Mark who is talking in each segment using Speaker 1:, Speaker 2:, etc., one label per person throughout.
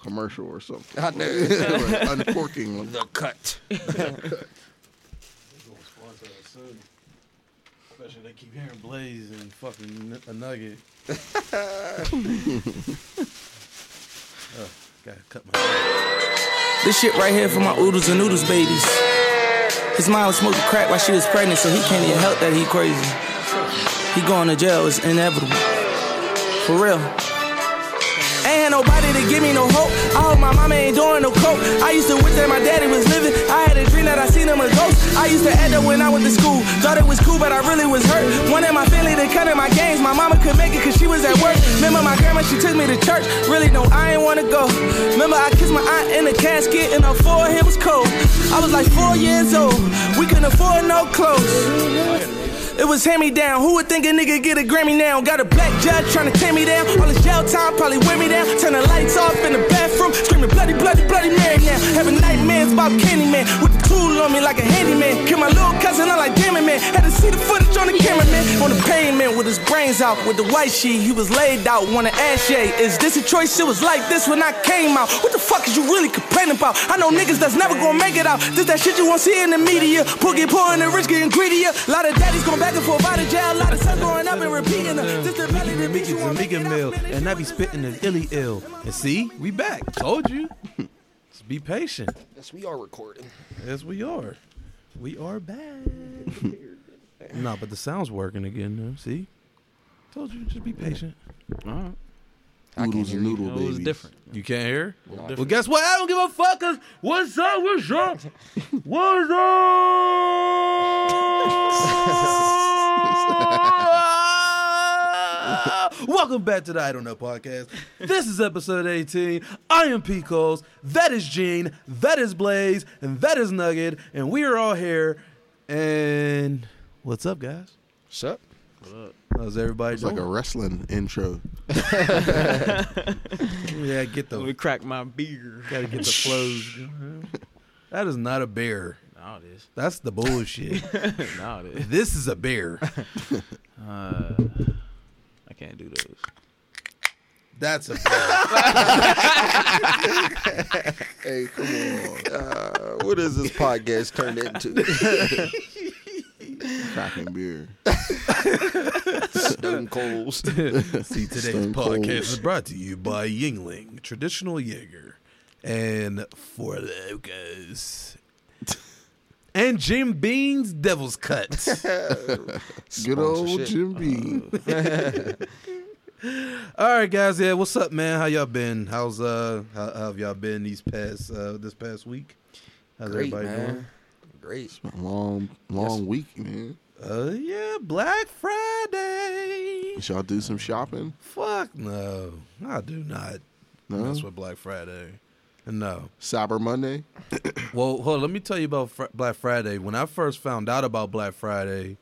Speaker 1: commercial or something.
Speaker 2: I know.
Speaker 1: Right, Uncorking one.
Speaker 2: The cut.
Speaker 3: It's gonna sponsor us soon. Especially they keep hearing Blaze and fucking n- a nugget. oh, gotta cut my.
Speaker 4: This shit right here for my oodles and noodles babies. His mom was smoking crack while she was pregnant, so he can't even help that he crazy. He going to jail is inevitable. For real. Ain't had nobody to give me no hope. I hope my mama ain't doing no coke. I used to wish that my daddy was living. I had a dream that I seen him a ghost. I used to act up when I went to school. Thought it was cool, but I really was hurt. Wanted my family to cut in my games. My mama could make it cause she was at work. Remember my grandma, she took me to church. Really, no, I ain't wanna go. Remember I kissed my aunt in the casket and her forehead was cold. I was like four years old. We couldn't afford no clothes. It was hand me down. Who would think a nigga get a Grammy now? Got a black judge tryna tear me down. All this jail time probably wear me down. Turn the lights off in the bathroom, screaming bloody, bloody, bloody Mary now. Having nightmares about Candyman with the tool on me like a handyman. Kill my little cousin, I'm like damn it, man. Had to see the footage on the cameraman on the pavement with his brains out. With the white sheet, he was laid out. Wanna ash yeah, is this a choice? It was like this when I came out. What the fuck is you really complaining about? I know niggas that's never gonna make it out. This that shit you won't see in the media. Poor get poor and the rich getting greedier. lot of daddies going back and forth out of jail. lot of sons going up and repeating her. This the melody that beat you
Speaker 3: Niggas
Speaker 4: want
Speaker 3: and
Speaker 4: make it
Speaker 3: Megan
Speaker 4: out.
Speaker 3: Mill,
Speaker 4: Man, if
Speaker 3: and
Speaker 4: you
Speaker 3: I be
Speaker 4: ain't
Speaker 3: spitting
Speaker 4: living
Speaker 3: an illy ill. And see, we back. Told you. Just be patient.
Speaker 2: Yes, we are recording.
Speaker 3: Yes, we are. We are back. nah, but the sound's working again. Now. See, told you. Just be patient.
Speaker 5: Alright.
Speaker 1: Oodles and noodle
Speaker 5: You know, it
Speaker 1: babies.
Speaker 5: was different.
Speaker 3: You can't hear? Well,
Speaker 5: different.
Speaker 3: guess what? I don't give a fuck. 'cause what's up? What's up? What's up? Welcome back to the I Don't Know podcast. This is episode 18. I am P. Coles. That is Gene. That is Blaze. And that is Nugget. And we are all here. And what's up, guys?
Speaker 2: What's up?
Speaker 3: How's everybody
Speaker 1: It's like a
Speaker 3: doing?
Speaker 1: wrestling intro.
Speaker 3: yeah, get
Speaker 5: Let me
Speaker 3: the
Speaker 5: crack my beer.
Speaker 3: gotta get the flows. going. that is not a bear.
Speaker 5: Now it is.
Speaker 3: That's the bullshit.
Speaker 5: Now it is.
Speaker 3: this is a bear.
Speaker 5: Uh, I can't do those.
Speaker 3: That's a bear.
Speaker 1: Hey, come on.
Speaker 2: Uh, what is this podcast turned into?
Speaker 1: Cracking beer.
Speaker 2: Stone Coles.
Speaker 3: See, today's
Speaker 1: Stone Cold.
Speaker 3: podcast is brought to you by Yingling, traditional Jaeger, and Four Locos, and Jim Bean's Devil's Cut.
Speaker 1: Good old
Speaker 2: Sponsorship.
Speaker 1: Jim Beam.
Speaker 3: All right, guys. Yeah, what's up, man? How y'all been? How's uh, how, how have y'all been these past uh this past week? How's
Speaker 2: Great,
Speaker 3: everybody
Speaker 2: man. Great.
Speaker 1: long, long week, man.
Speaker 3: doing? Uh, yeah, Black Friday.
Speaker 1: Should I do some shopping?
Speaker 3: Fuck no, I do not.
Speaker 1: No.
Speaker 3: That's what Black Friday. No.
Speaker 1: Cyber Monday.
Speaker 3: Well, hold. on, Let me tell you about Fr- Black Friday. When I first found out about Black Friday,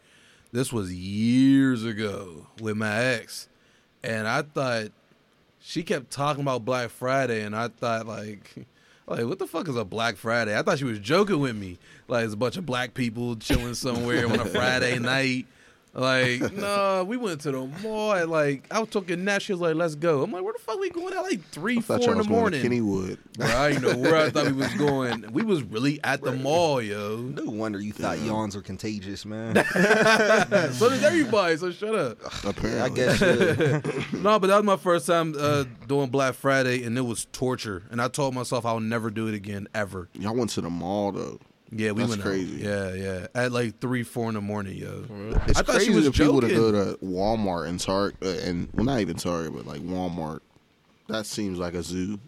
Speaker 3: this was years ago with my ex, and I thought she kept talking about Black Friday, and I thought like. Like what the fuck is a Black Friday? I thought she was joking with me. Like it's a bunch of black people chilling somewhere on a Friday night. Like no, we went to the mall. At like I was talking that. She was like, "Let's go." I'm like, "Where the fuck we going at like three,
Speaker 1: Thought y'all
Speaker 3: four in the
Speaker 1: was going to Kennywood.
Speaker 3: morning?" Bro, I didn't know where I thought we was going. We was really at the mall, yo.
Speaker 2: No wonder you thought yawns were contagious, man.
Speaker 3: So did everybody. So shut up.
Speaker 1: Apparently,
Speaker 2: I guess. Uh,
Speaker 3: No, but that was my first time uh, doing Black Friday, and it was torture. And I told myself I'll never do it again, ever.
Speaker 1: y'all went to the mall though.
Speaker 3: Yeah, we
Speaker 1: That's
Speaker 3: went out.
Speaker 1: crazy.
Speaker 3: Yeah, yeah. At like three, four in the morning, yo.
Speaker 1: It's
Speaker 3: I thought
Speaker 1: crazy
Speaker 3: she was
Speaker 1: to people to
Speaker 3: joking.
Speaker 1: go to Walmart and Target, uh, and well, not even Target, but like Walmart. That seems like a zoo.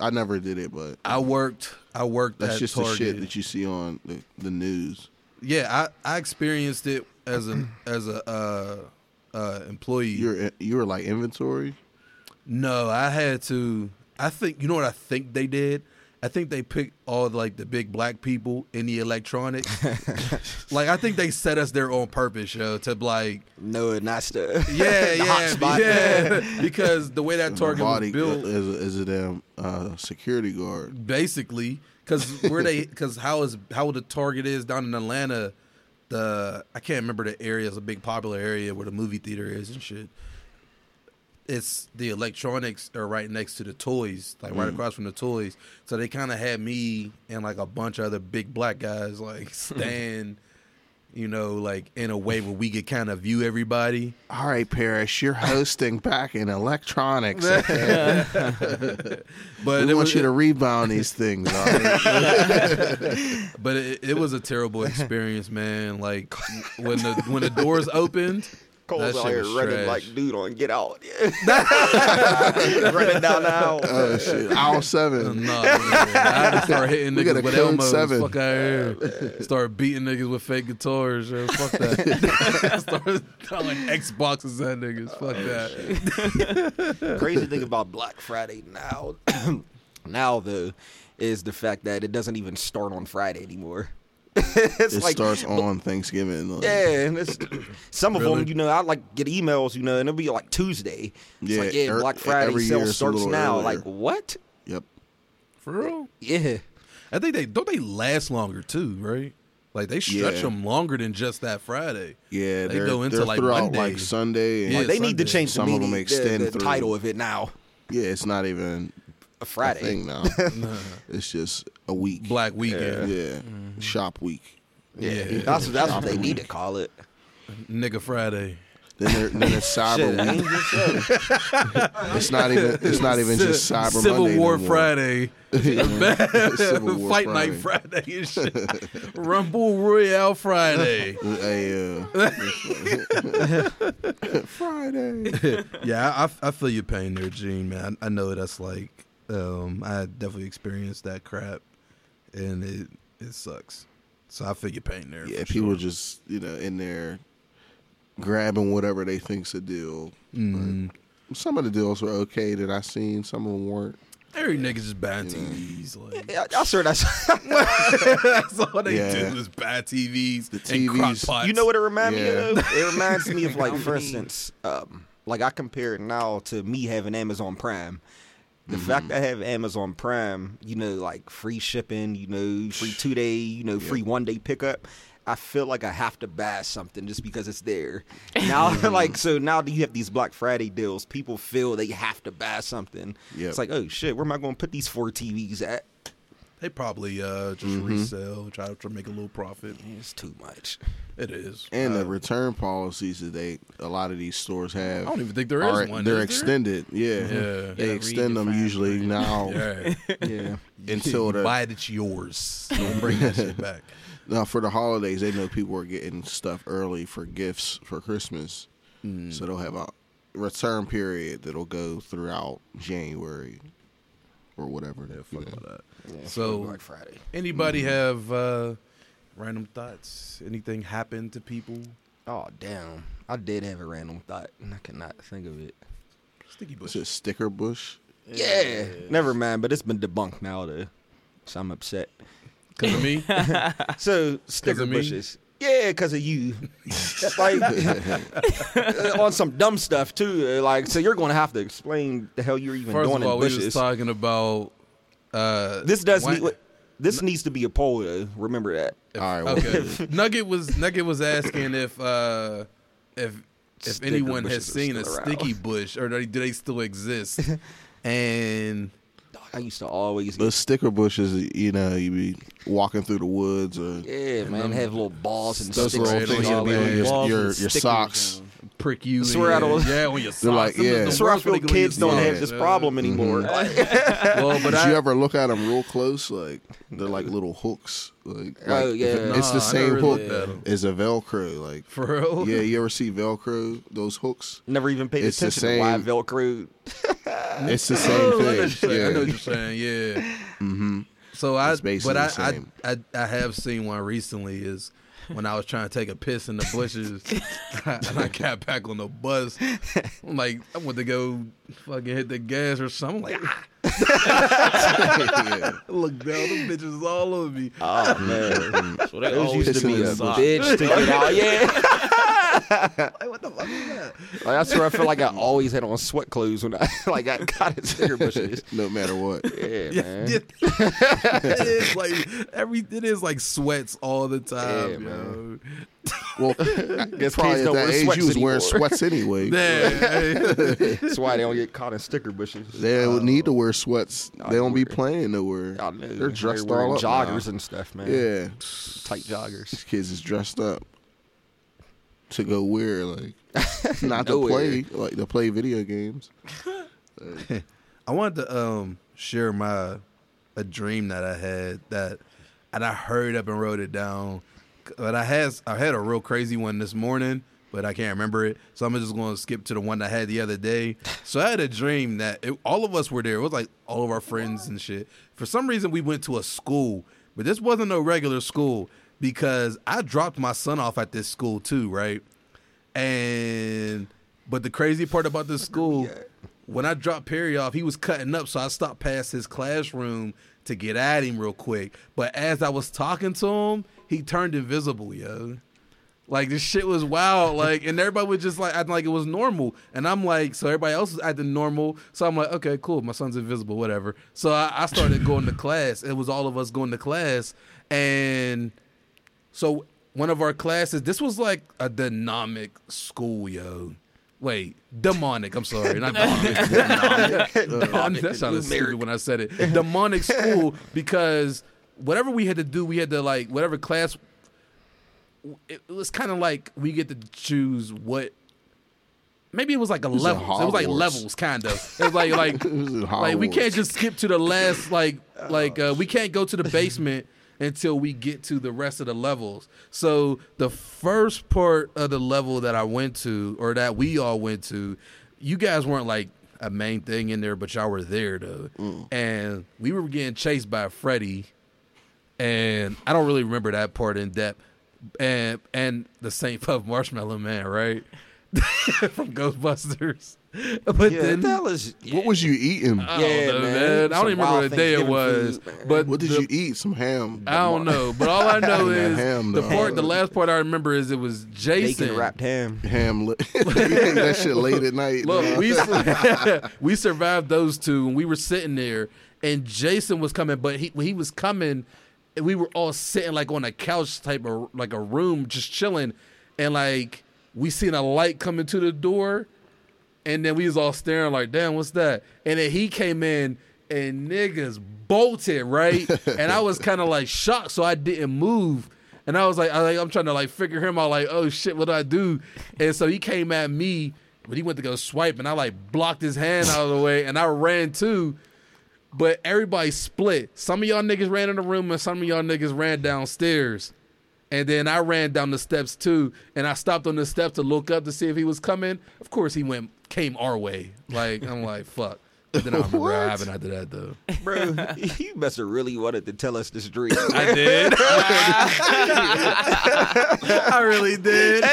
Speaker 1: I never did it, but
Speaker 3: I worked. I worked
Speaker 1: that's
Speaker 3: at
Speaker 1: just
Speaker 3: Target.
Speaker 1: the shit that you see on the, the news.
Speaker 3: yeah, I, I experienced it as an as a uh, uh, employee.
Speaker 1: You're you're like inventory.
Speaker 3: No, I had to. I think you know what I think they did. I think they picked all like the big black people in the electronics. like I think they set us there on purpose, yo, to like,
Speaker 2: no, not stuff.
Speaker 3: yeah,
Speaker 2: The hot
Speaker 3: yeah,
Speaker 2: spot. uh,
Speaker 3: yeah, because the way that target
Speaker 1: Body uh,
Speaker 3: was built,
Speaker 1: is a, is a damn uh, security guard.
Speaker 3: basically because where they because how is how the target is down in atlanta the i can't remember the area it's a big popular area where the movie theater is and shit it's the electronics are right next to the toys, like right across from the toys. So they kind of had me and like a bunch of other big black guys like stand, you know, like in a way where we could kind of view everybody.
Speaker 1: All right, Paris, you're hosting back in electronics. Okay?
Speaker 3: But
Speaker 1: we
Speaker 3: it
Speaker 1: want
Speaker 3: was,
Speaker 1: you to rebound these things. All right?
Speaker 3: but it, it was a terrible experience, man. Like when the when the doors opened, that
Speaker 2: Cole's
Speaker 3: shit
Speaker 2: out here
Speaker 3: was
Speaker 2: running
Speaker 3: trash.
Speaker 2: like dude on Get Out. running down the aisle.
Speaker 1: oh shit, aisle seven.
Speaker 3: No, man. I had to start hitting
Speaker 1: We
Speaker 3: niggas
Speaker 1: got a
Speaker 3: with
Speaker 1: code
Speaker 3: elbows.
Speaker 1: seven.
Speaker 3: Fuck out here. Start beating niggas with fake guitars. Yo. Fuck that. start throwing Xboxes at niggas. Fuck
Speaker 2: Oh,
Speaker 3: that.
Speaker 2: Uh, crazy thing about Black Friday now, now though, is the fact that it doesn't even start on Friday anymore. it's
Speaker 1: It
Speaker 2: like,
Speaker 1: starts on Thanksgiving. like-
Speaker 2: yeah, and it's some of
Speaker 3: Really?
Speaker 2: them. You know, I like get emails. You know, and it'll be like Tuesday. It's
Speaker 1: Yeah,
Speaker 2: like, yeah, e,
Speaker 1: er-
Speaker 2: Black Friday
Speaker 1: every year
Speaker 2: sale
Speaker 1: it's a
Speaker 2: starts
Speaker 1: little
Speaker 2: now.
Speaker 1: earlier.
Speaker 2: Like what?
Speaker 1: Yep.
Speaker 3: For real?
Speaker 2: Yeah,
Speaker 3: I think they don't they last longer too, right? Like they stretch
Speaker 1: Yeah.
Speaker 3: them longer than just that Friday.
Speaker 1: Yeah,
Speaker 3: They
Speaker 1: are
Speaker 3: go into,
Speaker 1: they're
Speaker 3: like,
Speaker 1: throughout
Speaker 3: Monday.
Speaker 1: like Sunday. And,
Speaker 3: Yeah,
Speaker 1: yeah,
Speaker 2: they need
Speaker 3: Sunday.
Speaker 2: to change the,
Speaker 1: Some of them
Speaker 2: meaning, the-
Speaker 1: extend
Speaker 2: the
Speaker 1: through
Speaker 2: title of it now.
Speaker 1: it's not even
Speaker 2: A
Speaker 1: a
Speaker 2: Friday.
Speaker 1: thing now. it's just a week.
Speaker 3: Black weekend.
Speaker 1: Yeah, Mm-hmm. shop week.
Speaker 3: Yeah.
Speaker 2: That's that's what they need to call it.
Speaker 3: Nigga Friday.
Speaker 1: Then there, then there's Cyber
Speaker 2: Shit, I
Speaker 1: Week.
Speaker 2: ain't just saying.
Speaker 1: It's not even. It's not even just Cyber
Speaker 3: Civil
Speaker 1: Monday
Speaker 3: War
Speaker 1: no more.
Speaker 3: Friday.
Speaker 1: Civil War
Speaker 3: Fight
Speaker 1: Friday.
Speaker 3: night Friday and shit. Rumble Royale Friday.
Speaker 1: Hey, uh, Friday.
Speaker 3: yeah, I- I, I feel your pain there, Gene. Man, I, I know that's like um, I definitely experienced that crap, and it it sucks. So I feel your pain there.
Speaker 1: Yeah,
Speaker 3: for
Speaker 1: people
Speaker 3: sure.
Speaker 1: just you know in there grabbing whatever they think's a deal.
Speaker 3: Mm.
Speaker 1: Like, some of the deals were okay that I seen. Some of them weren't.
Speaker 3: every nigga's just buying TVs. Like
Speaker 2: Yeah, I sure that's.
Speaker 3: that's all they
Speaker 1: Yeah.
Speaker 3: do is buy TVs
Speaker 1: The
Speaker 3: and crock
Speaker 1: TVs.
Speaker 3: pots.
Speaker 2: You know what it reminds me
Speaker 1: Yeah.
Speaker 2: of? It reminds me of like, for
Speaker 5: Company.
Speaker 2: instance, um, like I compare it now to me having Amazon Prime. The
Speaker 1: Mm-hmm.
Speaker 2: fact that I have Amazon Prime, you know, like free shipping, you know, free two day, you know, free one day pickup. I feel like I have to buy something just because it's there. Now,
Speaker 1: Mm-hmm.
Speaker 2: like, so now that you have these Black Friday deals, people feel they have to buy something.
Speaker 1: Yep.
Speaker 2: It's like, oh shit, where am I going to put these four TVs at?
Speaker 3: They probably uh just resell, try to make a little profit.
Speaker 2: It's too much.
Speaker 3: It is.
Speaker 1: And
Speaker 3: Uh,
Speaker 1: the return policies that they a lot of these stores have.
Speaker 3: I don't even think there is
Speaker 1: are-
Speaker 3: one.
Speaker 1: They're
Speaker 3: is there?
Speaker 1: extended. Yeah.
Speaker 3: Yeah.
Speaker 1: They
Speaker 5: Yeah,
Speaker 1: extend them
Speaker 5: redefined
Speaker 1: usually
Speaker 5: brand.
Speaker 1: now.
Speaker 3: Yeah.
Speaker 1: Yeah.
Speaker 3: You
Speaker 1: Until the
Speaker 3: buy it, it's yours. Don't bring that shit back.
Speaker 1: now for the holidays, they know people are getting stuff early for gifts for Christmas,
Speaker 3: Hmm.
Speaker 1: so they'll have a return period that'll go throughout January or whatever.
Speaker 3: Yeah,
Speaker 1: you
Speaker 3: fuck
Speaker 1: know.
Speaker 3: all that. So
Speaker 2: Black Friday.
Speaker 3: Anybody
Speaker 2: Mm-hmm.
Speaker 3: have uh, random thoughts? Anything happened to people?
Speaker 2: Oh damn! I did have a random thought, and I cannot think of it.
Speaker 3: Sticky
Speaker 1: It's
Speaker 3: bush.
Speaker 1: a sticker bush.
Speaker 2: Yeah, never mind. But it's been debunked now, though, so I'm upset.
Speaker 3: Because of me?
Speaker 2: So sticker
Speaker 3: of me?
Speaker 2: bushes. Yeah, because of you. That's like uh, on some dumb stuff too. uh, Like, so you're going to have to explain the hell you're even
Speaker 3: First
Speaker 2: doing
Speaker 3: of all,
Speaker 2: in
Speaker 3: we was
Speaker 2: bushes.
Speaker 3: talking about uh,
Speaker 2: this does
Speaker 3: why-
Speaker 2: need. This needs to be a poll, though. Remember that.
Speaker 1: All right. Well,
Speaker 3: Okay. Nugget was Nugget was asking if uh, if if
Speaker 2: Sticker
Speaker 3: anyone has
Speaker 2: bushes are
Speaker 3: seen a
Speaker 2: still around.
Speaker 3: sticky bush or do they, do they still exist? and
Speaker 2: I used to always.
Speaker 1: The sticker bushes, you know, you be walking through the woods or
Speaker 2: yeah, man, have little balls and
Speaker 1: those
Speaker 2: sticks.
Speaker 1: little
Speaker 2: and
Speaker 3: things
Speaker 2: shit
Speaker 3: that'll
Speaker 2: all
Speaker 3: be
Speaker 2: over.
Speaker 3: on
Speaker 1: your-
Speaker 5: Balls
Speaker 1: your-
Speaker 5: and
Speaker 1: your
Speaker 5: stickers
Speaker 1: socks.
Speaker 5: and-
Speaker 3: prick you.
Speaker 2: Swear I
Speaker 3: in,
Speaker 2: don't-
Speaker 3: yeah, on your socks.
Speaker 1: like,
Speaker 3: Them is
Speaker 1: yeah.
Speaker 3: the
Speaker 2: That's where I
Speaker 3: worst way
Speaker 2: feel
Speaker 3: to go in your
Speaker 2: kids don't
Speaker 3: socks.
Speaker 2: have this
Speaker 3: Yeah.
Speaker 2: problem anymore.
Speaker 3: Well, but
Speaker 1: Did
Speaker 3: I,
Speaker 1: you ever look at them real close? Like they're like little hooks. Like, like
Speaker 2: Oh,
Speaker 1: if
Speaker 2: yeah.
Speaker 1: it- it's
Speaker 3: Nah, I
Speaker 1: the
Speaker 3: never
Speaker 1: same
Speaker 3: really looked
Speaker 1: hook
Speaker 3: at 'em.
Speaker 1: as a Velcro. Like
Speaker 3: for real?
Speaker 1: yeah, you ever see Velcro? Those hooks.
Speaker 2: Never even paid
Speaker 1: It's the
Speaker 2: attention to why
Speaker 1: same-
Speaker 2: Velcro.
Speaker 1: It's the same
Speaker 3: Oh, I know what you're
Speaker 1: thing.
Speaker 3: saying. I know what
Speaker 1: Yeah.
Speaker 3: you're saying. Yeah. mm-hmm. So I,
Speaker 1: It's basically
Speaker 3: but I,
Speaker 1: the
Speaker 3: I,
Speaker 1: same.
Speaker 3: I, I have seen one recently. Is when I was trying to take a piss in the bushes, and I got back on the bus. I'm like, I went to go fucking hit the gas or something. Like, ah,
Speaker 1: Yeah.
Speaker 3: look down, them bitches is all over me.
Speaker 2: Oh man,
Speaker 5: So they
Speaker 2: Those
Speaker 5: always
Speaker 1: used to
Speaker 5: do
Speaker 1: be
Speaker 5: the
Speaker 1: a
Speaker 5: sock.
Speaker 2: bitch to get out. Yeah,
Speaker 3: Like, what the fuck is that?
Speaker 2: like, that's where I feel like I always had on sweat clothes when I like I got it sticker bushes.
Speaker 1: no matter what.
Speaker 2: Yeah,
Speaker 3: Yeah,
Speaker 2: man.
Speaker 3: yeah. it is like every, it is like sweats all the time,
Speaker 2: Yeah,
Speaker 3: yo.
Speaker 1: Well, guess
Speaker 2: kids
Speaker 1: probably at
Speaker 2: don't
Speaker 1: that
Speaker 2: wear
Speaker 1: age
Speaker 2: sweats
Speaker 1: you was wearing
Speaker 2: anymore.
Speaker 1: sweats anyway.
Speaker 3: Yeah.
Speaker 2: That's why they don't get caught in sticker bushes.
Speaker 1: They don't need to wear sweats.
Speaker 2: Oh. Nah,
Speaker 1: they don't be
Speaker 2: weird.
Speaker 1: playing nowhere.
Speaker 2: I know.
Speaker 1: They're dressed
Speaker 2: They're wearing
Speaker 1: all up.
Speaker 2: joggers
Speaker 1: now.
Speaker 2: and stuff, man.
Speaker 1: yeah,
Speaker 2: tight joggers.
Speaker 1: these kids is dressed up to go where like not to
Speaker 2: Nowhere.
Speaker 1: play like to play video games.
Speaker 3: I wanted to um share my a dream that I had that and I hurried up and wrote it down. But I has I had a real crazy one this morning, but I can't remember it. So I'm just gonna skip to the one I had the other day. So I had a dream that it, all of us were there. It was like all of our friends and shit. For some reason we went to a school, but this wasn't no regular school because I dropped my son off at this school too, right? And but the crazy part about this school, when I dropped Perry off, he was cutting up, so I stopped past his classroom to get at him real quick. But as I was talking to him, he turned invisible, yo. Like this shit was wild, like, and everybody was just like acting like it was normal, and I'm like, so everybody else is acting normal, so I'm like, okay, cool, my son's invisible, whatever. So I, I started going to class. It was all of us going to class, and so one of our classes, this was like a demonic school, yo. Wait, demonic. I'm sorry, not demonic. demonic. that sounded stupid when I said it. Demonic school because whatever we had to do, we had to like whatever class. It was kind of like we get to choose what. Maybe it was like a
Speaker 1: was in
Speaker 3: level. It was like
Speaker 1: Hogwarts.
Speaker 3: levels, kind of. It was like like
Speaker 1: It was in
Speaker 3: like we
Speaker 1: Hogwarts.
Speaker 3: can't just skip to the last like like uh, we can't go to the basement until we get to the rest of the levels. So the first part of the level that I went to or that we all went to, you guys weren't like a main thing in there, but y'all were there though. And we were getting chased by Freddy and I don't really remember that part in depth. And and the Saint Puff Marshmallow Man, right? From Ghostbusters. But
Speaker 2: Yeah,
Speaker 3: then
Speaker 2: what the hell is-
Speaker 1: What was you eating?
Speaker 3: I
Speaker 2: Yeah,
Speaker 3: don't know,
Speaker 2: man.
Speaker 3: man. I
Speaker 2: Some
Speaker 3: don't even remember
Speaker 2: wild
Speaker 3: what day it
Speaker 2: Thanksgiving
Speaker 3: was.
Speaker 2: food, man.
Speaker 3: but
Speaker 1: What did
Speaker 3: the- Uh,
Speaker 1: you eat? Some ham.
Speaker 3: I don't know. But all I know
Speaker 1: That
Speaker 3: is
Speaker 1: ham,
Speaker 3: the
Speaker 1: though.
Speaker 3: part, the last part I remember is it was Jason.
Speaker 2: Bacon wrapped ham.
Speaker 1: Ham. Li- we ate that shit late at night.
Speaker 3: Look,
Speaker 1: man.
Speaker 3: we we survived those two, and we were sitting there, and Jason was coming, but he when he was coming, we were all sitting like on a couch type of like a room, just chilling, and like we seen a light coming to the door, and then we was all staring like, damn, what's that? And then he came in and niggas bolted, right? and I was kind of like shocked, so I didn't move. And I was like, I, like, I'm trying to like figure him out, like, oh shit, what do I do? And so he came at me, but he went to go swipe, and I like blocked his hand out of the way, and I ran too. But everybody split. Some of y'all niggas ran in the room, and some of y'all niggas ran downstairs. And then I ran down the steps too, and I stopped on the steps to look up to see if he was coming. Of course, he went came our way. Like I'm like fuck. But then I remember what happened after that though.
Speaker 2: Bro, you must have really wanted to tell us this dream.
Speaker 3: I did. I really did.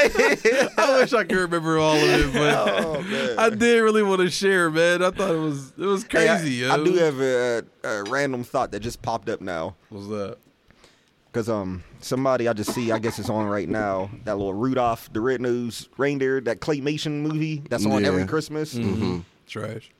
Speaker 3: I wish I could remember all of it, but
Speaker 2: oh, man.
Speaker 3: I did really want to share, man. I thought it was it was
Speaker 2: Hey, I-
Speaker 3: crazy.
Speaker 2: I,
Speaker 3: yo.
Speaker 2: do have a, a random thought that just popped up now.
Speaker 3: What's that?
Speaker 2: Cause um somebody I just see I guess it's on right now that little Rudolph the Red Nose Reindeer that claymation movie that's on every
Speaker 1: Yeah. Mm-hmm.
Speaker 2: Christmas.
Speaker 3: Trash.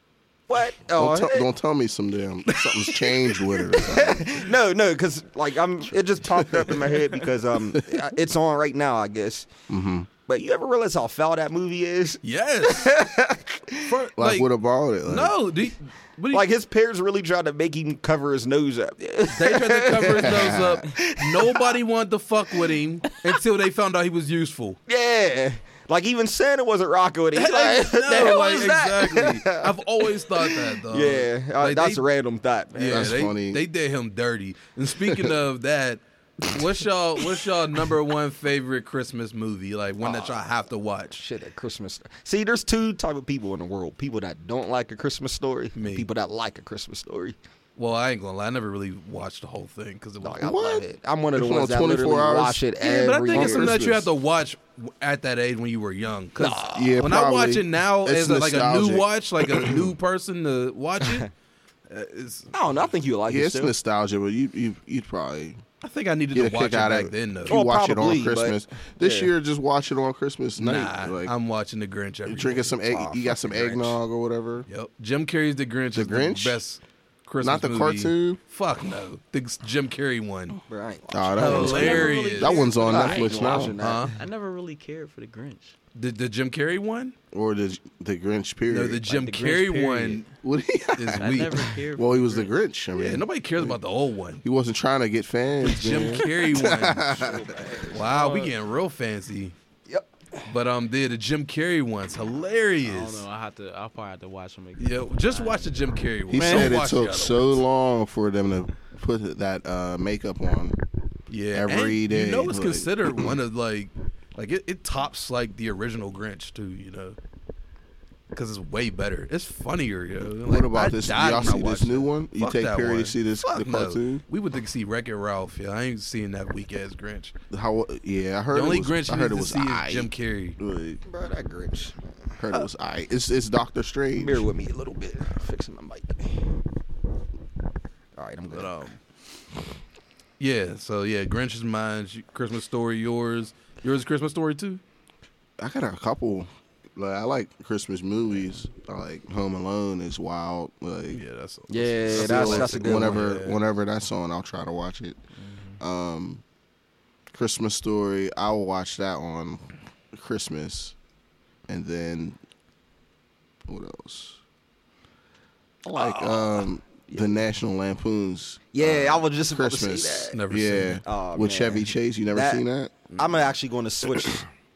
Speaker 2: What?
Speaker 1: Don't,
Speaker 2: Oh
Speaker 1: tell- don't tell me some damn something's changed with her. or something.
Speaker 2: no, no, because like I'm it just popped up in my head because um I- it's on right now I guess. Mm-hmm. But you ever realize how foul that movie is?
Speaker 3: Yes. For- like,
Speaker 1: Like, what about it? Like,
Speaker 3: no, do you- what do you-
Speaker 2: Like his parents really tried to make him cover his nose up.
Speaker 3: They tried to cover his nose up. Nobody wanted to fuck with him until they found out he was useful.
Speaker 2: yeah. Like even Santa wasn't rocking with him. Like,
Speaker 3: Like,
Speaker 2: "The
Speaker 3: no,
Speaker 2: hell
Speaker 3: like,
Speaker 2: is that?"
Speaker 3: exactly. I've always thought that though.
Speaker 2: Yeah, uh,
Speaker 3: Um, Like,
Speaker 2: that's
Speaker 3: they-
Speaker 2: a random thought, man.
Speaker 3: Yeah,
Speaker 1: That's
Speaker 3: they,
Speaker 1: funny.
Speaker 3: They did him dirty. And speaking of that, what's y'all what's y'all number one favorite Christmas movie? Like one
Speaker 2: Ah.
Speaker 3: that y'all have to watch.
Speaker 2: Shit, at Christmas. See, there's two type of people in the world: people that don't like a Christmas story,
Speaker 3: Me.
Speaker 2: people that like a Christmas story.
Speaker 3: Well, I ain't gonna lie, I never really watched the whole thing because it was.
Speaker 2: Like, I
Speaker 1: What?
Speaker 2: love it. I'm one of the
Speaker 1: It's on
Speaker 2: ones that
Speaker 1: 24
Speaker 2: literally
Speaker 1: hours?
Speaker 2: watch it
Speaker 3: yeah,
Speaker 2: every
Speaker 3: but I think it's
Speaker 2: year.
Speaker 3: something that you
Speaker 1: Christmas.
Speaker 3: have to watch at that age when you were young. 'Cause
Speaker 1: Yeah,
Speaker 3: when I watch
Speaker 1: probably.
Speaker 3: it now
Speaker 1: It's
Speaker 3: as a, like a new
Speaker 1: nostalgic.
Speaker 3: watch, like a new person to watch it, uh, it's,
Speaker 2: I don't know. I think you like
Speaker 1: Yeah,
Speaker 2: it
Speaker 1: it's
Speaker 2: still.
Speaker 1: nostalgia, but you you you'd probably
Speaker 3: I think I needed
Speaker 1: get
Speaker 3: to
Speaker 1: a
Speaker 3: watch it
Speaker 1: kick out
Speaker 3: back
Speaker 1: of it.
Speaker 3: then
Speaker 1: You
Speaker 3: though.
Speaker 2: Oh,
Speaker 1: watch it
Speaker 2: probably,
Speaker 1: on
Speaker 2: but-
Speaker 1: Christmas. This
Speaker 2: yeah.
Speaker 1: year, just watch it on Christmas night.
Speaker 3: Nah,
Speaker 1: Like
Speaker 3: I'm watching the Grinch. Every
Speaker 1: drinking some egg.
Speaker 2: Oh,
Speaker 1: you got some
Speaker 3: fucking Grinch.
Speaker 1: eggnog or whatever.
Speaker 3: Yep. Jim Carrey's The Grinch is
Speaker 1: Grinch?
Speaker 3: the best. Christmas
Speaker 1: Not the
Speaker 3: movie.
Speaker 1: cartoon?
Speaker 3: Fuck no, the Jim Carrey one.
Speaker 2: Bro, I ain't watching
Speaker 1: Oh, that one's
Speaker 3: Hilarious.
Speaker 1: that one's on
Speaker 2: I ain't
Speaker 1: Netflix
Speaker 2: watching
Speaker 1: now,
Speaker 5: Oh,
Speaker 2: that.
Speaker 3: Huh?
Speaker 5: I never really cared for the Grinch.
Speaker 3: The the Jim Carrey one?
Speaker 1: or the the Grinch period.
Speaker 3: No, the Jim
Speaker 5: the Grinch
Speaker 3: Carrey
Speaker 5: period.
Speaker 3: one
Speaker 1: What he-
Speaker 3: is
Speaker 5: I
Speaker 3: weak.
Speaker 5: never cared.
Speaker 1: well,
Speaker 5: for
Speaker 1: he was the Grinch. I mean,
Speaker 3: Yeah, nobody cares about the old one.
Speaker 1: he wasn't trying to get fans.
Speaker 3: Jim
Speaker 1: man.
Speaker 3: Carrey one. wow, we getting real fancy.
Speaker 2: Yep.
Speaker 3: But um, the the Jim Carrey one's
Speaker 5: I don't
Speaker 3: hilarious.
Speaker 5: know. I have to. I'll probably have to watch him again.
Speaker 3: Yeah, just watch the Jim Carrey one.
Speaker 1: He
Speaker 3: Don't
Speaker 1: said it
Speaker 3: watch the
Speaker 1: took
Speaker 3: other
Speaker 1: so
Speaker 3: ones.
Speaker 1: long for them to put that uh, makeup on.
Speaker 3: yeah
Speaker 1: every
Speaker 3: and
Speaker 1: day,
Speaker 3: You know, it's
Speaker 1: like-
Speaker 3: considered one of like like it, it tops like the original Grinch too. You know, because it's way better. It's funnier. Yo. Like,
Speaker 1: what about
Speaker 3: I
Speaker 1: this?
Speaker 3: died
Speaker 1: Y'all
Speaker 3: when I
Speaker 1: see this
Speaker 3: watched
Speaker 1: new
Speaker 3: it.
Speaker 1: one? You
Speaker 3: Fuck
Speaker 1: take
Speaker 3: that
Speaker 1: period
Speaker 3: one.
Speaker 1: to see this
Speaker 3: Fuck
Speaker 1: the
Speaker 3: no.
Speaker 1: cartoon?
Speaker 3: We would think see Wreck It Ralph. Yeah, I ain't seeing that weak ass Grinch.
Speaker 1: How? Yeah, I heard.
Speaker 3: The only
Speaker 1: it was,
Speaker 3: Grinch
Speaker 1: I
Speaker 3: you
Speaker 1: heard it
Speaker 3: need to
Speaker 1: was
Speaker 3: see
Speaker 1: aight.
Speaker 3: is Jim Uh, Carrey.
Speaker 1: Like,
Speaker 2: Bro, that Grinch.
Speaker 1: heard it was aight. It's it's Doctor Strange.
Speaker 2: Bear with me a little bit. Fixing my mic. All right, I'm good.
Speaker 3: But um, yeah. So yeah, Grinch is mine. sh- Christmas story yours. Yours is Christmas story too.
Speaker 1: I got a couple. Like I like Christmas movies. I like Home Alone is wild. Like
Speaker 3: Yeah, that's
Speaker 2: yeah,
Speaker 1: still,
Speaker 2: that's, that's a good one.
Speaker 1: whenever
Speaker 3: yeah.
Speaker 1: whenever that's on, I'll try to watch it.
Speaker 2: Mm-hmm.
Speaker 1: Um, Christmas Story, I will watch that on Christmas, and then what else? I like um the National Lampoons.
Speaker 2: Oh, Yeah,
Speaker 1: uh,
Speaker 2: I was just about to say
Speaker 1: Christmas.
Speaker 2: that.
Speaker 3: Never seen
Speaker 1: yeah,
Speaker 3: it.
Speaker 2: Aw,
Speaker 1: with
Speaker 2: man.
Speaker 1: Chevy Chase. You never
Speaker 2: That-
Speaker 1: seen that?
Speaker 2: I'm actually going to switch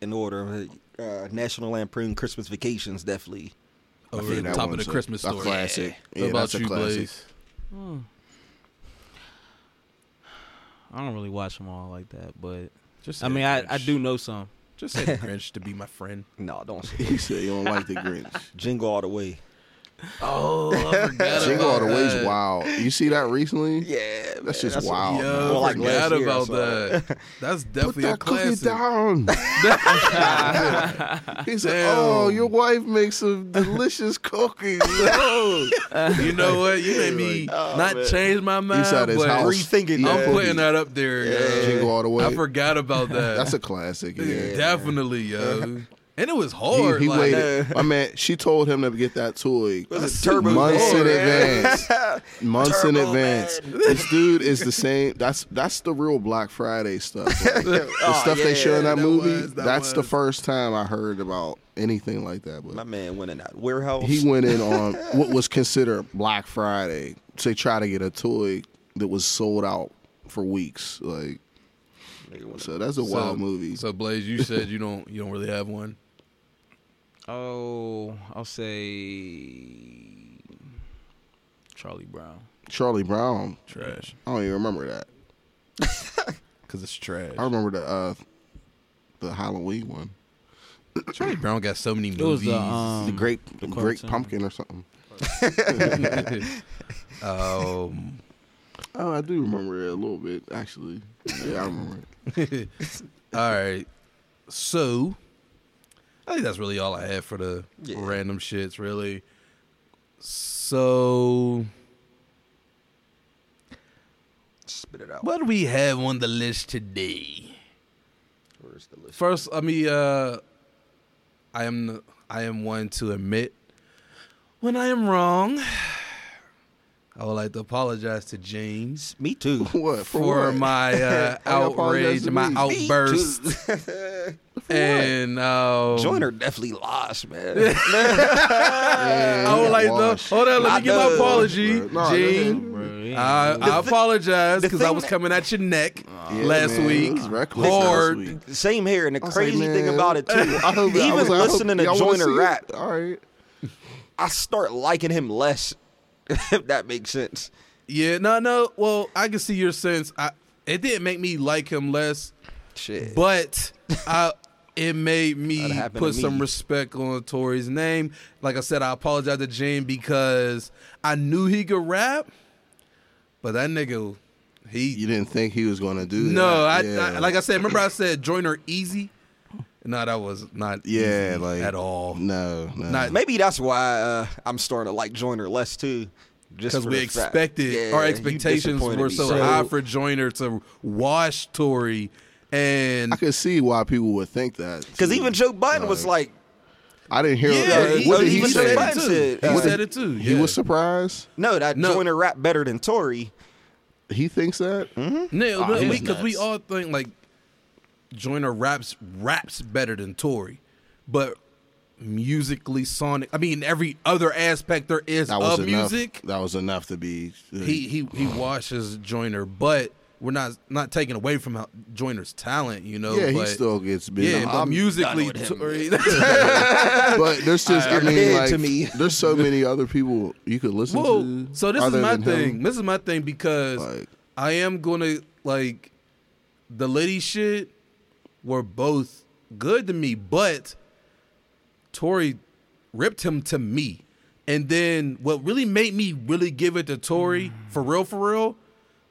Speaker 2: in order. Uh, National Lampoon Christmas Vacations, definitely.
Speaker 3: over the
Speaker 1: that
Speaker 3: top of the
Speaker 1: one's a-
Speaker 3: Christmas
Speaker 1: a
Speaker 3: story.
Speaker 1: classic.
Speaker 3: What
Speaker 1: Yeah,
Speaker 3: about
Speaker 1: that's a
Speaker 3: you,
Speaker 1: classic.
Speaker 3: Blaze?
Speaker 5: I don't really watch them all like that, but
Speaker 3: Just
Speaker 5: I
Speaker 3: say
Speaker 5: mean, I,
Speaker 3: Grinch.
Speaker 5: I do know some.
Speaker 3: Just say the Grinch to be my friend.
Speaker 2: No, don't say
Speaker 1: He said you don't like the Grinch.
Speaker 2: Jingle All the Way.
Speaker 3: Oh, I forgot
Speaker 1: Jingle All the
Speaker 3: about
Speaker 1: Way's
Speaker 3: that.
Speaker 1: wild. You see that recently?
Speaker 2: Uh, Yeah, man,
Speaker 1: just
Speaker 2: a-
Speaker 1: wild.
Speaker 3: Yo,
Speaker 1: man.
Speaker 3: I
Speaker 2: Well, like last
Speaker 3: forgot
Speaker 2: year,
Speaker 3: about
Speaker 2: so-
Speaker 3: that. That's
Speaker 1: Put
Speaker 3: definitely a
Speaker 1: that cookie
Speaker 3: classic.
Speaker 1: down. he said,
Speaker 3: Damn.
Speaker 1: "Oh, your wife makes some delicious cookies." No.
Speaker 3: You know what? You made me
Speaker 1: oh,
Speaker 3: not change my mind,
Speaker 1: He's at his
Speaker 3: but
Speaker 1: house.
Speaker 2: rethinking
Speaker 1: eating
Speaker 2: that.
Speaker 3: I'm
Speaker 1: cookies.
Speaker 3: putting that up there. yo.
Speaker 1: Jingle all the way.
Speaker 3: I forgot about that.
Speaker 1: That's a classic. Yeah.
Speaker 3: Definitely, yo. And it was
Speaker 1: He,
Speaker 3: hard.
Speaker 1: he
Speaker 3: like,
Speaker 1: waited. I mean, she told him to get that toy
Speaker 2: Was it Turbo
Speaker 1: months
Speaker 2: Man?
Speaker 1: in advance. Months in
Speaker 2: Turbo
Speaker 1: advance. This dude is the same. That's that's the real Black Friday stuff. the
Speaker 2: Oh,
Speaker 1: stuff they show in
Speaker 2: yeah,
Speaker 1: that,
Speaker 3: that
Speaker 1: movie.
Speaker 3: was- that
Speaker 1: that's the
Speaker 3: was.
Speaker 1: first time I heard about anything like that. But
Speaker 2: My man went in that warehouse.
Speaker 1: he went in on what was considered Black Friday to try to get a toy that was sold out for weeks. Like,
Speaker 2: Nigga went
Speaker 1: so that's a wild movie.
Speaker 3: So Blaze, you said you don't you don't really have one.
Speaker 5: Oh, I'll say Charlie Brown.
Speaker 1: Charlie Brown.
Speaker 3: Trash.
Speaker 1: I don't even remember that.
Speaker 3: Cause it's trash.
Speaker 1: I remember the uh, the Halloween one,
Speaker 3: Charlie Brown got so many
Speaker 5: It was
Speaker 3: movies.
Speaker 5: the, um,
Speaker 1: the Great
Speaker 5: the
Speaker 1: Great
Speaker 5: cartoon.
Speaker 1: Pumpkin or something.
Speaker 3: um,
Speaker 1: Oh, I do remember it a little bit actually. Yeah, I remember. It.
Speaker 3: all right. So, I think that's really all I have for the
Speaker 2: Yeah.
Speaker 3: random shits, really. So,
Speaker 2: Spit it out.
Speaker 3: what do we have on the list today?
Speaker 2: Where's the list?
Speaker 3: First, I mean, uh, I am I am one to admit when I am wrong. I would like to apologize to James
Speaker 2: Me too.
Speaker 1: What for,
Speaker 3: for
Speaker 1: what?
Speaker 3: my uh,
Speaker 1: I apologize
Speaker 3: outrage,
Speaker 1: to
Speaker 3: my
Speaker 1: me. Me
Speaker 3: outburst, and um,
Speaker 2: Joiner definitely lost, man.
Speaker 1: Yeah,
Speaker 3: I would like
Speaker 1: wash.
Speaker 3: to hold on. Let me get my
Speaker 2: Nah,
Speaker 3: apology,
Speaker 1: bro. Nah,
Speaker 3: Gene.
Speaker 1: bro.
Speaker 3: I, I apologize
Speaker 2: the
Speaker 3: because I
Speaker 2: thing
Speaker 3: was
Speaker 2: that-
Speaker 3: coming at your neck
Speaker 1: Yeah,
Speaker 3: last
Speaker 1: man, it
Speaker 3: week.
Speaker 1: was reckless last
Speaker 3: Hard.
Speaker 1: week.
Speaker 2: Same here, and the
Speaker 1: was
Speaker 2: crazy
Speaker 1: like,
Speaker 2: thing
Speaker 1: man,
Speaker 2: about it too,
Speaker 1: I hope- I
Speaker 2: even
Speaker 1: was like, I hope-
Speaker 2: listening to
Speaker 1: y'all wanna
Speaker 2: Joyner
Speaker 1: see it?
Speaker 2: rap,
Speaker 1: All right.
Speaker 2: I start liking him less. if that makes sense.
Speaker 3: Yeah, no, no. Well, I can see your sense. I it didn't make me like him less,
Speaker 2: Shit.
Speaker 3: but I it made
Speaker 2: That
Speaker 3: me
Speaker 2: happened
Speaker 3: put
Speaker 2: to
Speaker 3: some
Speaker 2: me.
Speaker 3: respect on Tori's name. Like I said, I apologize to Gene because I knew he could rap, but that nigga, he
Speaker 1: You didn't think he was going to do that?
Speaker 3: No, I,
Speaker 1: Yeah.
Speaker 3: I like I said. Remember I said Joiner easy. No, that was not
Speaker 1: yeah,
Speaker 3: easy
Speaker 1: like
Speaker 3: at
Speaker 2: Oh,
Speaker 3: all.
Speaker 1: No, no.
Speaker 3: Not-
Speaker 2: Maybe that's why uh, I'm starting to like Joyner less too. Just
Speaker 3: Because
Speaker 2: for
Speaker 3: we
Speaker 2: the fact-
Speaker 3: expected
Speaker 2: Yeah,
Speaker 3: our
Speaker 2: you
Speaker 3: expectations
Speaker 2: disappointed
Speaker 3: were
Speaker 2: me.
Speaker 3: so, high for Joiner to wash Tory, and
Speaker 1: I could see why people would think that.
Speaker 2: Because
Speaker 1: too.
Speaker 2: even Joe Button was
Speaker 1: Like,
Speaker 2: like,
Speaker 1: I didn't hear.
Speaker 3: Yeah,
Speaker 1: what,
Speaker 2: he- oh,
Speaker 1: what
Speaker 2: no,
Speaker 1: did
Speaker 2: he
Speaker 1: he,
Speaker 2: was
Speaker 1: say?
Speaker 2: surprised.
Speaker 3: it too.
Speaker 2: Uh,
Speaker 3: He said it too.
Speaker 1: He
Speaker 3: yeah.
Speaker 1: was surprised.
Speaker 2: No, that
Speaker 3: No.
Speaker 2: joiner rap better than Tory.
Speaker 1: He thinks that.
Speaker 2: Mm-hmm.
Speaker 1: Ah,
Speaker 3: No,
Speaker 5: he's
Speaker 3: because we
Speaker 5: nuts.
Speaker 3: all think like Joyner raps raps better than Tory, but musically, sonic. I mean, every other aspect there is
Speaker 1: That was
Speaker 3: of
Speaker 1: enough.
Speaker 3: music.
Speaker 1: That was enough to be. uh,
Speaker 3: He he he washes Joyner, but we're not not taking away from how Joyner's talent. You know,
Speaker 1: yeah, he
Speaker 3: oh, but,
Speaker 1: still gets busy.
Speaker 3: yeah, but
Speaker 1: I'm-
Speaker 3: musically,
Speaker 5: done
Speaker 3: Tory.
Speaker 1: but there's just I,
Speaker 2: You're
Speaker 1: mean
Speaker 2: dead
Speaker 1: like
Speaker 2: to me.
Speaker 1: there's so many other people you could listen
Speaker 3: Whoa!
Speaker 1: to.
Speaker 3: So this is
Speaker 1: other
Speaker 3: my
Speaker 1: than him.
Speaker 3: thing. This is my thing because
Speaker 1: Like-
Speaker 3: I am gonna like the lady shit were both good to me, but Tori ripped him to me. And then what really made me really give it to Tori
Speaker 1: Mm.
Speaker 3: for real, for real,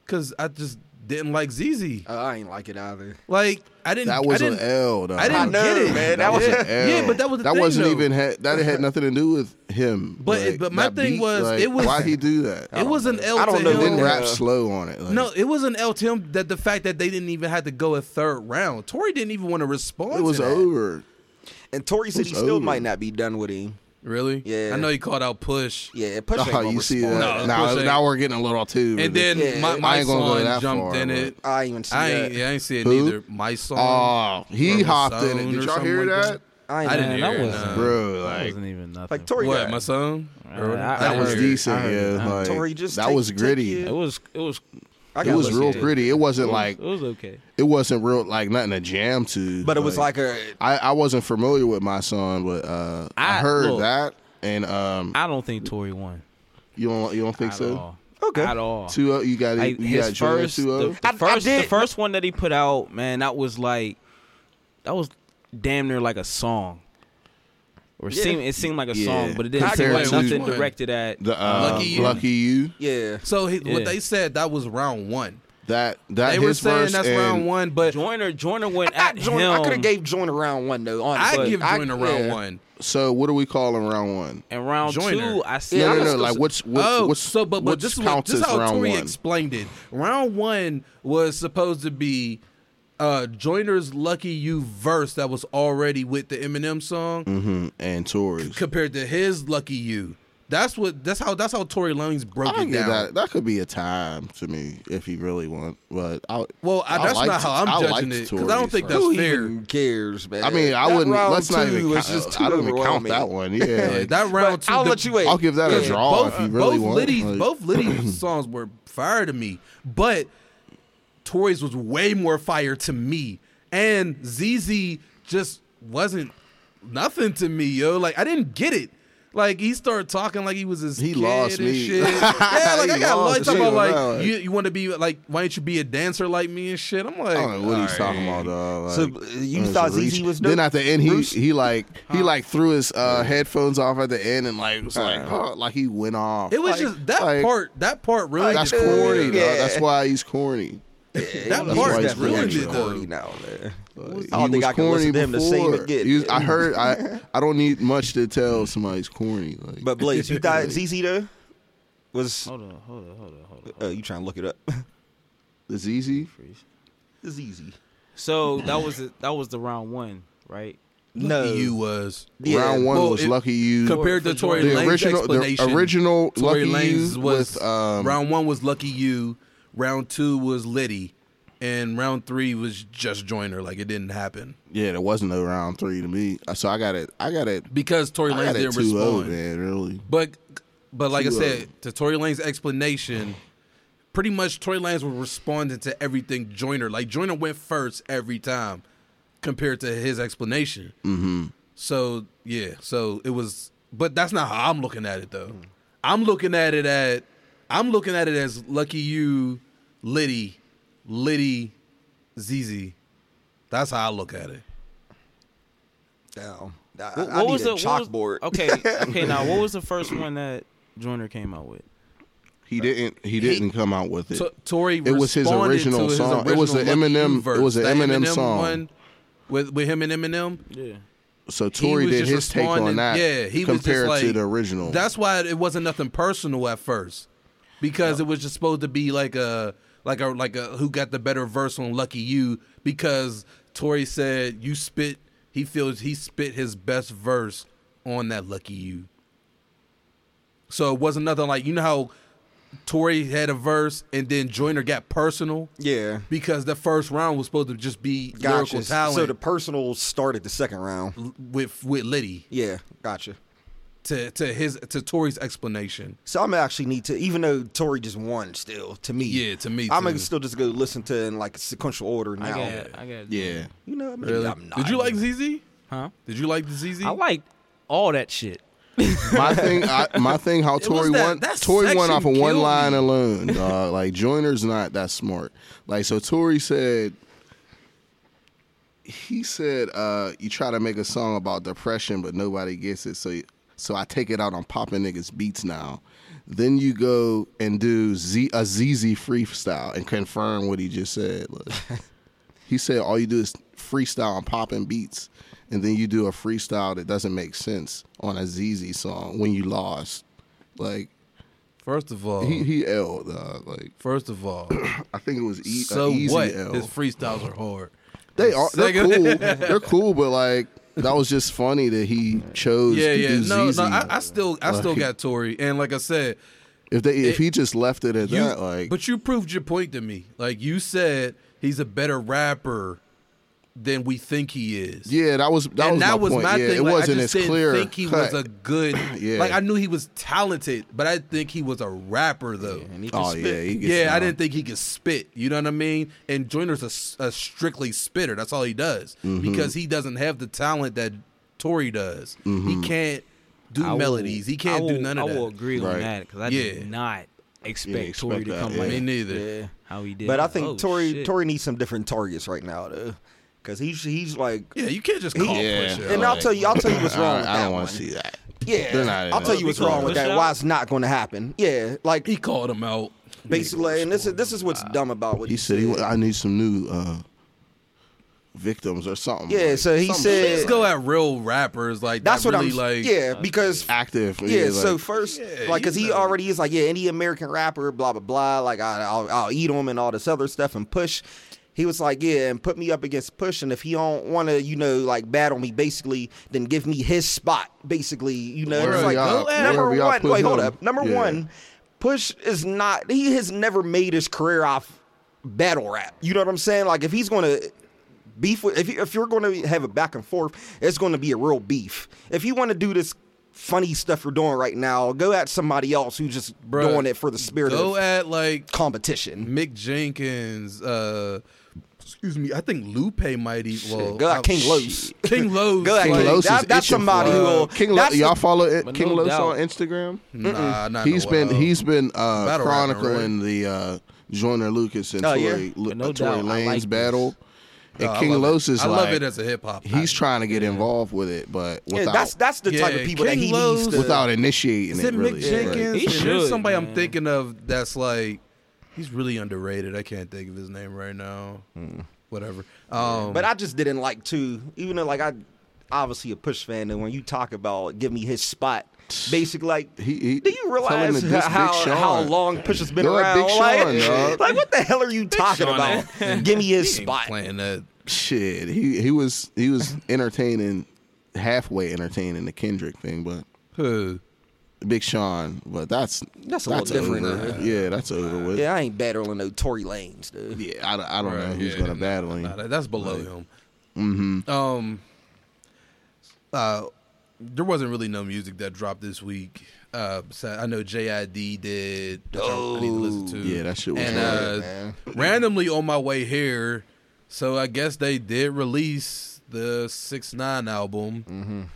Speaker 3: because I just didn't like ZZ.
Speaker 2: Uh, I ain't like it either.
Speaker 3: Like I didn't.
Speaker 1: That was
Speaker 3: I
Speaker 1: an
Speaker 3: didn't,
Speaker 1: L though.
Speaker 3: I didn't
Speaker 2: know,
Speaker 3: get it,
Speaker 2: man. That was
Speaker 1: an
Speaker 3: yeah.
Speaker 1: L.
Speaker 3: yeah, but that was the
Speaker 1: that
Speaker 3: thing,
Speaker 1: wasn't
Speaker 3: though.
Speaker 1: even had, that had nothing to do with him.
Speaker 3: But-
Speaker 1: Like,
Speaker 3: but my
Speaker 1: that
Speaker 3: thing
Speaker 1: beat,
Speaker 3: was,
Speaker 1: like,
Speaker 3: it was-
Speaker 1: why he do that.
Speaker 3: It was an L
Speaker 2: I don't
Speaker 3: to
Speaker 2: know.
Speaker 3: him.
Speaker 1: Then
Speaker 2: Yeah.
Speaker 1: rap slow on it. Like,
Speaker 3: No, it was an L to him that the fact that they didn't even have to go a third round. Tori didn't even want to respond.
Speaker 1: it was
Speaker 3: to that.
Speaker 1: over.
Speaker 2: And Tory said he
Speaker 1: It's
Speaker 2: still
Speaker 1: over.
Speaker 3: Oh.
Speaker 2: might not be done with him.
Speaker 3: Really?
Speaker 2: Yeah.
Speaker 3: I know he called out push.
Speaker 2: Yeah, push ain't
Speaker 1: Oh,
Speaker 2: gonna
Speaker 1: you see
Speaker 2: respond.
Speaker 1: that?
Speaker 3: No,
Speaker 1: now,
Speaker 3: push ain't-
Speaker 1: now we're getting a little too.
Speaker 3: And then
Speaker 2: Yeah.
Speaker 3: my,
Speaker 2: I
Speaker 3: my
Speaker 1: ain't gonna go
Speaker 3: son
Speaker 1: that
Speaker 3: jumped
Speaker 1: far,
Speaker 3: in it.
Speaker 2: I ain't even see
Speaker 3: I
Speaker 2: that.
Speaker 3: ain't, yeah, I ain't see it
Speaker 1: Who?
Speaker 3: neither. My son.
Speaker 1: oh, he
Speaker 3: Or
Speaker 1: hopped in it.
Speaker 3: Masone
Speaker 1: Did
Speaker 3: um, or
Speaker 1: y'all
Speaker 3: something
Speaker 1: hear
Speaker 3: like
Speaker 1: that,
Speaker 2: I ain't
Speaker 3: I didn't
Speaker 5: Man,
Speaker 3: hear
Speaker 5: that
Speaker 3: it.
Speaker 5: wasn't-
Speaker 3: nah.
Speaker 1: bro?
Speaker 5: That
Speaker 1: Like
Speaker 5: wasn't even nothing.
Speaker 2: like Tory.
Speaker 3: What,
Speaker 2: got-
Speaker 3: my son?
Speaker 5: I-
Speaker 3: Or-
Speaker 5: I-
Speaker 1: that
Speaker 5: I
Speaker 1: was
Speaker 5: heard it. I
Speaker 1: decent.
Speaker 5: heard it.
Speaker 1: Yeah,
Speaker 5: Uh,
Speaker 1: like
Speaker 2: Tory, just
Speaker 1: that
Speaker 2: take-
Speaker 1: was
Speaker 2: take
Speaker 1: gritty.
Speaker 2: your-
Speaker 5: It was it was
Speaker 2: I
Speaker 1: It
Speaker 2: gotta
Speaker 1: was
Speaker 2: listen
Speaker 1: real
Speaker 2: to
Speaker 1: gritty. It wasn't like
Speaker 5: it was okay.
Speaker 1: it wasn't real like nothing to jam to.
Speaker 2: But it was like a
Speaker 1: I, I wasn't familiar with my son, but uh, I,
Speaker 5: I-
Speaker 1: heard
Speaker 5: look.
Speaker 1: that, and um,
Speaker 5: I don't think Tory won.
Speaker 1: you don't you don't think
Speaker 5: at
Speaker 1: so?
Speaker 5: all.
Speaker 2: Okay.
Speaker 5: At all.
Speaker 1: Two O, you got
Speaker 5: Like,
Speaker 1: you got
Speaker 5: his first,
Speaker 1: two oh?
Speaker 5: the,
Speaker 1: O.
Speaker 5: the
Speaker 2: I- I
Speaker 5: first, the
Speaker 2: did-
Speaker 5: first one that he put out, man, that was like, that was damn near like a song, or
Speaker 2: Yeah.
Speaker 5: seemed it seemed like a
Speaker 1: Yeah.
Speaker 5: song, but it didn't seem
Speaker 1: Compared
Speaker 5: like
Speaker 1: to-
Speaker 5: nothing directed at.
Speaker 1: The uh,
Speaker 3: Lucky
Speaker 1: lucky
Speaker 3: You.
Speaker 1: you.
Speaker 2: yeah.
Speaker 3: So he, what
Speaker 5: Yeah.
Speaker 3: they said that was round one.
Speaker 1: That that
Speaker 3: They were
Speaker 1: his
Speaker 3: saying
Speaker 1: verse
Speaker 3: that's
Speaker 1: and
Speaker 3: round one, but
Speaker 5: Joiner, Joiner went
Speaker 2: I,
Speaker 5: at
Speaker 2: Jordan,
Speaker 5: him,
Speaker 2: I could have gave Jordan round one though.
Speaker 3: I
Speaker 2: Honestly,
Speaker 3: give Joyner round
Speaker 2: yeah.
Speaker 3: one.
Speaker 1: So what are we calling round one?
Speaker 5: and round
Speaker 3: Joyner.
Speaker 5: two, I said,
Speaker 1: no, no,
Speaker 5: I'm
Speaker 1: no.
Speaker 5: just-
Speaker 1: Like what's what,
Speaker 3: oh,
Speaker 1: what's
Speaker 3: so but, but
Speaker 1: what's
Speaker 3: this is what
Speaker 1: counts
Speaker 3: this is
Speaker 1: as
Speaker 3: how
Speaker 1: round
Speaker 3: Tori
Speaker 1: one?
Speaker 3: explained it. Round one was supposed to be uh Joyner's "Lucky You" verse that was already with the Eminem song
Speaker 1: hmm And Tories.
Speaker 3: compared to his "Lucky You." That's what that's how that's how Tory Lanez broke
Speaker 1: I
Speaker 3: it
Speaker 1: get
Speaker 3: down.
Speaker 1: that. That could be a time to me if he really want, but I.
Speaker 3: Well, I,
Speaker 1: I
Speaker 3: that's
Speaker 1: liked-
Speaker 3: not how I'm
Speaker 1: I
Speaker 3: judging
Speaker 1: liked
Speaker 3: it because I don't
Speaker 1: Tory's
Speaker 3: think that's
Speaker 2: Who
Speaker 3: fair.
Speaker 2: even cares, man?
Speaker 1: I mean, I
Speaker 2: That
Speaker 1: wouldn't.
Speaker 2: round
Speaker 1: Let's not
Speaker 2: two
Speaker 1: even.
Speaker 2: was
Speaker 1: Count,
Speaker 2: just too
Speaker 1: I don't even count
Speaker 2: overwhelming.
Speaker 1: that one. Yeah,
Speaker 3: Yeah,
Speaker 1: like,
Speaker 3: that round
Speaker 2: But
Speaker 3: two.
Speaker 2: I'll
Speaker 3: the-
Speaker 2: let you wait.
Speaker 1: I'll give that a
Speaker 2: Yeah.
Speaker 1: draw if you really
Speaker 3: both
Speaker 1: want.
Speaker 3: Liddy's,
Speaker 1: like-
Speaker 3: both Liddy's songs were fire to me, but Tori's was way more fire to me, and ZZ just wasn't nothing to me, yo. Like I didn't get it. Like he started talking like he was his
Speaker 1: He
Speaker 3: kid
Speaker 1: lost
Speaker 3: and
Speaker 1: me.
Speaker 3: shit. yeah, like
Speaker 1: He
Speaker 3: I got
Speaker 1: lost
Speaker 3: like
Speaker 1: the shit
Speaker 3: talking about
Speaker 1: on
Speaker 3: like
Speaker 1: that one.
Speaker 3: you, you want to be like why don't you be a dancer like me and shit. I'm like
Speaker 1: I don't know what he's
Speaker 3: all
Speaker 1: talking
Speaker 3: right.
Speaker 1: about, dog. Like,
Speaker 2: So, uh, you
Speaker 1: it's
Speaker 2: thought
Speaker 1: reach.
Speaker 2: ZZ was
Speaker 1: Then
Speaker 2: dope?
Speaker 1: at the end, he
Speaker 2: Bruce?
Speaker 1: he like he like threw his uh, headphones off at the end and like was like "Huh," like he went off.
Speaker 3: It was
Speaker 1: Like-
Speaker 3: just that
Speaker 1: like,
Speaker 3: part. That part really.
Speaker 1: That's
Speaker 3: just-
Speaker 1: corny. dog.
Speaker 2: Yeah.
Speaker 1: That's why he's corny.
Speaker 3: That
Speaker 1: That's why
Speaker 3: part
Speaker 1: he's
Speaker 3: that ruined
Speaker 1: really
Speaker 3: it though.
Speaker 2: corny now, man.
Speaker 1: Like,
Speaker 2: I don't
Speaker 1: he
Speaker 2: think
Speaker 1: was
Speaker 2: I can listen
Speaker 1: corny
Speaker 2: to him to sing
Speaker 1: before.
Speaker 2: again.
Speaker 1: He was- I heard. I I don't need much to tell somebody's corny. Like,
Speaker 2: But Blaze, you thought ZZ though was?
Speaker 5: hold on, hold on, hold on, hold on.
Speaker 2: Uh, you trying to look it up?
Speaker 1: it's easy.
Speaker 5: Freeze.
Speaker 2: ZZ.
Speaker 5: So that was the, that was the round one, right?
Speaker 2: No.
Speaker 3: you was
Speaker 2: Yeah.
Speaker 1: Round one
Speaker 3: Well,
Speaker 1: was
Speaker 3: it-
Speaker 1: lucky you.
Speaker 3: compared to
Speaker 5: for
Speaker 3: Tory
Speaker 1: the
Speaker 3: Lane's
Speaker 1: original, the
Speaker 3: explanation.
Speaker 1: original
Speaker 3: Tory
Speaker 1: lucky
Speaker 3: Lane's
Speaker 1: you
Speaker 3: was
Speaker 1: with um,
Speaker 3: round one was Lucky You, round two was Liddy, and round three was just Joiner. Like it didn't happen
Speaker 1: Yeah, there wasn't no round three to me. Uh, So I got it. I got it.
Speaker 3: because Tory
Speaker 1: I
Speaker 3: Lanez
Speaker 1: got it
Speaker 3: didn't
Speaker 1: 2 0,
Speaker 3: respond.
Speaker 1: man, really.
Speaker 3: But but like I
Speaker 1: Two
Speaker 3: said, to Tory Lane's explanation, pretty much Tory Lanez was responding to everything Joyner. Like Joyner went first every time compared to his explanation. Mm-hmm. So yeah, so it was. But that's not how I'm looking at it though. I'm looking at it at I'm looking at it as Lucky You, Liddy, Liddy, ZZ. That's how I look at it.
Speaker 2: Damn. I,
Speaker 5: What,
Speaker 2: I
Speaker 5: what
Speaker 2: need
Speaker 5: was
Speaker 2: a
Speaker 5: the what was-
Speaker 2: chalkboard?
Speaker 5: okay, okay. Now, what was the first one that Joiner came out with?
Speaker 3: Uh,
Speaker 1: He didn't. He didn't come out with it.
Speaker 3: T- Tory
Speaker 1: It was his
Speaker 3: responded
Speaker 1: original
Speaker 3: to his
Speaker 1: song. It was
Speaker 3: original
Speaker 1: the
Speaker 3: Lucky You
Speaker 1: Eminem- it
Speaker 3: verse.
Speaker 1: was the Eminem song.
Speaker 3: one with with him and Eminem.
Speaker 5: Yeah.
Speaker 1: so
Speaker 3: he
Speaker 1: Tory
Speaker 3: was
Speaker 1: did
Speaker 3: just
Speaker 1: his take on
Speaker 3: responding-
Speaker 1: that.
Speaker 3: Yeah, he was just
Speaker 1: compared to
Speaker 3: like-
Speaker 1: the original.
Speaker 3: That's why it wasn't nothing personal at first, because it was just supposed to be like a like a like a who got the better verse on "Lucky You" because Tory said you spit. He feels he spit his best verse on that Lucky You. So it wasn't nothing like you know how Tori had a verse and then Joyner got personal
Speaker 2: Yeah.
Speaker 3: because the first round was supposed to just be lyrical
Speaker 2: Gotcha.
Speaker 3: talent
Speaker 2: So the personal started the second round.
Speaker 3: with with Liddy
Speaker 2: Yeah, gotcha.
Speaker 3: to to his to Tori's explanation.
Speaker 2: So I'm actually need to, even though Tory just won, still to me.
Speaker 3: Yeah, to me
Speaker 2: I'm
Speaker 3: too.
Speaker 2: gonna still just go listen to in like sequential order
Speaker 5: I
Speaker 2: now.
Speaker 5: got, I got,
Speaker 1: Yeah.
Speaker 2: You know, maybe
Speaker 3: Really?
Speaker 2: I'm not.
Speaker 3: Did you like ZZ?
Speaker 5: huh?
Speaker 3: Did you like the ZZ?
Speaker 5: I like all that shit.
Speaker 1: My thing, I, my thing, how Tory
Speaker 3: that-
Speaker 1: won.
Speaker 3: that
Speaker 1: Tory won
Speaker 3: section
Speaker 1: off of one
Speaker 3: killed me.
Speaker 1: line alone. Dog. Like Joyner's not that smart. Like so, Tory said. He said, uh, "You try to make a song about depression, but nobody gets it. So, so I take it out on popping niggas beats now. Then you go and do Z, a ZZ freestyle and confirm what he just said. Look. he said all you do is freestyle on popping beats, and then you do a freestyle that doesn't make sense on a ZZ song when you lost. Like
Speaker 3: First of all,
Speaker 1: he he L dog. Like
Speaker 3: first of all,
Speaker 1: I think it was e-
Speaker 3: so
Speaker 1: a easy
Speaker 3: what?
Speaker 1: L.
Speaker 3: His freestyles are hard.
Speaker 1: They are they're
Speaker 3: Second-
Speaker 1: cool. they're cool, but like that was just funny that he chose.
Speaker 3: Yeah,
Speaker 1: to
Speaker 3: yeah.
Speaker 1: Do
Speaker 3: No,
Speaker 1: ZZ.
Speaker 3: no. I, I still, I still
Speaker 1: Like-
Speaker 3: got Tory, and like I said,
Speaker 1: if they if he just left it at
Speaker 3: you,
Speaker 1: that, like
Speaker 3: but you proved your point to me. Like you said, he's a better rapper than we think he is.
Speaker 1: yeah, that was that
Speaker 3: and
Speaker 1: was
Speaker 3: that
Speaker 1: my
Speaker 3: was
Speaker 1: point.
Speaker 3: my
Speaker 1: yeah,
Speaker 3: thing.
Speaker 1: it
Speaker 3: like,
Speaker 1: wasn't
Speaker 3: I just
Speaker 1: as
Speaker 3: didn't
Speaker 1: clear.
Speaker 3: think he
Speaker 1: cut.
Speaker 3: was a good.
Speaker 1: Yeah.
Speaker 3: Like I knew he was talented, but I didn't think he was a rapper though. Yeah,
Speaker 1: oh yeah, he gets
Speaker 3: I
Speaker 1: down.
Speaker 3: didn't think he could spit. You know what I mean? And Joyner's a s- a, strictly spitter. That's all he does because he doesn't have the talent that Tory does. He can't do
Speaker 5: I will-
Speaker 3: melodies. he
Speaker 5: I
Speaker 3: can't do
Speaker 5: will-
Speaker 3: none of
Speaker 5: I
Speaker 3: that.
Speaker 5: will agree on
Speaker 1: Right.
Speaker 5: that because I
Speaker 3: Yeah.
Speaker 5: did not expect,
Speaker 1: Yeah, expect
Speaker 5: Tory to
Speaker 1: that,
Speaker 5: come
Speaker 1: yeah.
Speaker 5: like
Speaker 3: Me neither.
Speaker 5: Yeah, how he did.
Speaker 2: But I think
Speaker 5: Oh,
Speaker 2: Tory
Speaker 5: shit.
Speaker 2: Tory needs some different targets right now though, because he's he's like.
Speaker 3: Yeah, you can't just call
Speaker 1: Yeah.
Speaker 3: push it.
Speaker 2: And I'll tell you, I'll tell you what's wrong.
Speaker 1: I,
Speaker 2: with
Speaker 1: I
Speaker 2: that
Speaker 1: don't
Speaker 2: one.
Speaker 1: want to see that.
Speaker 2: Yeah,
Speaker 1: They're not in
Speaker 2: I'll
Speaker 1: it.
Speaker 2: tell you what's wrong with
Speaker 5: Push
Speaker 2: that.
Speaker 5: out?
Speaker 2: Why it's not going to happen? Yeah, like
Speaker 3: he called him out.
Speaker 2: basically, and this is this is what's dumb about what
Speaker 1: He said, he, "I need some new uh, victims or something."
Speaker 2: Yeah,
Speaker 1: like,
Speaker 2: so he
Speaker 1: something
Speaker 2: said-
Speaker 3: Please go at real rappers like
Speaker 2: That's
Speaker 3: that
Speaker 2: what
Speaker 3: really,
Speaker 2: I'm
Speaker 3: like.
Speaker 2: Yeah, because
Speaker 1: active.
Speaker 2: yeah.
Speaker 1: like,
Speaker 2: so first,
Speaker 3: Yeah,
Speaker 2: like, cause
Speaker 3: you
Speaker 2: he
Speaker 3: know.
Speaker 2: already is like, yeah, any American rapper, blah blah blah. Like, I, I'll I'll eat him and all this other stuff and push. He was like, yeah, and put me up against push, and if he don't want to, you know, like battle me, basically, then give me his spot, basically, you know.
Speaker 1: Where
Speaker 2: It's
Speaker 1: are
Speaker 2: like
Speaker 1: y'all- where
Speaker 2: number
Speaker 1: are y'all
Speaker 2: one, wait,
Speaker 1: putting
Speaker 2: hold
Speaker 1: him?
Speaker 2: up, number
Speaker 1: Yeah.
Speaker 2: one, push is not. He has never made his career off battle rap. You know what I'm saying? Like, if he's gonna beef with if, you, if you're going to have a back and forth it's going to be a real beef if you want to do this funny stuff you're doing right now go at somebody else who's just
Speaker 3: Bruh,
Speaker 2: doing it for the spirit
Speaker 3: Go
Speaker 2: of
Speaker 3: at like
Speaker 2: competition
Speaker 3: Mick Jenkins. uh Excuse me. I think Lupe might even. Well,
Speaker 2: go at
Speaker 3: I-
Speaker 2: King Los.
Speaker 3: King Lowe's.
Speaker 2: Go at King
Speaker 1: King
Speaker 3: like,
Speaker 2: Los.
Speaker 1: Los
Speaker 2: that-
Speaker 1: is
Speaker 2: that's
Speaker 1: itching
Speaker 2: somebody
Speaker 1: for- uh,
Speaker 2: who will-
Speaker 1: King Lo-
Speaker 2: that's the-
Speaker 1: y'all follow it,
Speaker 5: But
Speaker 1: King
Speaker 5: no
Speaker 1: Los
Speaker 5: doubt.
Speaker 1: on Instagram.
Speaker 3: Nah, not
Speaker 1: He's
Speaker 3: no
Speaker 1: been
Speaker 3: well.
Speaker 1: he's been uh,
Speaker 3: Battle rapper,
Speaker 1: chronicling the uh, Joyner Lucas and
Speaker 2: Oh, yeah.
Speaker 1: Tory, Lu-
Speaker 5: But no
Speaker 1: uh, Tory
Speaker 5: doubt, I
Speaker 1: Lane's
Speaker 5: like this.
Speaker 1: battle, and
Speaker 3: Oh, I
Speaker 1: King
Speaker 3: love
Speaker 1: Los
Speaker 3: it.
Speaker 1: is
Speaker 3: I
Speaker 1: like
Speaker 3: love it as a hip hop.
Speaker 1: he's trying to get involved with it, but
Speaker 2: yeah,
Speaker 1: without
Speaker 2: that's that's the type
Speaker 3: Yeah,
Speaker 2: of people that
Speaker 3: King
Speaker 2: he
Speaker 3: Los-
Speaker 2: needs to
Speaker 1: without initiating
Speaker 3: Is
Speaker 1: it
Speaker 3: it
Speaker 1: really. right.
Speaker 3: Mick Jenkins?
Speaker 5: He
Speaker 3: And There's
Speaker 5: should,
Speaker 3: somebody I'm
Speaker 5: man.
Speaker 3: thinking of that's like he's really underrated. I can't think of his name right now.
Speaker 1: Mm.
Speaker 3: Whatever. Um,
Speaker 2: but i just didn't like too even though like i obviously a push fan and when you talk about give me his spot basically like
Speaker 1: He- he-
Speaker 2: do you
Speaker 1: telling to
Speaker 2: realize
Speaker 1: diss
Speaker 2: how
Speaker 1: Big
Speaker 2: how,
Speaker 1: Sean.
Speaker 2: how long push has been
Speaker 1: Go at
Speaker 2: around
Speaker 1: Big
Speaker 2: like,
Speaker 1: Sean, dog.
Speaker 2: like, what the hell are you talking
Speaker 3: Sean, eh?
Speaker 2: about give me his
Speaker 3: ain't
Speaker 2: spot
Speaker 3: playing that.
Speaker 1: Shit, he he was he was entertaining, halfway entertaining the Kendrick thing, but
Speaker 3: Huh.
Speaker 1: Big Sean, but that's
Speaker 2: That's a little different,
Speaker 1: over.
Speaker 2: uh,
Speaker 1: yeah, that's over with.
Speaker 2: Yeah, I ain't battling no Tory Lanes, dude.
Speaker 1: Yeah, I, don't- I don't know
Speaker 3: Right,
Speaker 1: who's
Speaker 3: yeah,
Speaker 1: gonna
Speaker 3: no,
Speaker 1: battle him.
Speaker 3: no, that- that's below him. Mm-hmm. Um, uh, there wasn't really no music that dropped this week. Uh, so I know JID did. Which I, I need to listen to.
Speaker 1: Oh, Yeah, that shit was
Speaker 3: And
Speaker 1: hard,
Speaker 3: uh,
Speaker 2: man.
Speaker 3: randomly on my way here, so I guess they did release the Six Nine album,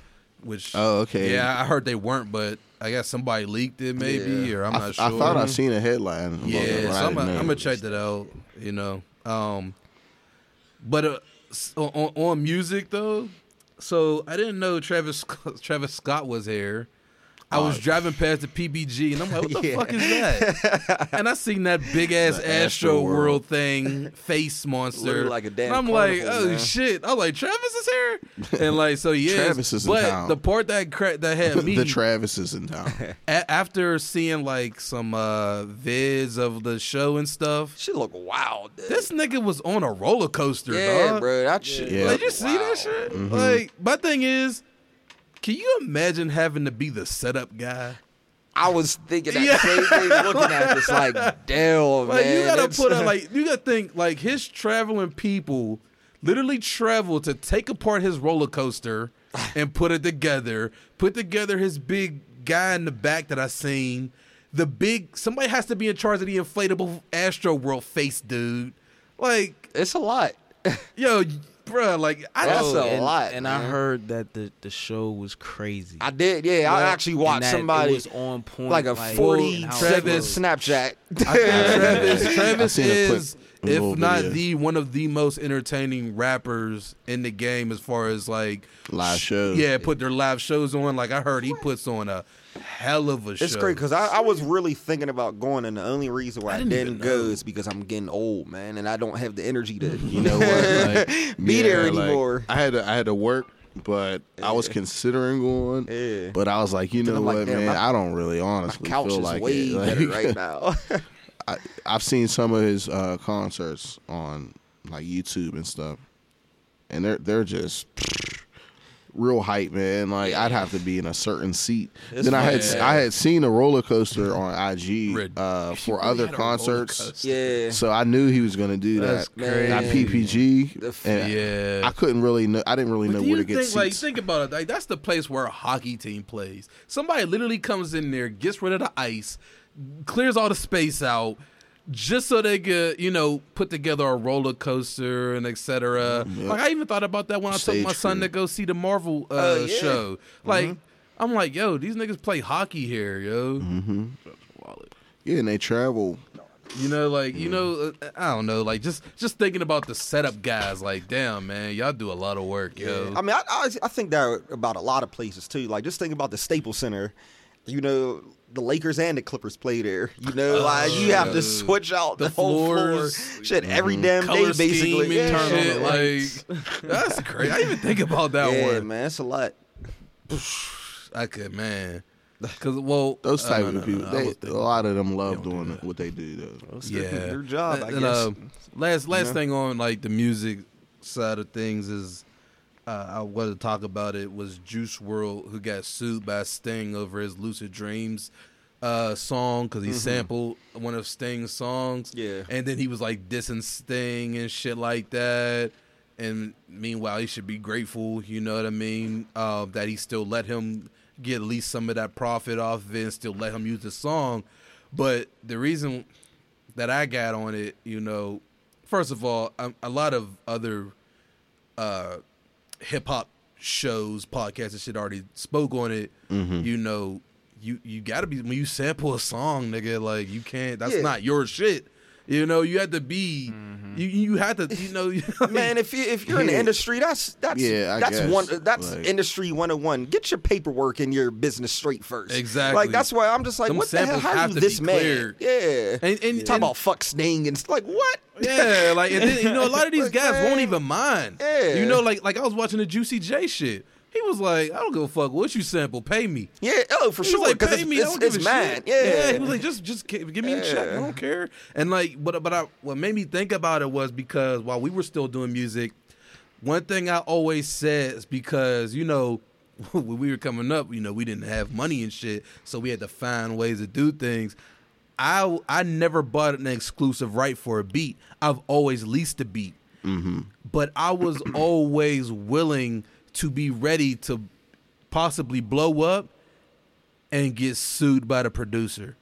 Speaker 3: which
Speaker 1: Oh, okay.
Speaker 3: yeah, I heard they weren't, but I guess somebody leaked it maybe,
Speaker 2: Yeah.
Speaker 3: or I'm
Speaker 1: I,
Speaker 3: not
Speaker 1: I
Speaker 3: sure.
Speaker 1: thought I seen a headline. about it,
Speaker 3: Yeah,
Speaker 1: but I
Speaker 3: so I'm
Speaker 1: didn't know.
Speaker 3: gonna check that out. You know, um, but uh, s- on, on- on music though, so I didn't know Travis Sc- Travis Scott was here. I was driving past the PBG and I'm like, what the
Speaker 2: Yeah.
Speaker 3: fuck is that? and I seen that big ass
Speaker 1: The Astro
Speaker 3: Astro
Speaker 1: World.
Speaker 3: World thing, face monster.
Speaker 2: Literally like a damn
Speaker 3: and I'm like,
Speaker 2: carnival,
Speaker 3: oh
Speaker 2: man."
Speaker 3: shit! I'm like, Travis is here, and like, so yeah,
Speaker 1: Travis is in
Speaker 3: but
Speaker 1: town.
Speaker 3: the part that cra- that had me
Speaker 1: the Travis is in town.
Speaker 3: a- after seeing like some uh vids of the show and stuff,
Speaker 2: She look wild, dude.
Speaker 3: this nigga was on a roller coaster,
Speaker 2: yeah,
Speaker 3: dog.
Speaker 2: bro. Mm-hmm. That shit.
Speaker 1: Yeah.
Speaker 2: look
Speaker 3: Like you see
Speaker 2: wild.
Speaker 3: that shit? Like my thing is, Can you imagine having to be the setup guy?
Speaker 2: I was thinking that
Speaker 3: Yeah.
Speaker 2: same thing, looking at this like, damn,
Speaker 3: Like
Speaker 2: man.
Speaker 3: you gotta
Speaker 2: that's-
Speaker 3: put out like you gotta think like his traveling people literally travel to take apart his roller coaster and put it together. Put together his big guy in the back that I seen. The big somebody has to be in charge of the inflatable Astro World face dude. Like
Speaker 2: it's a lot.
Speaker 3: yo, bruh, like I
Speaker 2: That's
Speaker 3: just
Speaker 2: a
Speaker 5: Oh, and,
Speaker 2: lot,
Speaker 5: And I
Speaker 2: man.
Speaker 5: heard that the, the show was crazy.
Speaker 2: I did, yeah. I actually
Speaker 5: And
Speaker 2: watched
Speaker 5: that it
Speaker 2: somebody
Speaker 5: was on point,
Speaker 2: like a
Speaker 5: like, and how it
Speaker 2: 47
Speaker 3: Travis-
Speaker 2: Snapchat.
Speaker 3: I think Travis,
Speaker 1: I
Speaker 3: Travis
Speaker 1: seen a quick
Speaker 3: is, if
Speaker 1: little
Speaker 3: not
Speaker 1: video.
Speaker 3: the one of the most entertaining rappers in the game, as far as like
Speaker 1: Live shows.
Speaker 3: Yeah, put their live shows on. Like I heard, he puts on a hell of a show.
Speaker 2: It's great because I, I was really thinking about going, and the only reason why I didn't,
Speaker 3: didn't even
Speaker 2: go
Speaker 3: know.
Speaker 2: is because I'm getting old, man, and I don't have the energy to, you
Speaker 1: You
Speaker 2: know,
Speaker 1: know what? Like,
Speaker 2: be there
Speaker 1: yeah, like,
Speaker 2: anymore.
Speaker 1: I had to, I had to work, but I was considering going.
Speaker 2: Yeah.
Speaker 1: But I was like, you know
Speaker 2: I'm like,
Speaker 1: what,
Speaker 2: damn,
Speaker 1: man?
Speaker 2: my-
Speaker 1: I don't really honestly
Speaker 2: Couch
Speaker 1: feel
Speaker 2: is
Speaker 1: like
Speaker 2: way
Speaker 1: it. Like,
Speaker 2: better right now.
Speaker 1: I, I've seen some of his uh, concerts on like YouTube and stuff, and they're they're just real hype, man. Like I'd have to be in a certain seat.
Speaker 2: It's
Speaker 1: then I had
Speaker 3: funny.
Speaker 1: I had seen a roller coaster on IG
Speaker 3: Rid-
Speaker 1: uh, for
Speaker 3: really
Speaker 1: other
Speaker 3: had a roller
Speaker 1: concerts,
Speaker 3: coaster.
Speaker 2: yeah,
Speaker 1: so I knew he was gonna do
Speaker 3: That's
Speaker 1: that.
Speaker 2: Man.
Speaker 1: Not
Speaker 2: crazy.
Speaker 1: PPG,
Speaker 2: The f-
Speaker 1: and
Speaker 3: Yeah.
Speaker 1: I couldn't really know. I didn't really know
Speaker 3: But do
Speaker 1: where to
Speaker 3: you
Speaker 1: get
Speaker 3: think
Speaker 1: seats.
Speaker 3: like think about it? Like that's the place where a hockey team plays. Somebody literally comes in there, gets rid of the ice, clears all the space out, just so they could you know put together a roller coaster and etc. Like I even thought about that when I
Speaker 1: Stage
Speaker 3: took my son
Speaker 1: crew.
Speaker 3: to go see the Marvel uh,
Speaker 2: Oh, yeah.
Speaker 3: show. Like I'm like, yo, these niggas play hockey here, yo.
Speaker 1: yeah, and they travel.
Speaker 3: You know, like you know, uh, I don't know, like just just thinking about the setup guys. Like, damn, man, y'all do a lot of work, yo.
Speaker 2: I mean, I, I, I think that about a lot of places too. Like just think about the Staples Center. You know, the Lakers and the Clippers play there. You know, like you have to
Speaker 3: Oh, yeah.
Speaker 2: switch out the,
Speaker 3: The
Speaker 2: whole
Speaker 3: floors. Mm-hmm.
Speaker 2: floor, shit every damn
Speaker 3: Color
Speaker 2: day, basically.
Speaker 3: scheme
Speaker 2: yeah,
Speaker 3: and shit,
Speaker 2: yeah,
Speaker 3: like that's crazy. I didn't even think about that one.
Speaker 2: man, it's a lot.
Speaker 3: I could, man, because well,
Speaker 1: Those
Speaker 3: uh,
Speaker 1: type
Speaker 3: no,
Speaker 1: of
Speaker 3: no, no,
Speaker 1: people,
Speaker 3: no, I was
Speaker 1: they, a
Speaker 3: thinking-
Speaker 1: lot of them love doing what they do though.
Speaker 2: their-
Speaker 3: yeah,
Speaker 2: their job, I
Speaker 3: And, um,
Speaker 2: guess.
Speaker 3: last last thing on like the music side of things is. Uh, I wanted to talk about it was Juice World who got sued by Sting over his Lucid Dreams uh, song because he sampled one of Sting's songs.
Speaker 2: Mm-hmm. Yeah.
Speaker 3: and then he was like dissing Sting and shit like that. And meanwhile, he should be grateful, you know what I mean, uh, that he still let him get at least some of that profit off of it and still let him use the song. But the reason that I got on it, you know, first of all, um, a lot of other uh, hip hop shows, podcasts, and shit already spoke on it.
Speaker 2: Mm-hmm.
Speaker 3: You know, you you gotta be when you sample a song, nigga. Like you can't. That's
Speaker 2: Yeah.
Speaker 3: not your shit. You know, you had to be. You you had to. You know, like,
Speaker 2: Man, if you if you're in the
Speaker 1: Yeah.
Speaker 2: industry, that's that's
Speaker 1: Yeah, I
Speaker 2: that's
Speaker 1: guess,
Speaker 2: one that's
Speaker 1: like-
Speaker 2: industry 101. Get your paperwork and your business straight first.
Speaker 3: Exactly.
Speaker 2: Like that's why I'm just like,
Speaker 3: Them
Speaker 2: what the hell?
Speaker 3: samples
Speaker 2: How are
Speaker 3: have
Speaker 2: you
Speaker 3: to be
Speaker 2: this mad?
Speaker 3: cleared.
Speaker 2: Yeah.
Speaker 3: And- and-
Speaker 2: talk
Speaker 3: and-
Speaker 2: about fuck sting and it's like what?
Speaker 3: Yeah, like and then, you know, a lot of these
Speaker 2: Like,
Speaker 3: guys
Speaker 2: man.
Speaker 3: won't even mind.
Speaker 2: Yeah.
Speaker 3: You know, like like I was watching the Juicy J shit. He was like, I don't give a fuck what you sample, pay me.
Speaker 2: Yeah, oh, for
Speaker 3: He
Speaker 2: sure.
Speaker 3: was like,
Speaker 2: 'cause
Speaker 3: pay
Speaker 2: it's,
Speaker 3: me, I
Speaker 2: it's,
Speaker 3: don't give
Speaker 2: it's
Speaker 3: a
Speaker 2: mine.
Speaker 3: shit.
Speaker 2: Yeah.
Speaker 3: he was like, just just ca- give me a check,
Speaker 2: Yeah.
Speaker 3: I don't care. And like, but but I, what made me think about it was because while we were still doing music, one thing I always said is because you know when we were coming up, you know we didn't have money and shit, so we had to find ways to do things. I I never bought an exclusive right for a beat. I've always leased a beat
Speaker 2: Mm-hmm.
Speaker 3: but I was always willing to be ready to possibly blow up and get sued by the producer.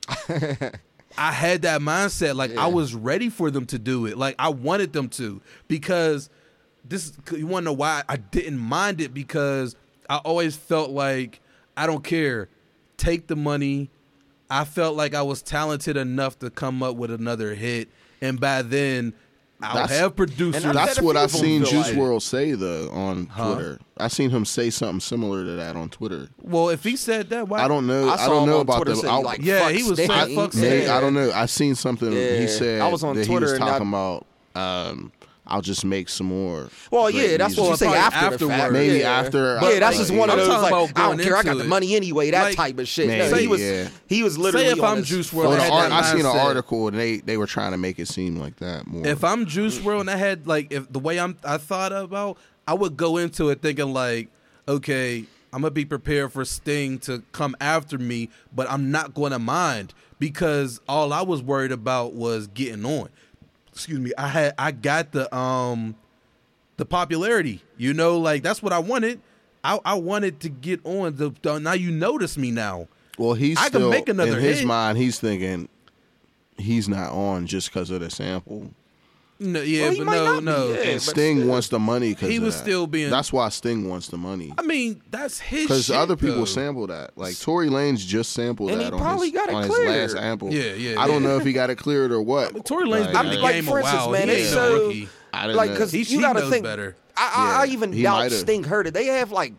Speaker 3: I had that mindset. Like I was ready for them to do it. Like I wanted them to because this. You want to know why I didn't mind it? Because I always felt like I don't care. Take the money. I felt like I was talented enough to come up with another hit, and by then I'll
Speaker 1: That's-
Speaker 3: have producers.
Speaker 2: And I
Speaker 1: That's
Speaker 2: said a
Speaker 1: what
Speaker 2: few
Speaker 1: I've
Speaker 2: of 'em
Speaker 1: seen
Speaker 2: feel
Speaker 1: Juice
Speaker 2: like it.
Speaker 1: World say though on Twitter. I seen him say something similar to that on Twitter.
Speaker 3: Well, if he said that, why?
Speaker 1: I don't know. I,
Speaker 2: saw
Speaker 1: don't
Speaker 2: him
Speaker 1: know
Speaker 2: on
Speaker 1: about
Speaker 2: Twitter
Speaker 1: the.
Speaker 2: saying,
Speaker 1: I,
Speaker 2: like,
Speaker 3: Yeah,
Speaker 2: fuck
Speaker 3: he was saying
Speaker 2: Sting.
Speaker 3: fuck
Speaker 1: may-
Speaker 3: Sting.
Speaker 1: I don't know. I seen something
Speaker 2: Yeah.
Speaker 1: he said.
Speaker 2: I was on
Speaker 1: that
Speaker 2: Twitter
Speaker 1: He was
Speaker 2: and I-
Speaker 1: talking about. Um, I'll just make some more.
Speaker 2: Well,
Speaker 1: great
Speaker 2: yeah, that's what
Speaker 1: music."
Speaker 2: you say
Speaker 3: Probably
Speaker 2: after the fact.
Speaker 3: afterward.
Speaker 1: Maybe
Speaker 2: yeah.
Speaker 1: after,
Speaker 2: Yeah,
Speaker 1: I-
Speaker 2: that's
Speaker 1: like,
Speaker 2: just one of
Speaker 3: I'm
Speaker 2: those
Speaker 3: talking
Speaker 2: like
Speaker 3: about
Speaker 2: I
Speaker 3: going
Speaker 2: don't care. I got
Speaker 3: into
Speaker 2: the
Speaker 3: it.
Speaker 2: money anyway. That
Speaker 3: Like,
Speaker 2: type of shit.
Speaker 1: man,
Speaker 2: no, he was
Speaker 1: yeah.
Speaker 2: he was literally
Speaker 3: if
Speaker 2: on
Speaker 3: I'm
Speaker 2: his
Speaker 3: Juice
Speaker 2: phone.
Speaker 1: Well,
Speaker 3: WRLD,
Speaker 1: the
Speaker 3: I had
Speaker 1: art-
Speaker 3: that
Speaker 1: I seen an
Speaker 3: mindset.
Speaker 1: article and they they were trying to make it seem like that more.
Speaker 3: If I'm Juice World and I had like if the way I'm I thought about, I would go into it thinking like, okay, I'm gonna be prepared for Sting to come after me, but I'm not gonna mind because all I was worried about was getting on. Excuse me. I had I got the um the popularity. You know, like that's what I wanted. I, I wanted to get on the, the- now you notice me now.
Speaker 1: Well, he's
Speaker 3: I can
Speaker 1: still-
Speaker 3: make another
Speaker 1: in his
Speaker 3: hit.
Speaker 1: mind. He's thinking he's not on just because of the sample.
Speaker 3: No, yeah,
Speaker 2: Well, he
Speaker 3: but
Speaker 2: might
Speaker 3: no,
Speaker 2: not be,
Speaker 3: no.
Speaker 2: yeah.
Speaker 1: And
Speaker 2: but
Speaker 1: Sting wants the money because
Speaker 3: He was still being-
Speaker 1: That's why Sting wants the money
Speaker 3: I mean, that's his.
Speaker 1: because
Speaker 3: shit,
Speaker 1: other people
Speaker 3: though.
Speaker 1: sample that. Like Tory Lanez just sampled
Speaker 2: And he
Speaker 1: that on,
Speaker 2: probably
Speaker 1: his,
Speaker 2: got it
Speaker 1: on his
Speaker 2: cleared.
Speaker 1: last sample.
Speaker 3: Yeah, yeah,
Speaker 1: I don't
Speaker 3: yeah.
Speaker 1: know if he got it cleared or what.
Speaker 3: Tory
Speaker 1: Like,
Speaker 3: Lanez been in
Speaker 1: I-
Speaker 3: the
Speaker 2: like,
Speaker 3: game
Speaker 2: for
Speaker 3: a
Speaker 2: instance,
Speaker 3: while.
Speaker 2: man,
Speaker 3: he
Speaker 1: they
Speaker 3: ain't
Speaker 1: so-
Speaker 3: no rookie.
Speaker 1: I didn't
Speaker 2: like
Speaker 1: know.
Speaker 2: because
Speaker 3: He-
Speaker 2: you
Speaker 3: he
Speaker 2: gotta
Speaker 3: knows
Speaker 2: think.
Speaker 3: better.
Speaker 2: I, I, I
Speaker 1: Yeah,
Speaker 2: even
Speaker 1: he
Speaker 2: doubt
Speaker 1: might've.
Speaker 2: Sting heard it. They have like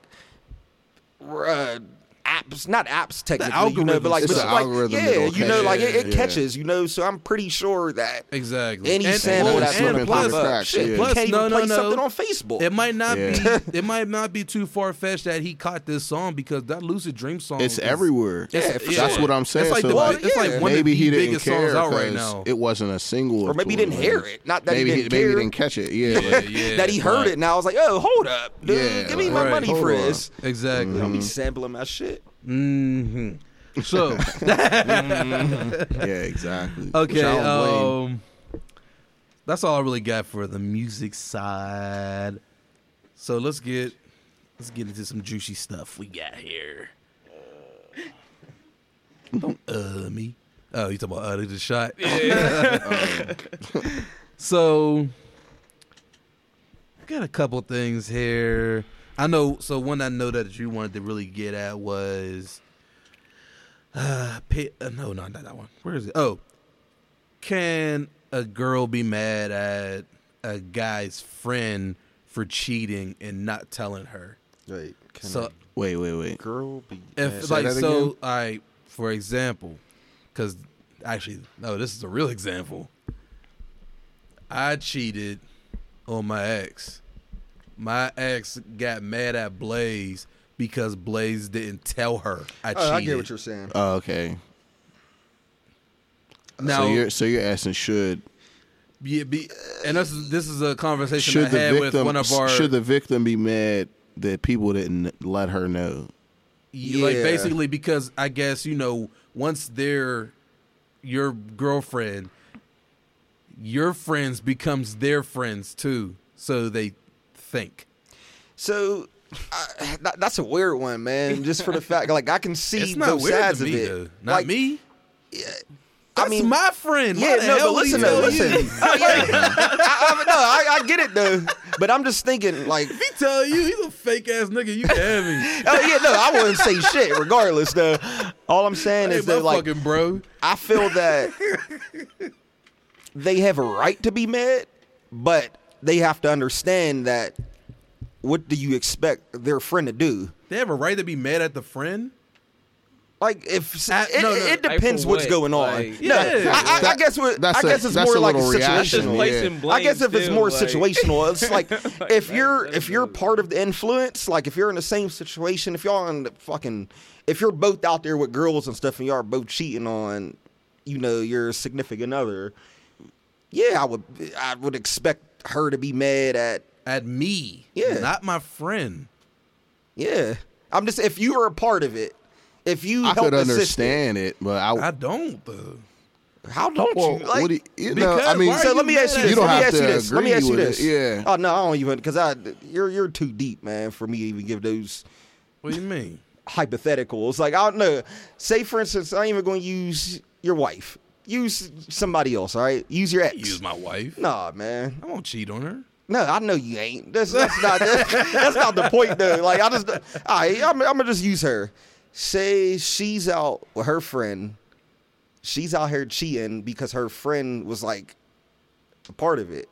Speaker 2: uh, apps, not apps technically, you know,
Speaker 3: algorithm
Speaker 2: but like,
Speaker 1: It's
Speaker 2: but
Speaker 1: an
Speaker 2: like,
Speaker 1: algorithm
Speaker 2: yeah,
Speaker 1: that'll
Speaker 2: you know,
Speaker 1: catch
Speaker 2: like
Speaker 1: it,
Speaker 2: it, it
Speaker 1: yeah.
Speaker 2: catches, you know. So I'm pretty sure that
Speaker 3: Exactly.
Speaker 2: any
Speaker 3: And-
Speaker 2: sample
Speaker 1: well,
Speaker 2: that's
Speaker 1: and
Speaker 2: gonna
Speaker 1: plus-
Speaker 2: pop up, shit,
Speaker 1: yeah.
Speaker 2: you
Speaker 3: plus-
Speaker 2: can't
Speaker 3: no,
Speaker 2: even
Speaker 3: no,
Speaker 2: play
Speaker 3: no.
Speaker 2: something on Facebook.
Speaker 3: It might not
Speaker 1: Yeah.
Speaker 3: be. It might not be too far fetched that he caught this song because that Lucid Dream song.
Speaker 1: It's
Speaker 3: is-
Speaker 1: everywhere.
Speaker 2: Yeah, for
Speaker 1: That's
Speaker 2: sure.
Speaker 1: what I'm saying.
Speaker 3: It's like,
Speaker 1: so
Speaker 3: the,
Speaker 1: like,
Speaker 3: it's like
Speaker 2: yeah.
Speaker 3: one of
Speaker 1: maybe
Speaker 3: the
Speaker 1: he didn't
Speaker 3: biggest
Speaker 1: care
Speaker 3: songs out right
Speaker 1: 'cause
Speaker 3: now.
Speaker 1: It wasn't a single,
Speaker 2: Or
Speaker 1: of
Speaker 2: maybe he
Speaker 1: Tory
Speaker 2: didn't
Speaker 1: Lanez.
Speaker 2: hear it. Not that he
Speaker 1: maybe
Speaker 2: didn't
Speaker 1: maybe
Speaker 2: care.
Speaker 1: he didn't catch it. Yeah, like,
Speaker 3: yeah,
Speaker 2: that he heard
Speaker 1: right.
Speaker 2: it and I was like, oh, hold up, dude,
Speaker 1: Yeah,
Speaker 2: give me
Speaker 1: like,
Speaker 2: my
Speaker 3: right, Mm-hmm.
Speaker 2: money
Speaker 1: hold
Speaker 2: for
Speaker 1: on.
Speaker 2: this.
Speaker 3: exactly.
Speaker 2: Don't be sampling my shit.
Speaker 3: Mm-hmm. So
Speaker 1: yeah, exactly. Which
Speaker 3: okay,
Speaker 1: I don't blame.
Speaker 2: uh,
Speaker 3: um, that's all I really got for the music side. So let's get let's get into some juicy stuff we got here. Don't uh me. Oh, you talking about uh they just shot? So, got a couple things here. I know. So one I know that you wanted to really get at was, uh, pay, uh no, no, not that one. Where is it? Oh, can a girl be mad at a guy's friend for cheating and not telling her?
Speaker 2: Right.
Speaker 3: so
Speaker 1: wait, wait, wait.
Speaker 2: girl be
Speaker 3: if
Speaker 1: Say
Speaker 3: like
Speaker 1: that
Speaker 3: so,
Speaker 1: again?
Speaker 3: I for example, because actually no, this is a real example. I cheated on my ex. My ex got mad at Blaze because Blaze didn't tell her I cheated.
Speaker 2: I get what you're saying.
Speaker 1: Oh, okay.
Speaker 3: now.
Speaker 1: so you're so you're asking should
Speaker 3: yeah, be, and this is this is a conversation
Speaker 1: should
Speaker 3: I
Speaker 1: the
Speaker 3: had with
Speaker 1: victim
Speaker 3: one of our
Speaker 1: should the victim be mad that people didn't let her know?
Speaker 3: Yeah. Like
Speaker 2: Yeah.
Speaker 3: basically because I guess you know once they're your girlfriend, your friends becomes their friends too, so they think.
Speaker 2: So I, that, that's a weird one, man. Just for the fact, like I can see
Speaker 3: It's not
Speaker 2: both
Speaker 3: weird
Speaker 2: sides
Speaker 3: to
Speaker 2: of
Speaker 3: me
Speaker 2: it.
Speaker 3: though. Not
Speaker 2: Like,
Speaker 3: me.
Speaker 2: I
Speaker 3: That's
Speaker 2: mean,
Speaker 3: my friend. Why
Speaker 2: yeah,
Speaker 3: the
Speaker 2: no,
Speaker 3: hell
Speaker 2: but
Speaker 3: would he
Speaker 2: listen, though,
Speaker 3: tell
Speaker 2: listen.
Speaker 3: you?
Speaker 2: I, I- I- no, I, I get it though, but I'm just thinking, like,
Speaker 3: He tell you he's a fake ass nigga. You can have him.
Speaker 2: oh yeah, no, I wouldn't say shit. Regardless, though, all I'm saying
Speaker 3: Hey,
Speaker 2: is that,
Speaker 3: my
Speaker 2: like,
Speaker 3: fucking bro.
Speaker 2: I feel that they have a right to be mad, but they have to understand that what do you expect their friend to do?
Speaker 3: They have a right to be mad at the friend.
Speaker 2: Like if
Speaker 3: I-
Speaker 2: it,
Speaker 3: no, no,
Speaker 2: it
Speaker 5: like
Speaker 2: depends
Speaker 5: for
Speaker 2: what's
Speaker 5: what?
Speaker 2: going on.
Speaker 5: Like-
Speaker 2: no,
Speaker 3: Yeah.
Speaker 2: I, I, I guess what
Speaker 1: That's
Speaker 2: I
Speaker 1: a-
Speaker 2: guess it's
Speaker 1: that's
Speaker 2: more
Speaker 1: a
Speaker 2: like
Speaker 1: little
Speaker 5: That's just
Speaker 1: Rational,
Speaker 2: situational.
Speaker 1: yeah.
Speaker 5: placing blame.
Speaker 2: I guess if it's
Speaker 5: still,
Speaker 2: more
Speaker 5: like-
Speaker 2: situational, it's like
Speaker 5: Like,
Speaker 2: if
Speaker 5: that
Speaker 2: you're
Speaker 5: doesn't
Speaker 2: if you're
Speaker 5: really-
Speaker 2: part of the influence, like if you're in the same situation, if y'all in the fucking if you're both out there with girls and stuff and y'all are both cheating on, you know, your significant other, yeah, I would I would expect her to be mad at
Speaker 3: At me.
Speaker 2: Yeah.
Speaker 3: Not my friend.
Speaker 2: yeah. I'm just if you were a part of it, if you
Speaker 1: I
Speaker 2: helped
Speaker 1: could
Speaker 2: assist it,
Speaker 1: understand it, but I,
Speaker 3: I don't though.
Speaker 2: how don't
Speaker 1: well,
Speaker 2: you like
Speaker 1: what do you, you know,
Speaker 3: because
Speaker 1: I mean,
Speaker 3: why
Speaker 2: So
Speaker 3: are
Speaker 2: let me
Speaker 3: mad
Speaker 2: ask you
Speaker 3: at
Speaker 2: this.
Speaker 1: You don't
Speaker 2: let me
Speaker 1: have
Speaker 2: ask you
Speaker 1: to
Speaker 2: this. Let me
Speaker 1: agree
Speaker 2: ask you
Speaker 1: with
Speaker 2: this.
Speaker 1: it, yeah.
Speaker 2: Oh no, I don't even because I you're you're too deep, man, for me to even give those
Speaker 3: What do you mean?
Speaker 2: hypotheticals. Like I don't know. Say for instance, I ain't even going to use your wife. Use somebody else. All right. Use your ex.
Speaker 3: Use my wife.
Speaker 2: Nah, man.
Speaker 3: I won't cheat on her.
Speaker 2: No, I know you ain't. That's that's not that's, that's not the point though. Like I just, I I'm, I'm gonna just use her. Say she's out with her friend. She's out here cheating because her friend was like a part of it.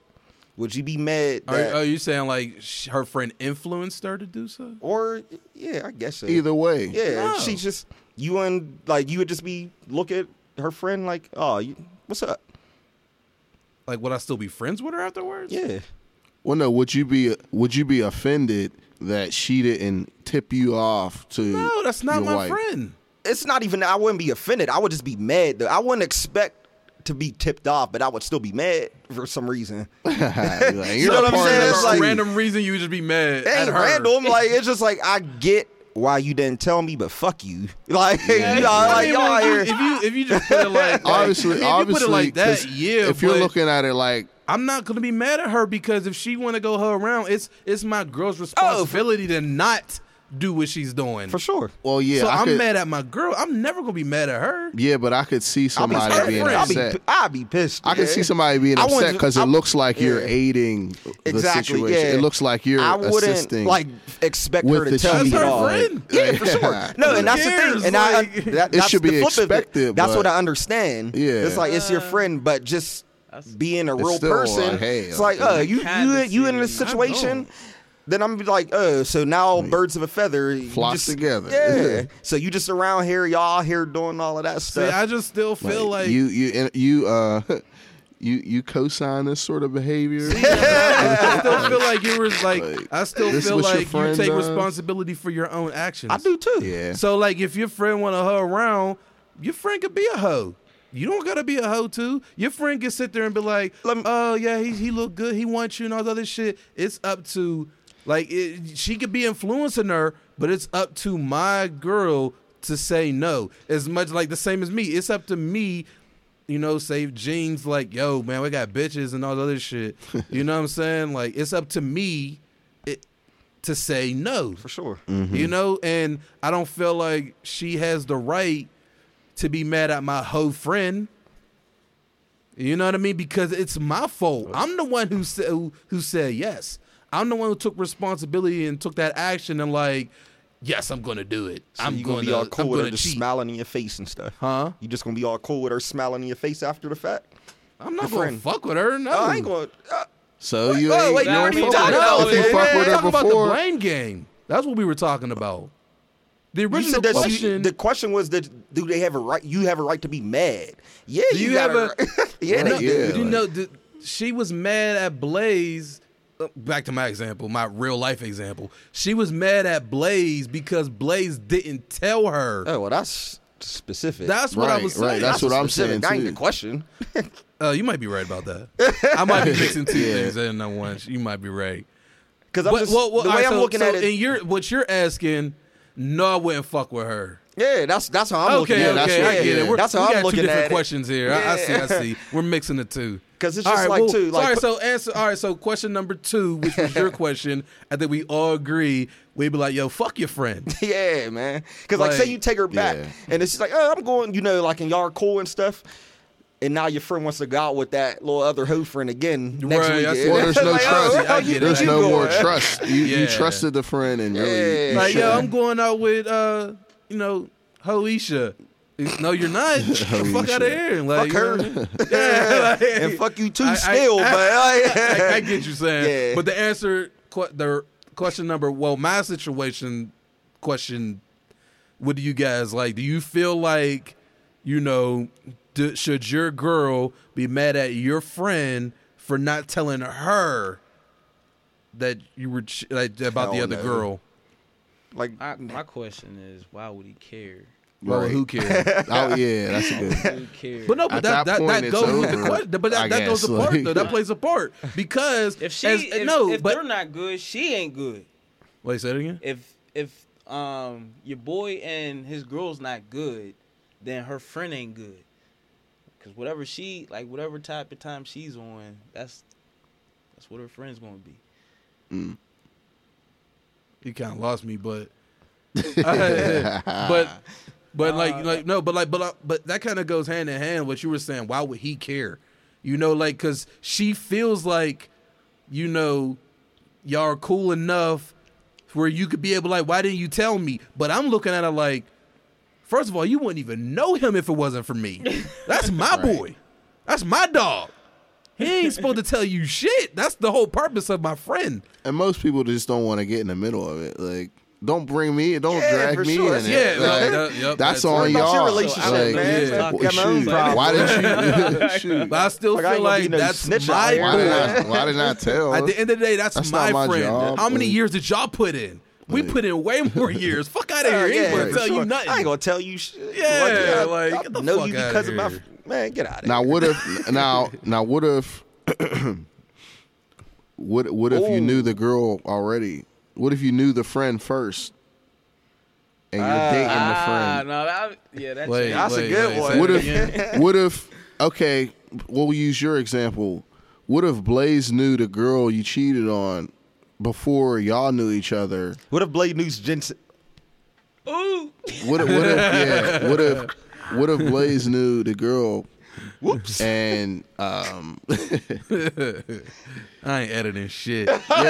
Speaker 2: Would you be mad?
Speaker 3: Are,
Speaker 2: That,
Speaker 3: are you saying like sh- her friend influenced her to do so?
Speaker 2: or yeah, I guess so.
Speaker 1: either way,
Speaker 2: Yeah,
Speaker 3: No.
Speaker 2: she just you and like you would just be look at her friend like, oh, you, what's up?
Speaker 3: Like, would I still be friends with her afterwards?
Speaker 2: Yeah.
Speaker 1: Well, no. Would you be would you be offended that she didn't tip you off to?
Speaker 3: No, that's not
Speaker 1: your
Speaker 3: my
Speaker 1: wife?
Speaker 3: friend.
Speaker 2: it's not even I wouldn't be offended. I would just be mad though. I wouldn't expect to be tipped off, but I would still be mad for some reason.
Speaker 1: Like, you're
Speaker 2: know
Speaker 1: a
Speaker 2: what I'm
Speaker 1: part of
Speaker 2: saying?
Speaker 1: this
Speaker 2: It's
Speaker 3: For
Speaker 2: like-
Speaker 1: too.
Speaker 3: random reason, you would just be mad
Speaker 2: It
Speaker 3: at
Speaker 2: ain't
Speaker 3: her.
Speaker 2: random. Like it's just like I get why you didn't tell me, but fuck you. Like, you know,
Speaker 3: I
Speaker 2: like
Speaker 3: mean,
Speaker 2: y'all out
Speaker 3: if,
Speaker 2: here.
Speaker 3: you, if you if you just put it like,
Speaker 1: Obviously,
Speaker 3: if you put
Speaker 1: obviously,
Speaker 3: it like that,
Speaker 1: 'cause
Speaker 3: yeah.
Speaker 1: If you're
Speaker 3: but
Speaker 1: looking at it like,
Speaker 3: I'm not gonna be mad at her because if she want to go her around, it's it's my girl's responsibility to not do what she's doing.
Speaker 2: For sure.
Speaker 1: well, yeah,
Speaker 3: so
Speaker 1: I
Speaker 3: I'm
Speaker 1: could,
Speaker 3: mad at my girl. I'm never gonna be mad at her.
Speaker 1: Yeah, but I could see
Speaker 2: I'll be,
Speaker 1: somebody
Speaker 2: I'll be-
Speaker 1: being
Speaker 2: I'll be-
Speaker 1: upset.
Speaker 2: I'll be pissed.
Speaker 1: I can
Speaker 2: yeah.
Speaker 1: see somebody being
Speaker 2: I
Speaker 1: upset
Speaker 2: wouldn't-
Speaker 1: because it
Speaker 2: I'm-
Speaker 1: looks like you're
Speaker 2: yeah.
Speaker 1: aiding
Speaker 2: exactly.
Speaker 1: the situation.
Speaker 2: Yeah.
Speaker 1: It looks like you're
Speaker 2: I wouldn't
Speaker 1: assisting.
Speaker 2: like expect
Speaker 1: with
Speaker 2: her
Speaker 1: the
Speaker 2: to tell
Speaker 1: cheating.
Speaker 2: me
Speaker 3: That's her
Speaker 2: all.
Speaker 3: friend.
Speaker 2: Yeah, for sure.
Speaker 1: Yeah.
Speaker 2: No, and that's the
Speaker 3: cares?
Speaker 2: thing. And I, uh,
Speaker 3: Like-
Speaker 2: that, that's
Speaker 1: should
Speaker 2: the
Speaker 1: be
Speaker 2: flip of it.
Speaker 1: expected,
Speaker 2: That's
Speaker 1: but-
Speaker 2: what I understand.
Speaker 1: Yeah.
Speaker 2: it's like it's your friend, but just being a real
Speaker 1: still
Speaker 2: person,
Speaker 1: like, hey,
Speaker 2: it's like,
Speaker 1: okay.
Speaker 2: uh, you you
Speaker 5: Kinda
Speaker 2: you in this
Speaker 5: see. I
Speaker 2: situation.
Speaker 3: know.
Speaker 2: Then I'm gonna be like, uh, so now birds of a feather you
Speaker 1: Flock
Speaker 2: just-
Speaker 1: together.
Speaker 2: Yeah. so you just around here, y'all here doing all of that
Speaker 3: See,
Speaker 2: stuff.
Speaker 3: I just still feel like,
Speaker 1: you, you, you, uh, you, you co-sign this sort of behavior.
Speaker 3: I still feel like you were like,
Speaker 1: Like,
Speaker 3: I still
Speaker 1: this
Speaker 3: feel
Speaker 1: what your
Speaker 3: like you
Speaker 1: friend uh,
Speaker 3: take
Speaker 1: does?
Speaker 3: responsibility for your own actions.
Speaker 2: I do too.
Speaker 1: yeah.
Speaker 3: So like, if your friend want to hoe around, your friend could be a hoe. You don't gotta be a hoe too. Your friend can sit there and be like,
Speaker 2: Let me-
Speaker 3: "Oh yeah, he he look good. He wants you and all the other shit." It's up to, like, it, she could be influencing her, but it's up to my girl to say no. As much like the same as me, it's up to me. You know, say jeans like, "Yo, man, we got bitches and all the other shit." you know what I'm saying? Like, it's up to me it, to say no
Speaker 2: for sure.
Speaker 3: you
Speaker 2: Mm-hmm.
Speaker 3: know and i don't feel like she has the right to be mad at my hoe friend you know what i mean because it's my fault i'm the one who said who, who said yes i'm the one who took responsibility and took that action and like yes i'm gonna do it
Speaker 2: So
Speaker 3: i'm
Speaker 2: you gonna,
Speaker 3: gonna,
Speaker 2: be all cool
Speaker 3: i'm
Speaker 2: with her
Speaker 3: gonna
Speaker 2: just
Speaker 3: cheat
Speaker 2: smiling in your face and stuff.
Speaker 3: Huh?
Speaker 2: You just gonna be all cool with her smiling in your face after the fact?
Speaker 3: i'm not
Speaker 2: the
Speaker 3: gonna
Speaker 2: friend.
Speaker 3: fuck with her no
Speaker 2: Oh, I ain't gonna. Uh,
Speaker 1: So you,
Speaker 2: oh,
Speaker 1: ain't-
Speaker 2: wait,
Speaker 1: you
Speaker 5: you
Speaker 1: don't fuck with
Speaker 5: already talked
Speaker 1: her.
Speaker 5: about
Speaker 1: If you
Speaker 5: it.
Speaker 1: fuck with
Speaker 3: talking
Speaker 1: her
Speaker 3: about the
Speaker 1: before,
Speaker 3: blame game that's what we were talking about the
Speaker 2: you
Speaker 3: original
Speaker 2: said that she-
Speaker 3: question
Speaker 2: the question was that do they have a right? You have a right to be mad. Yeah,
Speaker 3: Do you
Speaker 2: got
Speaker 3: have a-
Speaker 2: right- yeah,
Speaker 1: Right,
Speaker 2: they do.
Speaker 1: yeah.
Speaker 3: you
Speaker 1: like-
Speaker 3: know, th- she was mad at Blaze. uh, Back to my example, my real life example. She was mad at Blaze because Blaze didn't tell her.
Speaker 2: Oh well, that's specific.
Speaker 3: That's what I
Speaker 1: Right,
Speaker 3: was
Speaker 1: right,
Speaker 3: saying.
Speaker 1: that's what I'm
Speaker 2: specific.
Speaker 1: saying,
Speaker 2: That ain't
Speaker 1: too.
Speaker 2: the question.
Speaker 3: Uh, you might be right about that. I might be mixing two things in that one. You might be right.
Speaker 2: Because I'm
Speaker 3: But-
Speaker 2: just
Speaker 3: well, well,
Speaker 2: the
Speaker 3: all
Speaker 2: way
Speaker 3: right,
Speaker 2: I'm
Speaker 3: so-
Speaker 2: looking
Speaker 3: so
Speaker 2: at it.
Speaker 3: and you're what you're asking. No, I wouldn't fuck with her.
Speaker 2: yeah, that's that's how I'm
Speaker 3: okay,
Speaker 2: looking
Speaker 3: okay,
Speaker 2: at it.
Speaker 3: I
Speaker 2: Yeah,
Speaker 3: get it. We're,
Speaker 2: that's how
Speaker 3: we
Speaker 2: I'm
Speaker 3: got
Speaker 2: looking
Speaker 3: two different
Speaker 2: at it.
Speaker 3: questions here. I, I see, I see. We're mixing the two
Speaker 2: 'Cause it's
Speaker 3: All
Speaker 2: just like, too,
Speaker 3: all
Speaker 2: like-
Speaker 3: right, so answer. All right, so question number two, which was your question. I think we all agree. We'd be like, "Yo, fuck your friend."
Speaker 2: Yeah, man. Because like,
Speaker 3: Like,
Speaker 2: say you take her back,
Speaker 1: yeah.
Speaker 2: and it's just like, oh, I'm going, you know, like, and y'all are cool and stuff. And now your friend wants to go out with that little other hoe friend again next
Speaker 3: Right,
Speaker 2: week.
Speaker 3: that's-
Speaker 2: And
Speaker 1: Well, there's
Speaker 2: it's
Speaker 1: no
Speaker 2: like,
Speaker 1: trust.
Speaker 2: where
Speaker 1: I
Speaker 2: you-
Speaker 3: get it.
Speaker 2: where
Speaker 1: there's
Speaker 2: you
Speaker 1: no more
Speaker 2: going?
Speaker 1: trust. You, you
Speaker 3: Yeah.
Speaker 1: trusted the friend and really, you
Speaker 2: Yeah.
Speaker 3: Like, yo,
Speaker 1: shouldn't.
Speaker 3: I'm going out with, uh, you know, Hoisha. No, you're not. Get the fuck out of
Speaker 1: Hoisha.
Speaker 3: here. Like,
Speaker 2: Fuck her.
Speaker 3: you know? Yeah, like-
Speaker 2: And fuck you too,
Speaker 3: I- I-
Speaker 2: still.
Speaker 3: I-
Speaker 2: but
Speaker 3: I, I get you saying,
Speaker 2: Yeah.
Speaker 3: but the answer, que- the question number, well, my situation question, what do you guys like? Do you feel like, you know, d should your girl be mad at your friend for not telling her that you were ch- like about the
Speaker 2: Hell
Speaker 3: other
Speaker 2: no.
Speaker 3: girl?
Speaker 2: like,
Speaker 5: I, my question is, why would he care?
Speaker 3: Well,
Speaker 1: Right.
Speaker 3: who cares?
Speaker 1: Oh yeah, that's a good.
Speaker 5: Why would he care?
Speaker 3: But no, but
Speaker 1: At that
Speaker 3: that that,
Speaker 1: point,
Speaker 3: that,
Speaker 1: it's
Speaker 3: goes with the
Speaker 1: over,
Speaker 3: question. But
Speaker 1: I
Speaker 3: that, that goes
Speaker 1: guess,
Speaker 3: apart
Speaker 1: like-
Speaker 3: though. That plays apart because
Speaker 5: if she,
Speaker 3: as-
Speaker 5: if,
Speaker 3: no,
Speaker 5: if
Speaker 3: but
Speaker 5: they're not good, she ain't good.
Speaker 3: wait, say it again.
Speaker 5: If if um your boy and his girl's not good, then her friend ain't good. Cause whatever she like, whatever type of time she's on, that's that's what her friend's gonna be.
Speaker 3: you kind of lost me, but but but like like no, but like but like, but that kind of goes hand in hand. What you were saying, why would he care? You know, like because she feels like you know y'all are cool enough where you could be able like, why didn't you tell me? But I'm looking at it like, first of all, you wouldn't even know him if it wasn't for me. That's my boy. That's my dog. He ain't supposed to tell you shit. That's the whole purpose of my friend.
Speaker 1: And most people just don't want to get in the middle of it. Like, don't bring me, don't
Speaker 2: Yeah,
Speaker 1: drag
Speaker 2: for
Speaker 1: me
Speaker 2: sure.
Speaker 1: in
Speaker 3: Yeah,
Speaker 1: it.
Speaker 3: right,
Speaker 1: Like,
Speaker 3: that- yep,
Speaker 1: that's
Speaker 3: that's
Speaker 1: on
Speaker 3: right.
Speaker 2: About
Speaker 1: y'all.
Speaker 2: your relationship,
Speaker 1: Like,
Speaker 2: man.
Speaker 1: well,
Speaker 3: Yeah.
Speaker 2: Got my own
Speaker 1: shoot,
Speaker 2: problems.
Speaker 1: why didn't you? shoot.
Speaker 3: But I still
Speaker 2: Like, I
Speaker 3: feel
Speaker 2: ain't gonna
Speaker 3: like
Speaker 2: be no
Speaker 3: that's
Speaker 2: snitch out
Speaker 3: my
Speaker 2: here.
Speaker 1: Why
Speaker 3: boy.
Speaker 1: did I? Why did I tell?
Speaker 3: At the end of the day, that's,
Speaker 1: That's
Speaker 3: my,
Speaker 1: not my
Speaker 3: friend.
Speaker 1: job,
Speaker 3: How many
Speaker 1: man.
Speaker 3: years did y'all put in? We
Speaker 1: Like-
Speaker 3: put in way more years. Fuck out of
Speaker 2: Yeah,
Speaker 3: here. He ain't
Speaker 2: yeah,
Speaker 3: gonna
Speaker 2: for
Speaker 3: tell you
Speaker 2: sure.
Speaker 3: nothing.
Speaker 2: I ain't gonna tell you shit.
Speaker 3: Yeah, like,
Speaker 2: I, I
Speaker 3: get the
Speaker 2: know
Speaker 3: fuck
Speaker 2: you
Speaker 3: outta
Speaker 2: because of my
Speaker 3: here.
Speaker 2: f- man. Get out of
Speaker 1: Now
Speaker 2: here.
Speaker 1: what if? Now now what if? what what if you
Speaker 2: Ooh.
Speaker 1: knew the girl already? What if you knew the friend first? and you're
Speaker 2: Ah.
Speaker 1: dating a
Speaker 5: Ah,
Speaker 1: friend.
Speaker 5: no, that, yeah, that's
Speaker 3: Wait,
Speaker 2: That's a good
Speaker 3: wait,
Speaker 2: one.
Speaker 3: say
Speaker 1: What
Speaker 3: that
Speaker 1: if-
Speaker 3: again.
Speaker 1: What if? Okay, we'll use your example. What if Blaze knew the girl you cheated on before y'all knew each other?
Speaker 2: What if Blade News Jensen?
Speaker 5: Ooh,
Speaker 1: What if? What if yeah. What if? What if Blaze knew the girl?
Speaker 2: Whoops.
Speaker 1: And um,
Speaker 3: I ain't editing shit.
Speaker 1: yeah, what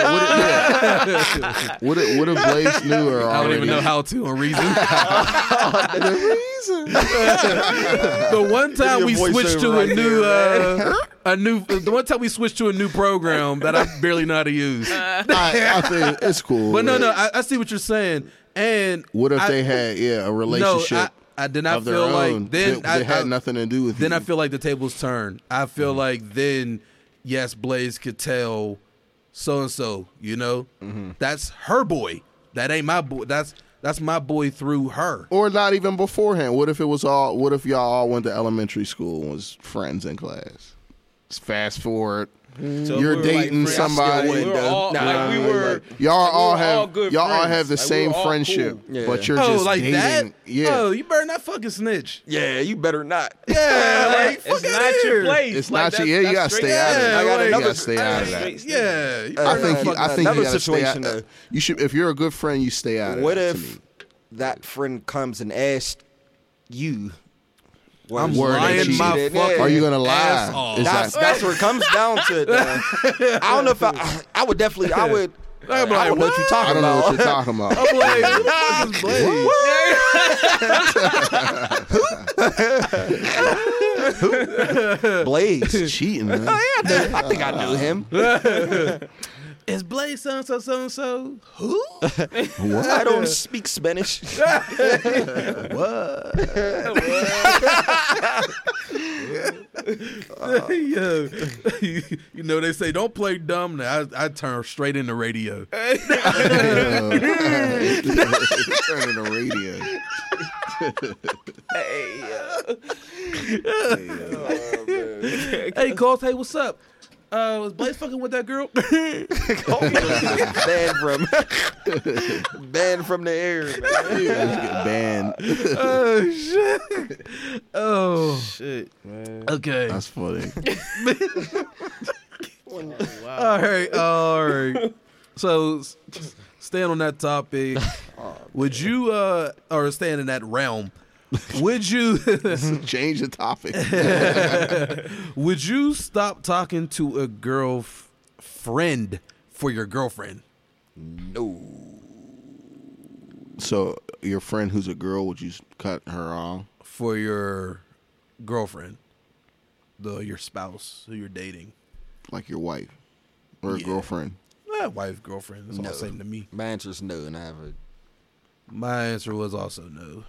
Speaker 1: if, yeah. What if, what if Blaze knew her already?
Speaker 3: I don't even know how to on reason. the one time
Speaker 2: Your
Speaker 3: we
Speaker 2: voiceover
Speaker 3: switched to
Speaker 2: right
Speaker 3: a new,
Speaker 2: there,
Speaker 3: uh, a new, the one time we switched to a new program that I barely know how to use.
Speaker 1: I, I think it's cool.
Speaker 3: But no, no, I, I see what you're saying. And
Speaker 1: What if
Speaker 3: I-
Speaker 1: they had yeah a relationship
Speaker 3: No, I, I did not
Speaker 1: of their
Speaker 3: feel
Speaker 1: own?
Speaker 3: like then
Speaker 1: that,
Speaker 3: I,
Speaker 1: that had
Speaker 3: I-
Speaker 1: nothing to do Mm-hmm. with.
Speaker 3: Then
Speaker 1: you.
Speaker 3: I feel like the tables turned. I feel like then, yes, Blaze could tell so and so. You know,
Speaker 1: Mm-hmm.
Speaker 3: that's her boy. That ain't my boy. That's that's my boy through her.
Speaker 1: or not even beforehand. What if it was all? What if y'all all went to elementary school and was friends in class? Let's fast forward.
Speaker 5: So
Speaker 1: You're
Speaker 5: we were,
Speaker 1: dating
Speaker 5: friends.
Speaker 1: somebody.
Speaker 5: We were all,
Speaker 2: Nah,
Speaker 5: like, we were,
Speaker 1: Y'all
Speaker 5: like, we
Speaker 1: all
Speaker 5: were
Speaker 1: have
Speaker 5: good
Speaker 1: y'all all
Speaker 5: friends.
Speaker 1: have the
Speaker 5: Like, we
Speaker 1: same
Speaker 5: were all
Speaker 1: friendship,
Speaker 5: cool.
Speaker 2: Yeah.
Speaker 1: but you're
Speaker 3: Oh,
Speaker 1: just
Speaker 3: like
Speaker 1: dating.
Speaker 3: that?
Speaker 1: Yeah,
Speaker 3: Oh, you better not fucking snitch.
Speaker 2: yeah, you better not.
Speaker 3: Yeah, like fuck
Speaker 5: It's
Speaker 3: outta
Speaker 5: not
Speaker 3: here.
Speaker 5: your place.
Speaker 1: it's
Speaker 5: Like,
Speaker 1: not you.
Speaker 5: that's-
Speaker 1: Yeah, you
Speaker 5: that's
Speaker 1: gotta
Speaker 5: straight-
Speaker 1: stay out of
Speaker 3: Yeah,
Speaker 1: that.
Speaker 3: I got
Speaker 1: you
Speaker 2: another-
Speaker 1: gotta stay out of
Speaker 5: that's
Speaker 1: that.
Speaker 5: straight-
Speaker 3: Yeah, you
Speaker 1: I
Speaker 3: better
Speaker 1: think
Speaker 3: not
Speaker 1: you,
Speaker 3: fuck
Speaker 1: I
Speaker 3: that
Speaker 1: think
Speaker 3: up.
Speaker 1: you
Speaker 2: Another
Speaker 1: gotta stay out.
Speaker 2: situation, though.
Speaker 1: You should, if you're a good friend, you stay out of
Speaker 2: What
Speaker 1: that. to
Speaker 2: if
Speaker 1: me.
Speaker 2: that friend comes and asks you?
Speaker 3: I'm
Speaker 1: Word that
Speaker 3: lying
Speaker 1: she
Speaker 3: my
Speaker 2: did.
Speaker 3: fucking.
Speaker 2: Yeah.
Speaker 1: Are you gonna
Speaker 3: ass
Speaker 1: lie?
Speaker 3: off.
Speaker 1: Is that-
Speaker 2: That's, that's where it comes down to. it, though. I don't know if I. I would definitely. I would. I
Speaker 3: I'd be like,
Speaker 2: don't know what you're
Speaker 1: I
Speaker 2: talking
Speaker 1: don't know
Speaker 2: about.
Speaker 1: what you're talking about.
Speaker 3: I'm like, who the fuck is Blaze?
Speaker 2: Blaze.
Speaker 1: cheating, man.
Speaker 2: I think I knew him.
Speaker 3: Is Blaze so and so so and so? Who?
Speaker 2: I don't speak Spanish.
Speaker 3: Yo, you know they say don't play dumb. Now I, I turn straight into radio.
Speaker 1: Turning the radio.
Speaker 3: hey, Colt, hey, what's up? Uh, was Blaze fucking with that girl?
Speaker 2: banned from. banned from the air. Man.
Speaker 1: Yeah, you get banned.
Speaker 3: oh shit! Oh shit, man. Okay.
Speaker 1: That's funny.
Speaker 3: all right. All right. So, s- staying on that topic, would you uh, or staying in that realm? Would you
Speaker 1: Change the topic.
Speaker 3: would you stop talking to a girl f- friend for your girlfriend?
Speaker 1: So your friend who's a girl, would you cut her off?
Speaker 3: for your girlfriend, the your spouse who you're dating,
Speaker 1: Like your wife or
Speaker 3: Yeah.
Speaker 1: girlfriend?
Speaker 3: Eh, wife, girlfriend. It's all the
Speaker 2: No.
Speaker 3: same to me.
Speaker 2: My answer's no, and I have a.
Speaker 3: My answer was also no.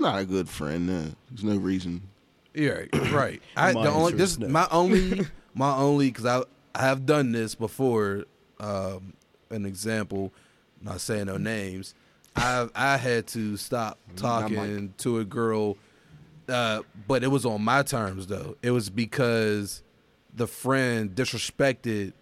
Speaker 1: Not a good friend, no. There's no reason.
Speaker 3: You're right. right. I
Speaker 6: My
Speaker 3: the only
Speaker 6: answer
Speaker 3: this
Speaker 6: is no.
Speaker 3: my only my only because I I have done this before. Um, an example, not saying no names. I I had to stop talking to a girl, uh, but it was on my terms though. It was because the friend disrespected.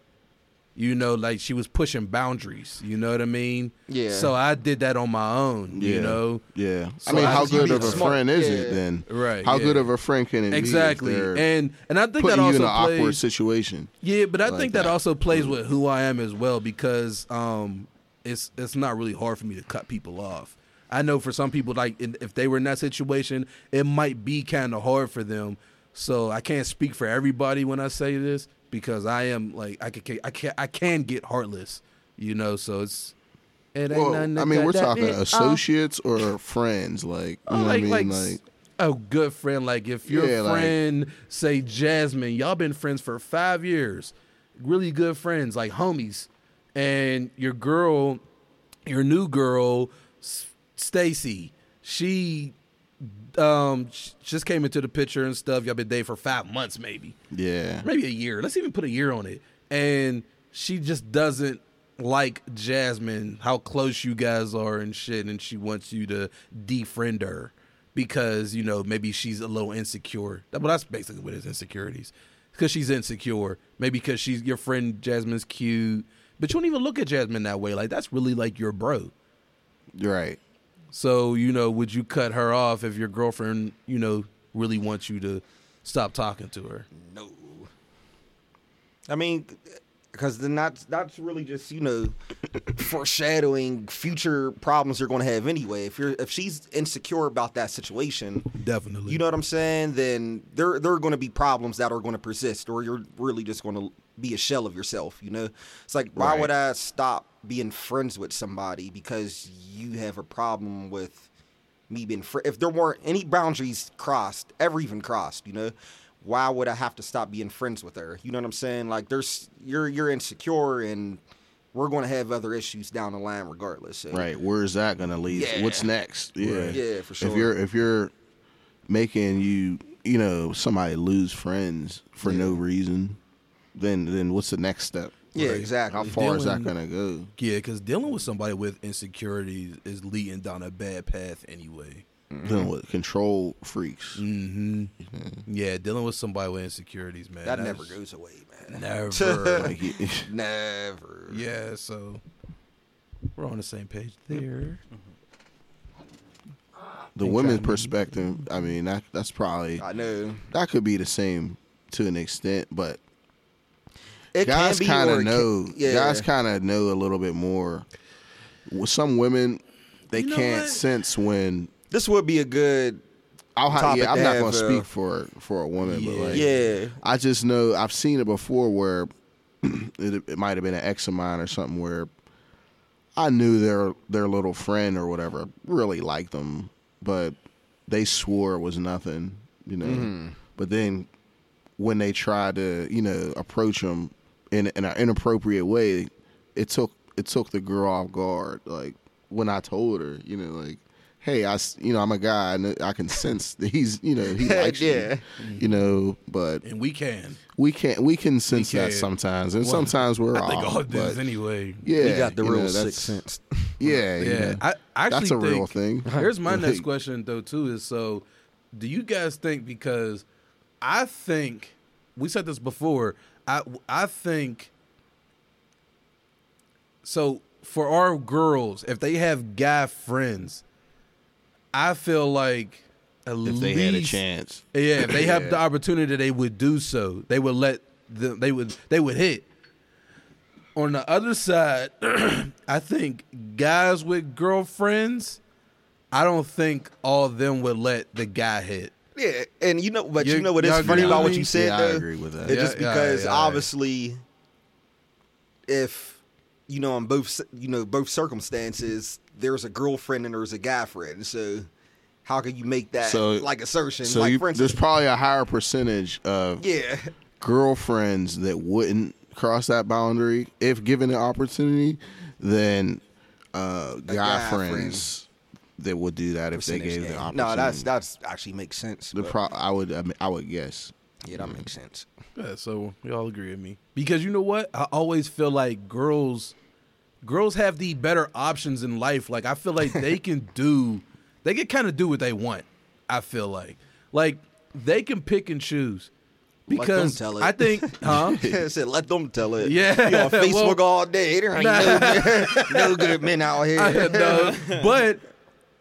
Speaker 3: You know, like she was pushing boundaries. You know what I mean?
Speaker 2: Yeah.
Speaker 3: So I did that on my own.
Speaker 1: Yeah.
Speaker 3: You know.
Speaker 1: Yeah. I
Speaker 3: So
Speaker 1: mean,
Speaker 3: I
Speaker 1: how
Speaker 3: think you
Speaker 1: good
Speaker 3: be
Speaker 1: of a
Speaker 2: smart.
Speaker 1: friend is it
Speaker 2: Yeah.
Speaker 1: then?
Speaker 3: Right,
Speaker 1: How
Speaker 3: yeah.
Speaker 1: good of a friend can it
Speaker 3: Exactly.
Speaker 1: be? if they're
Speaker 3: And and I think
Speaker 1: putting
Speaker 3: that
Speaker 1: you
Speaker 3: also
Speaker 1: in an
Speaker 3: plays,
Speaker 1: awkward situation.
Speaker 3: Yeah, but I
Speaker 1: like
Speaker 3: think that,
Speaker 1: that.
Speaker 3: also plays with who I am as well because um, it's it's not really hard for me to cut people off. I know for some people, like in, if they were in that situation, it might be kind of hard for them. So I can't speak for everybody when I say this because I am like I can I can I can get heartless, you know. So it's it ain't
Speaker 1: Well,
Speaker 3: nothing
Speaker 1: I
Speaker 3: that
Speaker 1: mean,
Speaker 3: got
Speaker 1: we're
Speaker 3: that
Speaker 1: talking
Speaker 3: big, uh,
Speaker 1: associates or friends, like you
Speaker 3: Oh,
Speaker 1: know
Speaker 3: like,
Speaker 1: what I
Speaker 3: like,
Speaker 1: mean,
Speaker 3: s-
Speaker 1: like
Speaker 3: a good friend. Like if your
Speaker 1: Yeah, like-
Speaker 3: friend, say Jasmine, y'all been friends for five years, really good friends, like homies, and your girl, your new girl, S- Stacy, she um sh- just came into the picture and stuff. Y'all been dating for five months, maybe
Speaker 1: yeah,
Speaker 3: maybe a year. Let's even put a year on it. And she just doesn't like Jasmine, how close you guys are and shit, and she wants you to defriend her because you know maybe she's a little insecure. That- Well, that's basically what it is insecurities. Because she's insecure, maybe because she's your friend Jasmine's cute, but you don't even look at Jasmine that way. Like that's really like your bro.
Speaker 1: Right.
Speaker 3: So, you know, would you cut her off if your girlfriend, you know, really wants you to stop talking to her?
Speaker 2: No. I mean, because then that's that's really just you know foreshadowing future problems you're going to have anyway. If you're if she's insecure about that situation,
Speaker 3: Definitely.
Speaker 2: you know what I'm saying? Then there there are going to be problems that are going to persist, or you're really just going to be a shell of yourself. You know, it's like why
Speaker 1: Right.
Speaker 2: would I stop being friends with somebody because you have a problem with me being fr- if there weren't any boundaries crossed, ever even crossed, you know, why would I have to stop being friends with her? You know what I'm saying? Like there's you're you're insecure and we're going to have other issues down the line regardless. So,
Speaker 1: Right. Where is that gonna lead?
Speaker 2: Yeah.
Speaker 1: What's next? Yeah.
Speaker 2: Right. Yeah, for
Speaker 1: If
Speaker 2: sure.
Speaker 1: you're if you're making you you know somebody lose friends for no reason, then then what's the next step?
Speaker 2: Yeah,
Speaker 1: Right.
Speaker 2: exactly.
Speaker 1: How far is that
Speaker 3: Dealing-
Speaker 1: gonna go?
Speaker 3: Yeah, because dealing with somebody with insecurities is leading down a bad path anyway.
Speaker 1: Dealing with control freaks.
Speaker 3: Mm-hmm. Yeah, dealing with somebody with insecurities, man.
Speaker 2: That
Speaker 3: that's-
Speaker 2: never goes away, man.
Speaker 3: Never.
Speaker 1: Like, you-
Speaker 2: Never.
Speaker 3: yeah, so we're on the same page there.
Speaker 1: the women's perspective. I mean, that that's probably
Speaker 2: I know.
Speaker 1: that could be the same to an extent, but
Speaker 2: It
Speaker 1: guys kind
Speaker 2: or
Speaker 1: of
Speaker 2: it
Speaker 1: know.
Speaker 2: Can, yeah.
Speaker 1: Guys kind of know a little bit more. With some women, they
Speaker 3: You know
Speaker 1: can't
Speaker 3: what?
Speaker 1: sense when.
Speaker 2: this would be a good.
Speaker 1: I'll ha-
Speaker 2: Topic
Speaker 1: yeah, I'm
Speaker 2: to
Speaker 1: not
Speaker 2: have,
Speaker 1: going to
Speaker 2: uh,
Speaker 1: speak for for a woman, but like,
Speaker 2: Yeah.
Speaker 1: I just know I've seen it before where it, it might have been an ex of mine or something where I knew their their little friend or whatever really liked them, but they swore it was nothing, you know.
Speaker 2: Mm-hmm.
Speaker 1: But then when they tried to you know approach them in in an inappropriate way, it took it took the girl off guard. Like when I told her, you know, like. Hey, I s- you know I'm a guy. and I can sense that he's you know he likes
Speaker 2: Yeah.
Speaker 1: you, you know. But
Speaker 3: And we can.
Speaker 1: we can't we can sense that
Speaker 3: can.
Speaker 1: sometimes, and sometimes we're
Speaker 3: I think
Speaker 1: off,
Speaker 3: all dudes
Speaker 1: but
Speaker 3: anyway.
Speaker 1: yeah,
Speaker 2: we got the
Speaker 1: you know,
Speaker 2: real
Speaker 1: that's-
Speaker 2: sixth sense.
Speaker 1: Yeah, you
Speaker 3: Yeah,
Speaker 1: know,
Speaker 3: I I actually
Speaker 1: that's a real
Speaker 3: think-
Speaker 1: thing.
Speaker 3: Here's my next
Speaker 1: Like-
Speaker 3: question though too is so, do you guys think because I think we said this before I I think so for our girls if they have guy friends, I feel like at
Speaker 1: if they had a
Speaker 3: least-
Speaker 1: chance.
Speaker 3: yeah, if they have the opportunity, they would do so. They would let the, they would they would hit. On the other side, I think guys with girlfriends, I don't think all of them would let the guy hit.
Speaker 2: Yeah, and you know, but you,
Speaker 3: You-
Speaker 2: know what
Speaker 3: y'all
Speaker 2: is funny
Speaker 3: agree
Speaker 2: about what
Speaker 3: with me?
Speaker 2: you said
Speaker 1: Yeah, I
Speaker 2: though?
Speaker 1: agree with that.
Speaker 2: It's
Speaker 3: Yeah,
Speaker 2: just
Speaker 3: yeah, yeah,
Speaker 2: because
Speaker 3: yeah.
Speaker 2: obviously, if you know, in both s- you know both circumstances, there's a girlfriend and there's a guy friend. So how can you make that
Speaker 1: So-
Speaker 2: like assertion?
Speaker 1: So
Speaker 2: like
Speaker 1: you,
Speaker 2: for
Speaker 1: there's
Speaker 2: instance,
Speaker 1: probably a higher percentage of
Speaker 2: yeah,
Speaker 1: girlfriends that wouldn't cross that boundary if given the opportunity than uh, guy,
Speaker 2: guy friend.
Speaker 1: friends that would do that if they gave the opportunity.
Speaker 2: no, that's that's actually makes sense.
Speaker 1: the
Speaker 2: but-
Speaker 1: pro- I would I, mean, I would guess.
Speaker 2: yeah, that makes sense.
Speaker 3: Yeah, so y'all agree with me because you know what? I always feel like girls, girls have the better options in life. Like I feel like they can do, they can kind of do what they want. I feel like, like they can pick and choose
Speaker 2: them
Speaker 3: because
Speaker 2: tell it.
Speaker 3: I think, huh?
Speaker 2: I said, let them tell it.
Speaker 3: Yeah,
Speaker 2: you on Facebook
Speaker 3: well-
Speaker 2: all day. There ain't no, good, no good men out here.
Speaker 3: I had no, but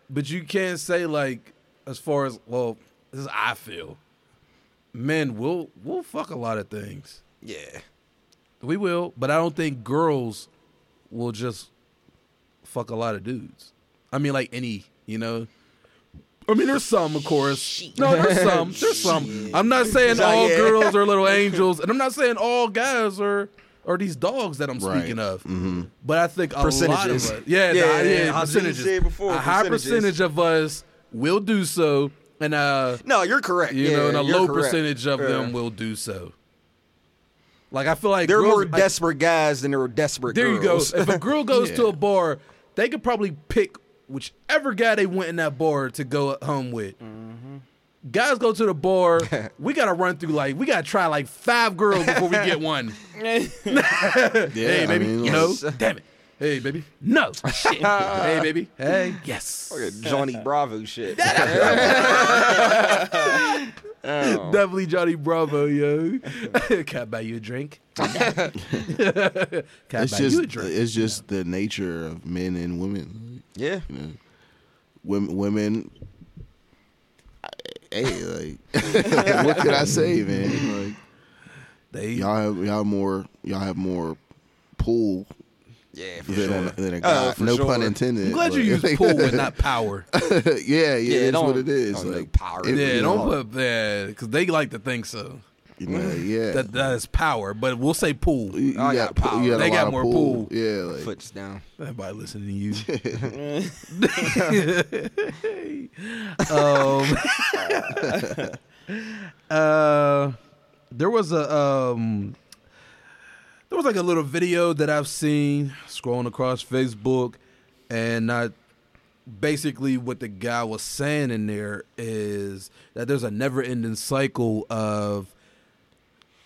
Speaker 3: but you can't say like as far as well. This is how I feel. Men will will fuck a lot of things.
Speaker 2: Yeah.
Speaker 3: We will, but I don't think girls will just fuck a lot of dudes. I mean, like any, you know. I mean, there's some, of course. No, there's some. There's some. I'm not saying
Speaker 2: So,
Speaker 3: all
Speaker 2: yeah.
Speaker 3: girls are little angels, and I'm not saying all guys are are these dogs that I'm
Speaker 1: Right.
Speaker 3: speaking of. But I think a lot of
Speaker 2: Percentages.
Speaker 3: us, Mm-hmm. yeah,
Speaker 2: Yeah,
Speaker 3: yeah,
Speaker 2: yeah,
Speaker 3: yeah,
Speaker 2: yeah. I was gonna
Speaker 3: percentages.
Speaker 2: say before,
Speaker 3: a high
Speaker 2: percentages.
Speaker 3: percentage of us will do so, and uh,
Speaker 2: No, you're correct.
Speaker 3: you
Speaker 2: yeah,
Speaker 3: know, and a
Speaker 2: you're
Speaker 3: low
Speaker 2: correct.
Speaker 3: percentage of
Speaker 2: Yeah.
Speaker 3: them will do so. Like I feel like
Speaker 2: They're
Speaker 3: girls-
Speaker 2: more
Speaker 3: like-
Speaker 2: desperate guys than they're desperate
Speaker 3: there you go.
Speaker 2: girls.
Speaker 3: If a girl goes to
Speaker 1: Yeah.
Speaker 3: a bar, they could probably pick whichever guy they went in that bar to go home with.
Speaker 1: Mm-hmm.
Speaker 3: Guys go to the bar. we gotta run through like we gotta try like five girls before we get one.
Speaker 1: Yeah,
Speaker 3: hey, baby,
Speaker 1: I mean,
Speaker 3: no,
Speaker 1: like-
Speaker 3: damn it. Hey, baby, no. Shit. hey, baby, hey, yes.
Speaker 2: Johnny Bravo shit.
Speaker 3: Definitely Johnny Bravo, yo. Can I buy you a drink? Can I
Speaker 1: it's
Speaker 3: buy
Speaker 1: just
Speaker 3: you a drink?
Speaker 1: it's just the nature of men and women.
Speaker 2: Yeah.
Speaker 1: You know, women, women. I- Hey, like, what could I say, man? Like,
Speaker 3: They
Speaker 1: y'all have y'all more y'all have more pull
Speaker 2: Yeah. For
Speaker 1: than,
Speaker 2: sure.
Speaker 1: a, than a
Speaker 2: Oh,
Speaker 1: guy.
Speaker 2: for
Speaker 1: no
Speaker 2: sure.
Speaker 1: pun intended.
Speaker 3: I'm glad you
Speaker 1: but-
Speaker 3: used pool and not power.
Speaker 1: yeah, yeah,
Speaker 2: Yeah,
Speaker 1: that's
Speaker 2: don't-
Speaker 1: what it is.
Speaker 2: don't
Speaker 1: Like
Speaker 2: do power.
Speaker 1: it-
Speaker 3: Yeah,
Speaker 1: you
Speaker 3: don't
Speaker 1: know,
Speaker 3: put that because they like to think so.
Speaker 1: you know, yeah.
Speaker 3: That that is power, but we'll say pool.
Speaker 1: you, you
Speaker 2: I
Speaker 1: got,
Speaker 2: got
Speaker 1: power.
Speaker 2: power.
Speaker 1: You got
Speaker 3: They
Speaker 1: a
Speaker 3: got
Speaker 1: lot
Speaker 3: more
Speaker 1: of pull.
Speaker 3: pull.
Speaker 1: Yeah, like
Speaker 2: Foots down.
Speaker 3: Everybody listening to you.
Speaker 5: Mm.
Speaker 3: um, uh, there was a um, there was like a little video that I've seen scrolling across Facebook, and I basically what the guy was saying in there is that there's a never-ending cycle of.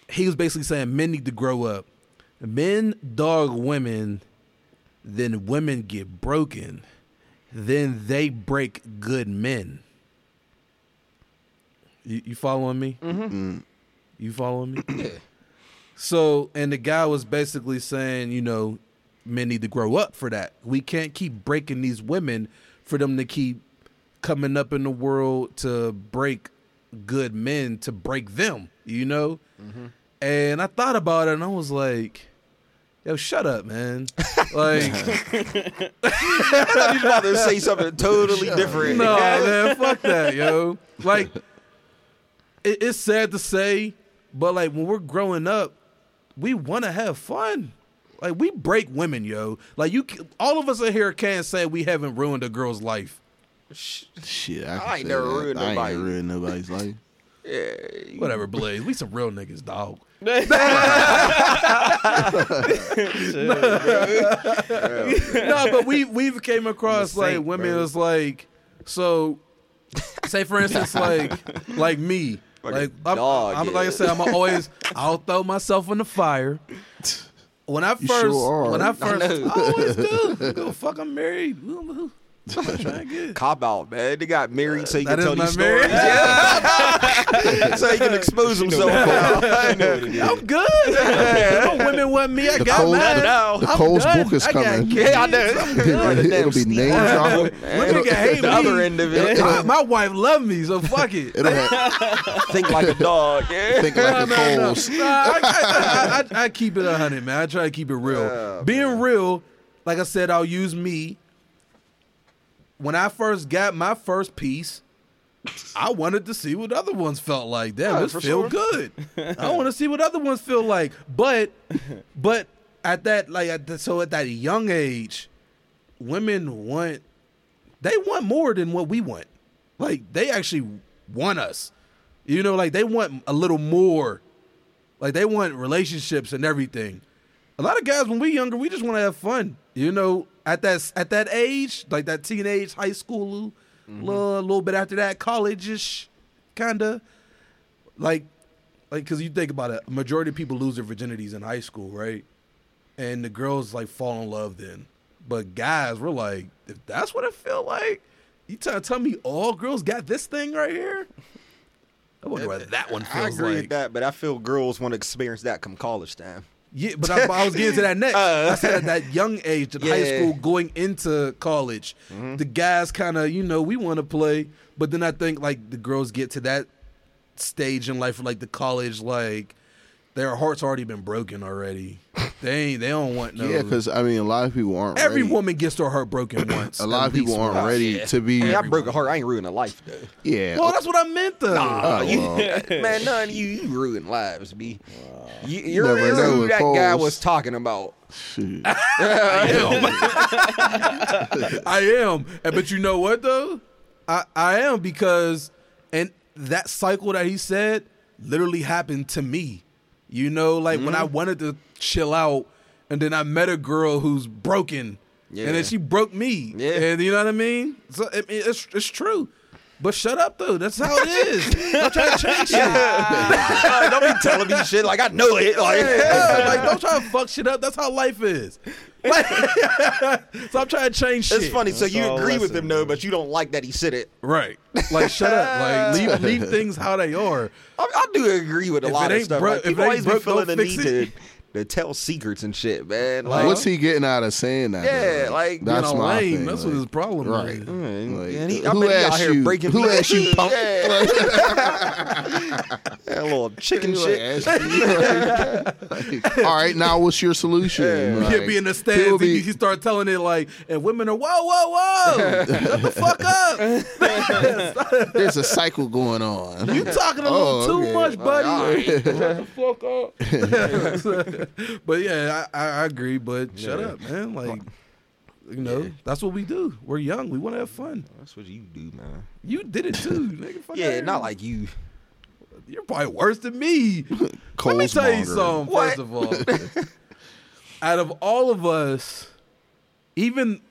Speaker 3: He was basically saying men need to grow up. Men dog women, then women get broken then they break good men. You, you following me? Mm-hmm. You following me?
Speaker 2: Yeah.
Speaker 3: So, and the guy was basically saying, you know, men need to grow up for that. We can't keep breaking these women for them to keep coming up in the world to break good men, to break them, you know? And I thought about it and I was like, yo, shut up, man. Like,
Speaker 2: I was about to say something totally different.
Speaker 3: No, man, fuck that, yo. Like, it, it's sad to say, but like when we're growing up, we want to have fun. Like we break women, yo. Like you, c- all of us in here can't say we haven't ruined a girl's life.
Speaker 1: shit. I, can
Speaker 2: I ain't
Speaker 1: say
Speaker 2: never
Speaker 1: that.
Speaker 2: ruined
Speaker 1: I ain't
Speaker 2: nobody.
Speaker 1: ruined nobody's life.
Speaker 3: Whatever, Blaze. We some real niggas, dog. no, but we we've came across
Speaker 2: I'm a
Speaker 3: like
Speaker 2: saint,
Speaker 3: women
Speaker 2: bro.
Speaker 3: was like, so say for instance, like like me.
Speaker 2: Like a
Speaker 3: Like I'm,
Speaker 2: dog,
Speaker 3: I'm-
Speaker 2: yeah.
Speaker 3: like I said, I'm always I'll throw myself in the fire. When I first,
Speaker 1: sure are.
Speaker 3: when I
Speaker 1: I
Speaker 3: first, I,
Speaker 2: know.
Speaker 3: always do. Go fuck, I'm married. I'm trying to get.
Speaker 2: Cop out, man. They got married so you can
Speaker 3: That is
Speaker 2: tell
Speaker 3: my
Speaker 2: these
Speaker 3: marriage.
Speaker 2: stories. so he can expose himself. I know what it is.
Speaker 3: I'm good. no women want me. I
Speaker 1: The
Speaker 3: got
Speaker 1: cold-
Speaker 3: mine.
Speaker 2: No,
Speaker 1: the
Speaker 3: I'm
Speaker 1: Cole's
Speaker 3: done.
Speaker 1: book is
Speaker 3: I got
Speaker 1: coming.
Speaker 3: kids.
Speaker 2: Yeah, I know.
Speaker 1: It'll, it'll be name dropping.
Speaker 3: Women can hate
Speaker 2: the
Speaker 3: me.
Speaker 2: other end of it.
Speaker 3: My, my wife loved me, so fuck it.
Speaker 1: It'll have,
Speaker 2: think like a dog. Yeah.
Speaker 1: think like the
Speaker 3: no,
Speaker 1: Coles.
Speaker 3: Nah, I, I, I, I keep it a hundred, man. I try to keep it real. Being real, like I said, I'll use me. When I first got my first piece, I wanted to see what other ones felt like. Damn,
Speaker 2: Yeah,
Speaker 3: this
Speaker 2: for sure.
Speaker 3: feel good. I want to see what other ones feel like. But, but at that, like, at the, so at that young age, women want they want more than what we want. Like they actually want us. You know, like they want a little more. Like they want relationships and everything. A lot of guys when we younger, we just want to have fun. You know, at that at that age, like that teenage high school,
Speaker 2: Mm-hmm.
Speaker 3: little, little bit after that, college ish, kinda. Like, like because you think about it, majority of people lose their virginities in high school, right? and the girls like fall in love then. But guys, we're like, if that's what it feel like, you trying to tell me all girls got this thing right here? I wonder what that one feels
Speaker 2: I agree
Speaker 3: like.
Speaker 2: with that, but I feel girls want to experience that come college time.
Speaker 3: Yeah, but I, I was getting to that next.
Speaker 2: Uh.
Speaker 3: I said at that young age, at high
Speaker 2: Yeah.
Speaker 3: school, going into college,
Speaker 1: Mm-hmm.
Speaker 3: the guys kind of, you know, we want to play, but then I think like the girls get to that stage in life, like the college, like their heart's already been broken already. they ain't, they don't want no.
Speaker 1: Yeah, because I mean, a lot of people aren't.
Speaker 3: Every
Speaker 1: ready.
Speaker 3: woman gets their heart broken once.
Speaker 1: a lot
Speaker 3: at
Speaker 1: of people
Speaker 3: least
Speaker 1: aren't
Speaker 3: once.
Speaker 1: ready
Speaker 2: Yeah.
Speaker 1: to be.
Speaker 2: Hey, I broke a heart. I ain't ruining a life though.
Speaker 1: Yeah.
Speaker 3: Well, that's what I meant though.
Speaker 1: Oh,
Speaker 2: you,
Speaker 1: well.
Speaker 2: man, none of you you ruin lives, b. You, you're
Speaker 1: Never
Speaker 2: you're
Speaker 1: know
Speaker 2: who
Speaker 1: with
Speaker 2: that guy
Speaker 1: Coles.
Speaker 2: was talking about.
Speaker 1: Shoot.
Speaker 3: I am, And- but you know what though? I I am because and that cycle that he said literally happened to me. You know, like when
Speaker 2: Mm-hmm.
Speaker 3: I wanted to chill out, and then I met a girl who's broken, and
Speaker 2: Yeah.
Speaker 3: then she broke me.
Speaker 2: Yeah.
Speaker 3: and you know what I mean. So I mean, it's it's true. But shut up though. That's how it is. Don't try to change shit.
Speaker 2: Like, don't be telling me shit like I know it. Like,
Speaker 3: Yeah, like don't try to fuck shit up. That's how life is. Like, Stop trying to change shit.
Speaker 2: it's funny. So
Speaker 5: That's
Speaker 2: you
Speaker 5: all
Speaker 2: agree with
Speaker 5: lesson,
Speaker 2: him though,
Speaker 5: bro.
Speaker 2: but you don't like that he said it.
Speaker 3: Right. Like shut up. Like leave leave things how they are.
Speaker 2: I, I do agree with a
Speaker 3: If
Speaker 2: lot
Speaker 3: it
Speaker 2: of
Speaker 3: ain't
Speaker 2: stuff. like,
Speaker 3: broke- if it
Speaker 2: people
Speaker 3: ain't
Speaker 2: always be
Speaker 3: broke,
Speaker 2: feeling
Speaker 3: don't
Speaker 2: the
Speaker 3: fix
Speaker 2: need
Speaker 3: it.
Speaker 2: to to tell secrets and shit, man. Like,
Speaker 1: Like, What's he getting out of saying that?
Speaker 2: Yeah,
Speaker 1: though?
Speaker 2: like,
Speaker 1: that's
Speaker 3: being a
Speaker 1: my
Speaker 3: lame,
Speaker 1: thing.
Speaker 3: that's
Speaker 1: like,
Speaker 3: what his problem
Speaker 1: right.
Speaker 3: is.
Speaker 2: Mm,
Speaker 1: Like,
Speaker 2: and he- I
Speaker 1: who
Speaker 2: bet he out
Speaker 1: asked
Speaker 2: here
Speaker 1: you?
Speaker 2: breaking
Speaker 1: who
Speaker 2: people-
Speaker 1: asked you, punk?
Speaker 2: Yeah.
Speaker 1: Like,
Speaker 2: that little chicken
Speaker 1: who
Speaker 2: shit.
Speaker 1: asked you? Like, all right, now what's your solution?
Speaker 2: Yeah.
Speaker 1: Like,
Speaker 3: He'd be in the stands
Speaker 1: people
Speaker 3: and
Speaker 1: be-
Speaker 3: he, he start telling it like, and women are, whoa, whoa, whoa, shut the fuck up.
Speaker 1: There's a cycle going on.
Speaker 3: You talking a
Speaker 1: Oh,
Speaker 3: little too
Speaker 1: okay.
Speaker 3: much, buddy.
Speaker 5: Fuck up.
Speaker 3: but yeah, I, I I agree. But shut up, man. Like, you know, that's what we do. We're young. We want to have fun.
Speaker 2: That's what you do, man.
Speaker 3: You did it too, nigga. Fuck outta
Speaker 2: Yeah,
Speaker 3: here.
Speaker 2: not like you.
Speaker 3: you're probably worse than me. Let me
Speaker 1: Cole's
Speaker 3: tell you
Speaker 1: monger.
Speaker 3: something.
Speaker 2: What?
Speaker 3: First of all, out of all of us, even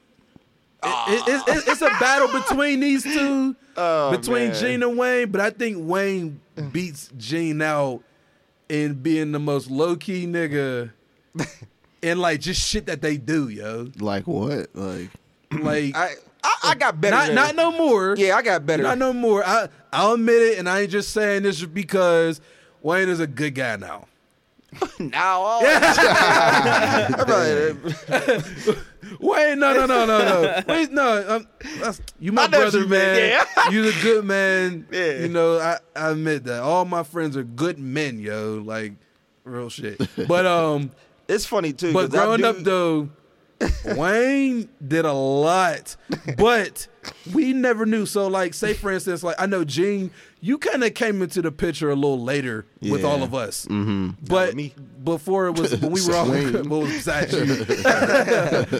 Speaker 3: it, it, it, it's a battle
Speaker 2: Ah.
Speaker 3: between these two,
Speaker 2: Oh,
Speaker 3: between Gene and Wayne. But I think Wayne beats Gene out in being the most low key nigga. And like just shit that they do, yo.
Speaker 1: Like what? Like
Speaker 3: Like
Speaker 2: I I, I got better.
Speaker 3: not
Speaker 2: than-
Speaker 3: not no more.
Speaker 2: Yeah, I got better.
Speaker 3: Not no more. I I'll admit it, and I ain't just saying this because Wayne is a good guy now.
Speaker 2: now. all- I probably-
Speaker 3: Wayne, no, no, no, no, no. Wait, no, um, that's, you my
Speaker 2: I know what
Speaker 3: brother,
Speaker 2: you mean,
Speaker 3: man.
Speaker 2: yeah.
Speaker 3: You're a good man.
Speaker 2: Yeah.
Speaker 3: You know, I, I admit that. All my friends are good men, yo. Like, real shit. But um,
Speaker 2: It's funny too.
Speaker 3: but
Speaker 2: 'cause I
Speaker 3: growing
Speaker 2: do-
Speaker 3: up though, Wayne did a lot, but we never knew. So, like, say for instance, like I know Gene, you kind of came into the picture a little later with
Speaker 1: Yeah.
Speaker 3: all of us, mm-hmm. but
Speaker 2: with me.
Speaker 3: before it was when we were all
Speaker 1: Wayne.
Speaker 3: well, besides you,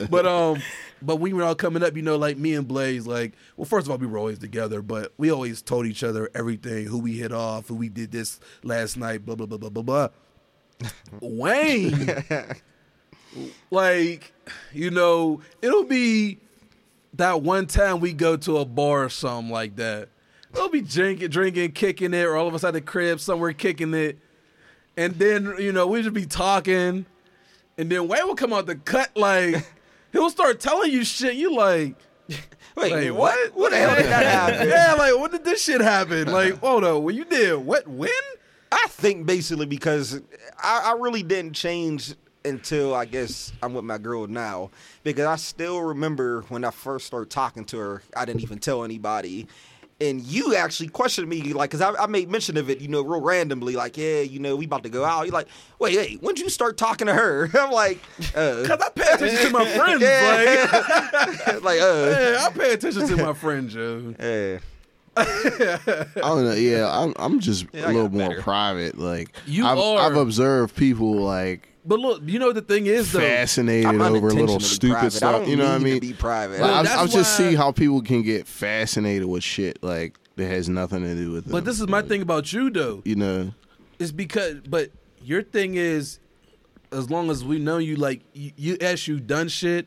Speaker 3: but um, but we were all coming up, you know, like me and Blaze, like well, first of all, we were always together, but we always told each other everything, who we hit off, who we did this last night, blah blah blah blah blah blah. Wayne like you know it'll be that one time we go to a bar or something like that they'll be drinking drinking kicking it or all of us at the crib somewhere kicking it and then you know we just be talking and then Wayne will come out the cut like he'll start telling you shit you like
Speaker 2: Wait,
Speaker 3: like
Speaker 2: what? What, the hell did that happen?
Speaker 3: yeah like when did this shit happen like hold on when you did what when
Speaker 2: I think basically because I, I really didn't change until I guess I'm with my girl now because I still remember when I first started talking to her, I didn't even tell anybody. And you actually questioned me, like, because I, I made mention of it, you know, real randomly, like, yeah, you know, we about to go out. You're like, wait, hey, when'd you start talking to her? I'm like, uh,
Speaker 3: because I pay attention to my friends
Speaker 2: Yeah.
Speaker 3: like
Speaker 2: like, uh,
Speaker 3: yeah, I pay attention to my friends yo.
Speaker 2: yeah.
Speaker 1: I don't know. Yeah, I'm I'm just
Speaker 2: Yeah, I
Speaker 1: a little
Speaker 2: got
Speaker 1: more
Speaker 2: better.
Speaker 1: private. Like
Speaker 3: You
Speaker 1: I've,
Speaker 3: are.
Speaker 1: I've observed people like
Speaker 3: but look you know what the thing is though
Speaker 1: fascinated
Speaker 2: I'm
Speaker 1: over little
Speaker 2: unintentionally
Speaker 1: stupid
Speaker 2: private. I
Speaker 1: stuff.
Speaker 2: don't
Speaker 1: You know what I
Speaker 2: need to
Speaker 1: mean?
Speaker 2: Be private.
Speaker 1: Like,
Speaker 3: Well,
Speaker 1: I've,
Speaker 3: that's
Speaker 1: I've just
Speaker 3: why-
Speaker 1: see how people can get fascinated with shit like that has nothing to do with them.
Speaker 3: But this is my thing about you though.
Speaker 1: you know,
Speaker 3: It's because but your thing is as long as we know you like you, you yes you done shit,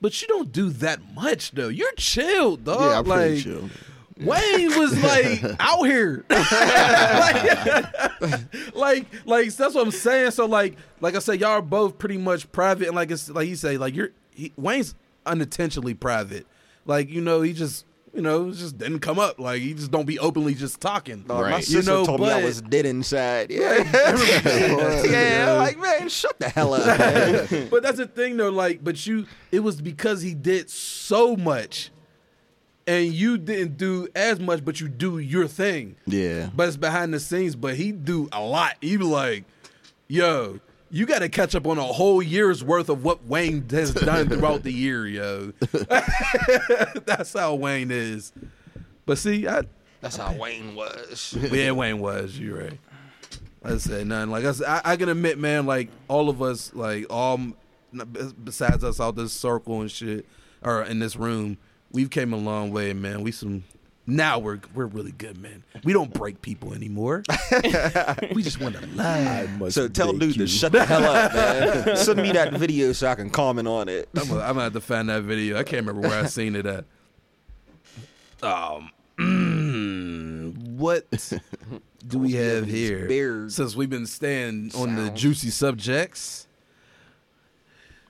Speaker 3: but you don't do that much though. You're chill, dog.
Speaker 1: yeah, I'm
Speaker 3: like,
Speaker 1: pretty chill.
Speaker 3: Wayne was like out here, like, like, like, so that's what I'm saying. So, like, like I said, y'all are both pretty much private, and like it's like you say, like you're he, Wayne's unintentionally private. Like you know, he just you know it just didn't come up. Like he just don't be openly just talking.
Speaker 2: Uh, My
Speaker 1: Right.
Speaker 2: sister
Speaker 3: You know,
Speaker 2: told me
Speaker 3: but-
Speaker 2: I was dead inside. Yeah. yeah, I'm like, man, shut the hell up. man.
Speaker 3: but that's the thing though like but you it was because he did so much and you didn't do as much but you do your thing
Speaker 1: Yeah,
Speaker 3: but it's behind the scenes but he do a lot he be like yo you got to catch up on a whole year's worth of what Wayne has done throughout the year, yo. That's how Wayne is. But see, I
Speaker 2: That's how Wayne was.
Speaker 3: yeah, Wayne was. You right. I said nothing. Like I said, I, I can admit, man. Like all of us, like all m- besides us, out this circle and shit, or in this room, we've came a long way, man. We some now we're we're really good, man. We don't break people anymore. we just want to lie.
Speaker 2: So tell dude to shut the hell up, man. Send me that video so I can comment on it.
Speaker 3: I'm gonna, I'm gonna have to find that video. I can't remember where I seen it at. Um, mm, what do we have here?
Speaker 2: Beard.
Speaker 3: Since we've been staying on the juicy subjects,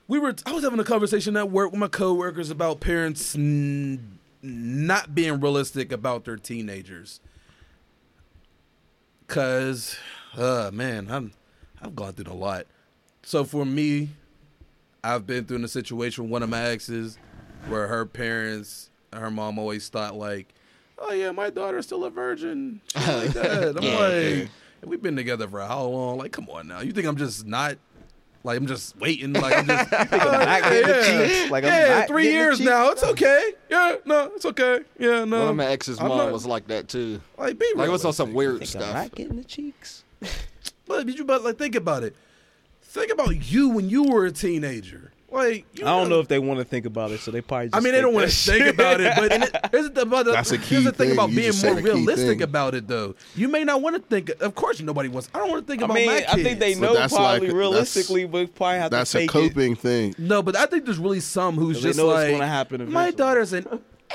Speaker 3: we were. I was having a conversation at work with my coworkers about parents n- not being realistic about their teenagers. Cause, uh, man, I'm I've gone through a lot. so for me, I've been through in a situation with one of my exes where her parents, her mom always thought like, "Oh yeah, my daughter's still a virgin." Shit like that. I'm
Speaker 2: Yeah,
Speaker 3: like, "We've been together for how long? Like, come on now. You think I'm just not?" Like I'm just waiting. Like I'm just Oh,
Speaker 2: not
Speaker 3: yeah,
Speaker 2: getting the
Speaker 3: yeah.
Speaker 2: cheeks? Like, I'm
Speaker 3: yeah,
Speaker 2: not
Speaker 3: three
Speaker 2: getting the
Speaker 3: years
Speaker 2: cheeks?
Speaker 3: now. It's okay. Yeah, no, it's okay. Yeah, no.
Speaker 6: One of my ex's
Speaker 3: I'm
Speaker 6: mom
Speaker 3: not-
Speaker 6: was like that too.
Speaker 3: like be
Speaker 6: Like it was on some
Speaker 3: realistic.
Speaker 6: weird
Speaker 2: Think I'm
Speaker 6: stuff.
Speaker 2: not getting the cheeks.
Speaker 3: But did you but like think about it. Think about you when you were a teenager. Like you
Speaker 5: I don't know if they want to think about it, so they probably. Just
Speaker 3: I mean they don't want to think about it, but it- here's the, about the,
Speaker 1: That's a
Speaker 3: here's
Speaker 1: key
Speaker 3: the thing
Speaker 1: thing.
Speaker 3: about
Speaker 1: You
Speaker 3: being
Speaker 1: just
Speaker 3: more
Speaker 1: said a key
Speaker 3: realistic
Speaker 1: thing.
Speaker 3: about it though. You may not want to think. Of course, nobody wants. I don't want to think
Speaker 5: I
Speaker 3: about
Speaker 5: mean,
Speaker 3: my kids.
Speaker 5: I think they
Speaker 1: But
Speaker 5: know
Speaker 1: that's like-
Speaker 5: probably
Speaker 1: that's-
Speaker 5: realistically, but probably have
Speaker 1: That's
Speaker 5: to
Speaker 1: a
Speaker 5: fake it.
Speaker 1: coping thing.
Speaker 3: No, but I think there's really some who's
Speaker 5: 'Cause they
Speaker 3: just
Speaker 5: know it's
Speaker 3: like
Speaker 5: gonna happen
Speaker 3: my
Speaker 5: eventually."
Speaker 3: daughter's an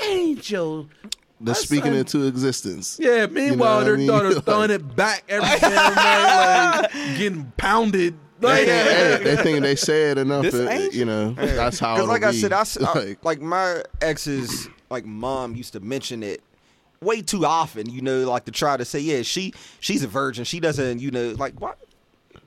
Speaker 3: angel.
Speaker 1: That's
Speaker 3: My
Speaker 1: speaking
Speaker 3: son-
Speaker 1: into existence.
Speaker 3: Yeah, meanwhile,
Speaker 1: what I
Speaker 3: their
Speaker 1: mean?
Speaker 3: daughter's
Speaker 1: Like-
Speaker 3: throwing it back every damn night, like getting pounded. Like,
Speaker 1: Hey, hey, hey, they think they said enough.
Speaker 5: This
Speaker 1: uh,
Speaker 5: ain't-
Speaker 1: you know, that's how. Because
Speaker 2: Because like I said, I, s- uh, I-
Speaker 1: like,
Speaker 2: like, my ex's like mom used to mention it way too often. You know, like to try to say, yeah, she she's a virgin. She doesn't, you know, like why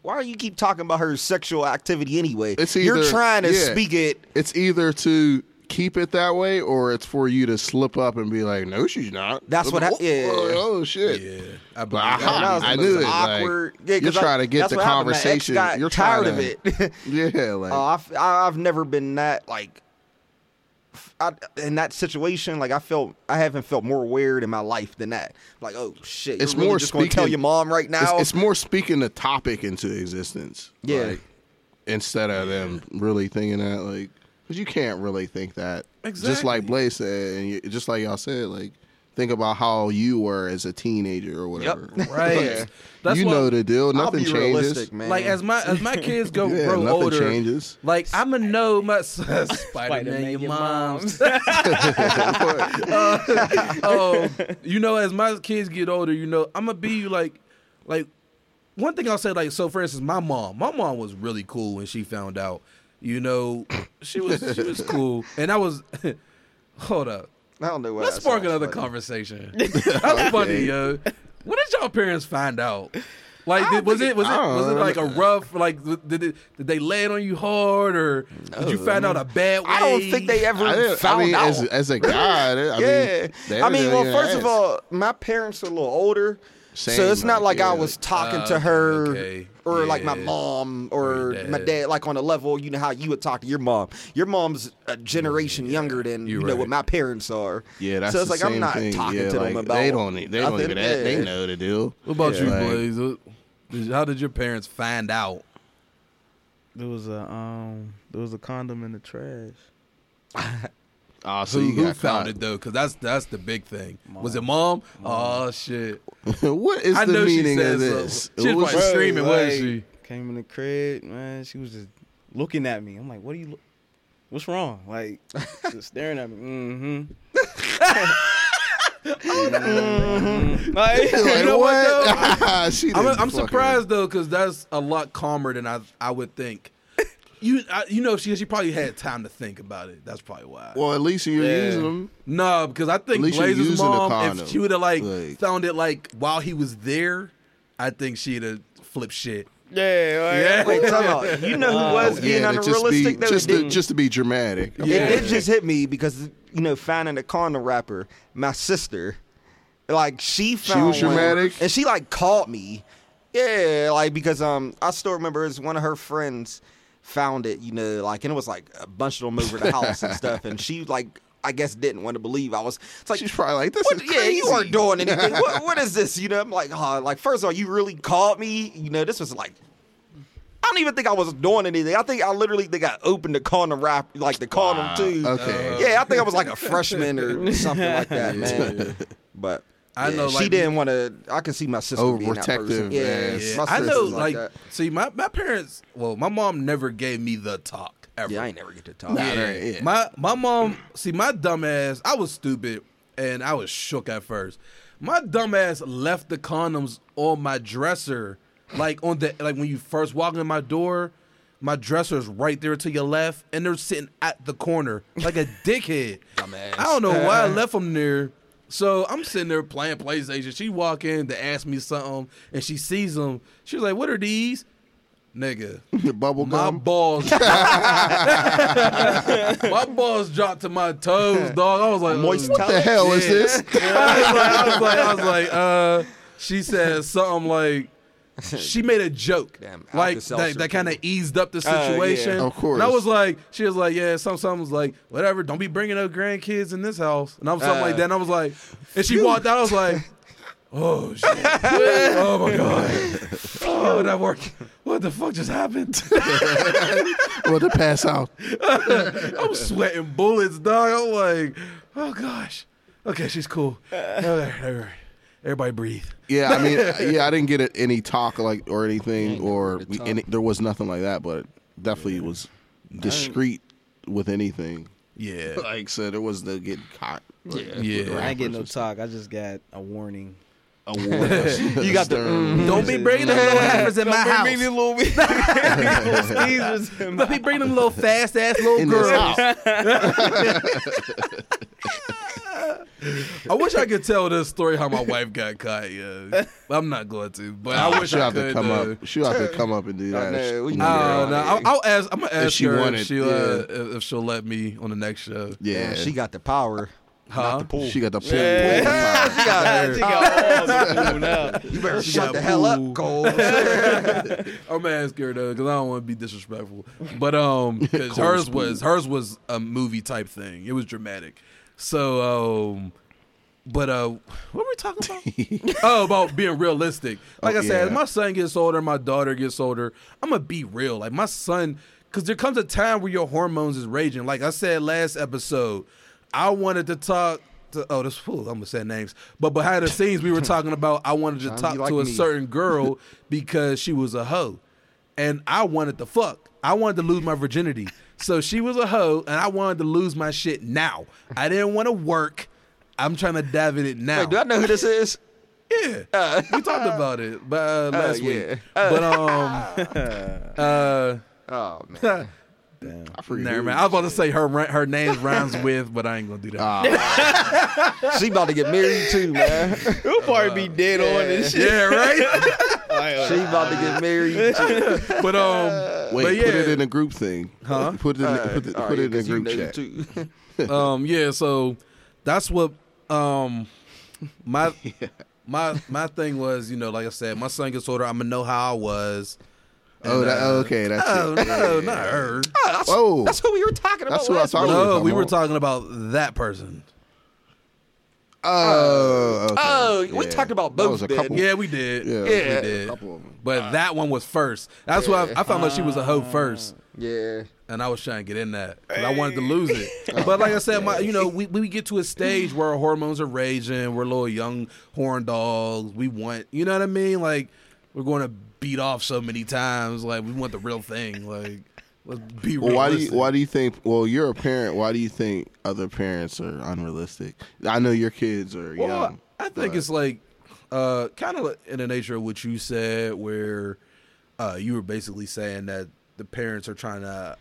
Speaker 2: why do you keep talking about her sexual activity anyway?
Speaker 1: It's
Speaker 2: You're
Speaker 1: either-
Speaker 2: trying to
Speaker 1: yeah.
Speaker 2: speak it.
Speaker 1: it's either to keep it that way or it's for you to slip up and be like, no, she's not.
Speaker 2: That's what hap-
Speaker 1: happened.
Speaker 2: yeah.
Speaker 1: Oh, oh, shit.
Speaker 3: yeah, I
Speaker 1: But
Speaker 3: believe
Speaker 1: I,
Speaker 3: that.
Speaker 2: that was
Speaker 1: I
Speaker 2: the
Speaker 1: knew
Speaker 2: most
Speaker 1: it.
Speaker 2: awkward-
Speaker 1: Like,
Speaker 2: yeah,
Speaker 1: you're
Speaker 2: 'cause I-
Speaker 1: trying to get
Speaker 2: that's
Speaker 1: the
Speaker 2: what happened. My ex
Speaker 1: conversation.
Speaker 2: got
Speaker 1: you're
Speaker 2: tired
Speaker 1: trying
Speaker 2: of
Speaker 1: to-
Speaker 2: it.
Speaker 1: Yeah, like
Speaker 2: Uh, I've, I- I've never been that like f- I, in that situation. Like I felt I haven't felt more weird in my life than that. Like oh shit,
Speaker 1: It's
Speaker 2: you're really
Speaker 1: more
Speaker 2: just gonna tell
Speaker 1: speaking-
Speaker 2: your mom right
Speaker 1: it's,
Speaker 2: now.
Speaker 1: it's more speaking the topic into existence.
Speaker 2: Yeah.
Speaker 1: like, instead of them really thinking that, like, 'cause you can't really think that. Just
Speaker 3: Exactly.
Speaker 1: like Blaze said, and you, just like y'all said, like, think about how you were as a teenager or whatever.
Speaker 3: Right.
Speaker 1: Like,
Speaker 3: That's
Speaker 1: you
Speaker 3: why-
Speaker 1: know the deal.
Speaker 2: I'll
Speaker 1: Nothing
Speaker 2: be
Speaker 1: changes.
Speaker 2: realistic, man.
Speaker 3: Like as my as my kids go
Speaker 1: Yeah,
Speaker 3: grow
Speaker 1: nothing
Speaker 3: older,
Speaker 1: changes.
Speaker 3: like I'ma know my Spider
Speaker 5: Spider-Man,
Speaker 3: Man, your
Speaker 5: your
Speaker 3: mom's.
Speaker 5: mom's.
Speaker 3: oh, you know, as my kids get older, you know, I'ma be like, like one thing I'll say, like so. For instance, my mom, my mom was really cool when she found out. You know, she was she was cool, and I was. hold up,
Speaker 2: I don't know. What
Speaker 3: let's
Speaker 2: that
Speaker 3: spark
Speaker 2: sounds
Speaker 3: another
Speaker 2: funny.
Speaker 3: conversation. That's funny, yo. When did y'all parents find out? Like, did, was it was it
Speaker 1: I don't
Speaker 3: was it
Speaker 1: know.
Speaker 3: like a rough? Like, did it, did they land on you hard, or did you find out a bad way?
Speaker 2: I don't think they ever
Speaker 1: I, didn't-
Speaker 2: found
Speaker 1: I mean,
Speaker 2: out.
Speaker 1: as, as a guy, I
Speaker 2: yeah,
Speaker 1: mean, they
Speaker 2: I mean,
Speaker 1: didn't
Speaker 2: well,
Speaker 1: even
Speaker 2: first of
Speaker 1: ask.
Speaker 2: all, my parents are a little older, so
Speaker 1: Same,
Speaker 2: it's not like
Speaker 1: like,
Speaker 2: I
Speaker 1: yeah,
Speaker 2: was
Speaker 1: like-
Speaker 2: talking
Speaker 3: Ah,
Speaker 2: to her
Speaker 3: okay,
Speaker 2: or like my
Speaker 3: yeah.
Speaker 2: mom or
Speaker 3: Or your
Speaker 2: my
Speaker 3: dad.
Speaker 2: dad, like on a level. You know how you would talk to your mom. Your mom's a generation younger than you
Speaker 3: You're
Speaker 2: know
Speaker 3: right.
Speaker 2: what my parents are.
Speaker 1: Yeah, that's
Speaker 2: so it's
Speaker 1: the
Speaker 2: like
Speaker 1: same
Speaker 2: I'm not
Speaker 1: thing.
Speaker 2: talking
Speaker 1: yeah,
Speaker 2: to
Speaker 1: like,
Speaker 2: them about.
Speaker 1: They don't. e, They don't
Speaker 2: nothing.
Speaker 1: even. ask.
Speaker 2: Yeah.
Speaker 1: They know the deal.
Speaker 3: What about
Speaker 1: Yeah. Like-
Speaker 3: you, Blaze? What- did- How did your parents find out?
Speaker 5: There was a um, there was a condom in the trash.
Speaker 1: Oh,
Speaker 3: Who,
Speaker 1: so you
Speaker 3: who
Speaker 1: got
Speaker 3: found
Speaker 1: caught.
Speaker 3: it though? Because that's that's the big thing. Was it mom? Oh shit!
Speaker 1: what is
Speaker 3: I
Speaker 1: the
Speaker 3: know she
Speaker 1: meaning of
Speaker 3: said
Speaker 2: uh,
Speaker 1: this?
Speaker 3: so. She was
Speaker 1: What
Speaker 3: probably
Speaker 1: was-
Speaker 3: screaming, wasn't she?
Speaker 5: Came in the crib, man. She was just looking at me. I'm like, what are you? Lo- What's wrong? Like, just staring at me. Mm-hmm. mm-hmm. Like,
Speaker 1: like,
Speaker 3: know what,
Speaker 1: what? She
Speaker 3: I'm,
Speaker 1: didn't
Speaker 3: I'm
Speaker 1: fucking-
Speaker 3: surprised though, because that's a lot calmer than I I would think. You I, you know she she probably had time to think about it. That's probably why.
Speaker 1: Well, at least you're
Speaker 5: Yeah.
Speaker 1: using them.
Speaker 3: no, because I think
Speaker 1: At least you're
Speaker 3: Blaze's
Speaker 1: using the
Speaker 3: mom,
Speaker 1: condom.
Speaker 3: if she would have like,
Speaker 1: Like-
Speaker 3: found it like while he was there, I think she'd have flipped shit.
Speaker 5: yeah, like,
Speaker 2: Wait, time out. You know who was being
Speaker 1: Oh, Yeah, to just be
Speaker 2: unrealistic? though?
Speaker 1: just
Speaker 2: Did-
Speaker 1: to, just to be dramatic.
Speaker 3: Yeah.
Speaker 2: It did just hit me because you know finding a condom wrapper. My sister, like she found
Speaker 1: was
Speaker 2: one,
Speaker 1: dramatic?
Speaker 2: and she like called me. Yeah, like because um I still remember it's one of her friends found it. You know, like and it was like a bunch of them over the house and stuff, and she like. I guess didn't want to believe I was. It's like
Speaker 1: She's probably like, "This
Speaker 2: what,
Speaker 1: is
Speaker 2: yeah,
Speaker 1: crazy."
Speaker 2: you weren't doing anything. what, what is this? You know, I'm like, oh, like first of all, you really called me. You know, this was like I don't even think I was doing anything. I think I literally think I opened the condom wrap, like the condom too.
Speaker 1: okay.
Speaker 2: Yeah, I think I was like a freshman or something like that, man. But
Speaker 3: I
Speaker 2: I
Speaker 3: know,
Speaker 2: know she
Speaker 3: like-
Speaker 2: didn't want to. I can see my sister being that person.
Speaker 1: Overprotective
Speaker 2: Yeah,
Speaker 1: ass.
Speaker 2: my
Speaker 3: I
Speaker 2: sister's
Speaker 3: know, like,
Speaker 2: like, that.
Speaker 3: see, my, my parents. Well, my mom never gave me the talk ever.
Speaker 2: yeah, I ain't never get to talk.
Speaker 1: Yeah. there- yeah.
Speaker 3: My my mom, see, my dumbass, I was stupid and I was shook at first. My dumbass left the condoms on my dresser, like on the like when you first walk in my door. My dresser's right there to your left, and they're sitting at the corner like a dickhead.
Speaker 2: Dumbass.
Speaker 3: I don't know why I left them there. So I'm sitting there playing PlayStation. She walk in to ask me something, and she sees them. She's like, "What are these?" nigga.
Speaker 1: The bubble
Speaker 3: My
Speaker 1: gum.
Speaker 3: balls, my balls dropped to my toes, dog. I was like,
Speaker 2: Moist
Speaker 3: "Ooh."
Speaker 1: what the hell is
Speaker 3: Yeah.
Speaker 1: this?
Speaker 3: Yeah, I was like, I was like, I was like uh, she said something like, she made a joke,
Speaker 2: Damn,
Speaker 3: like
Speaker 2: Alka-Seltzer,
Speaker 3: that, that kind of
Speaker 2: dude.
Speaker 3: eased up the
Speaker 2: Uh, yeah.
Speaker 3: situation.
Speaker 1: Of course.
Speaker 3: And I was like, she was like, yeah, some something was like, whatever. Don't be bringing up grandkids in this house, and I was something
Speaker 2: Uh.
Speaker 3: like that. And I was like, and she walked out. I was like. Oh shit! oh my god! Oh, that worked. What the fuck just happened?
Speaker 1: Well, to pass out.
Speaker 3: I'm sweating bullets, dog. I'm like, oh gosh. Okay, she's cool. All
Speaker 1: Uh.
Speaker 3: right, all right. Everybody breathe.
Speaker 1: Yeah, I mean, yeah, I didn't get it- any talk like or anything, or we, any, there was nothing like that. But definitely was discreet with anything.
Speaker 3: Yeah.
Speaker 1: Like so, there was no getting caught. Yeah,
Speaker 3: Yeah.
Speaker 5: I ain't getting no talk. I just got a warning.
Speaker 1: you got the
Speaker 3: Don't be bringing them little heifers in my house.
Speaker 5: Bring me little bit. Sneezes in my-
Speaker 3: Don't be bringing them little fast ass little
Speaker 1: in this
Speaker 3: girls.
Speaker 1: house.
Speaker 3: I wish I could tell this story how my wife got caught. Yeah, I'm not going to, but I wish
Speaker 1: She'll
Speaker 3: I
Speaker 1: have
Speaker 3: could.
Speaker 1: to come
Speaker 3: uh,
Speaker 1: up. She'll have to come up and do that.
Speaker 2: know, we
Speaker 1: Yeah.
Speaker 2: know.
Speaker 3: I don't know. I'll, I'll ask. I'm gonna ask
Speaker 1: she
Speaker 3: her
Speaker 1: wanted,
Speaker 3: if she uh, if she'll let me on the next show.
Speaker 1: yeah,
Speaker 2: Damn, she got the power.
Speaker 3: Huh?
Speaker 2: Not the pool.
Speaker 1: She got the pool.
Speaker 5: She got- she got all the food now.
Speaker 2: you better
Speaker 3: she
Speaker 2: shut
Speaker 3: got
Speaker 2: the hell
Speaker 3: pool.
Speaker 2: up, Cole.
Speaker 3: I'm gonna ask her though, because I don't want to be disrespectful. But um, 'cause hers was hers was a movie type thing. It was dramatic. So um, but uh, what were we talking about? oh, about being realistic. Like
Speaker 1: Oh,
Speaker 3: I said,
Speaker 1: yeah.
Speaker 3: my son gets older, my daughter gets older. I'm gonna be real. Like my son, because there comes a time where your hormones is raging. Like I said last episode, I wanted to talk. To, oh, this fool! I'm gonna say names, but behind the scenes, we were talking about I wanted to
Speaker 2: Don't be
Speaker 3: talk
Speaker 2: like
Speaker 3: to a
Speaker 2: me.
Speaker 3: certain girl because she was a hoe, and I wanted to fuck. I wanted to lose my virginity, so she was a hoe, and I wanted to lose my shit now. I didn't want to work. I'm trying to dive in it now.
Speaker 2: Wait, do I know who this is?
Speaker 3: Yeah, we talked about it but, uh,
Speaker 2: Oh,
Speaker 3: last
Speaker 2: yeah.
Speaker 3: week. But um, uh,
Speaker 2: Oh man,
Speaker 1: I forget
Speaker 3: never
Speaker 1: who.
Speaker 3: mind. I was about to say her ra- her name rhymes with, but I ain't gonna do that.
Speaker 1: Ah,
Speaker 2: she about to get married too, man. she
Speaker 5: He'll probably be dead on
Speaker 2: Oh.
Speaker 5: this shit.
Speaker 3: yeah, right.
Speaker 2: about to get married. Too.
Speaker 3: but um,
Speaker 1: wait,
Speaker 3: but yeah,
Speaker 1: put it in a group thing.
Speaker 3: Huh? Uh,
Speaker 1: Put it in, put it,
Speaker 2: All
Speaker 1: put
Speaker 2: right,
Speaker 1: it in a
Speaker 2: 'cause you
Speaker 1: group
Speaker 2: know
Speaker 1: chat.
Speaker 2: too.
Speaker 3: um, yeah. So that's what um my my my thing was. You know, like I said, my son gets older. I'm gonna know how I was.
Speaker 1: Oh, that, okay, that's
Speaker 3: Oh
Speaker 1: it.
Speaker 3: no, not her.
Speaker 1: Oh,
Speaker 2: That's who we were talking about.
Speaker 1: That's who I
Speaker 2: last
Speaker 1: thought
Speaker 2: week.
Speaker 1: was-
Speaker 3: No,
Speaker 1: come
Speaker 3: we were
Speaker 1: on.
Speaker 3: talking about that person. uh,
Speaker 1: oh, uh, okay.
Speaker 2: Oh, we
Speaker 1: Yeah.
Speaker 2: talked about
Speaker 1: That
Speaker 2: both.
Speaker 1: was a
Speaker 2: then.
Speaker 1: couple.
Speaker 3: Yeah, we did.
Speaker 1: Yeah.
Speaker 2: Yeah.
Speaker 3: we did.
Speaker 1: Couple of 'em. Uh,
Speaker 3: But that one was first. That's why I, I found out she was a hoe first,
Speaker 2: Yeah.
Speaker 3: and I was trying to get in that. 'cause I wanted to lose it. But like I said, my you know, we, we get to a stage where our hormones are raging. We're little young horn dogs. We want, you know what I mean? Like we're going to beat off so many times. Like we want the real thing. Like let's be real.
Speaker 1: Well, why do you why do you think? Well, you're a parent. Why do you think other parents are unrealistic? I know your kids are
Speaker 3: Well,
Speaker 1: young.
Speaker 3: I think
Speaker 1: but-
Speaker 3: it's like uh, kind of in the nature of what you said, where uh, you were basically saying that the parents are trying to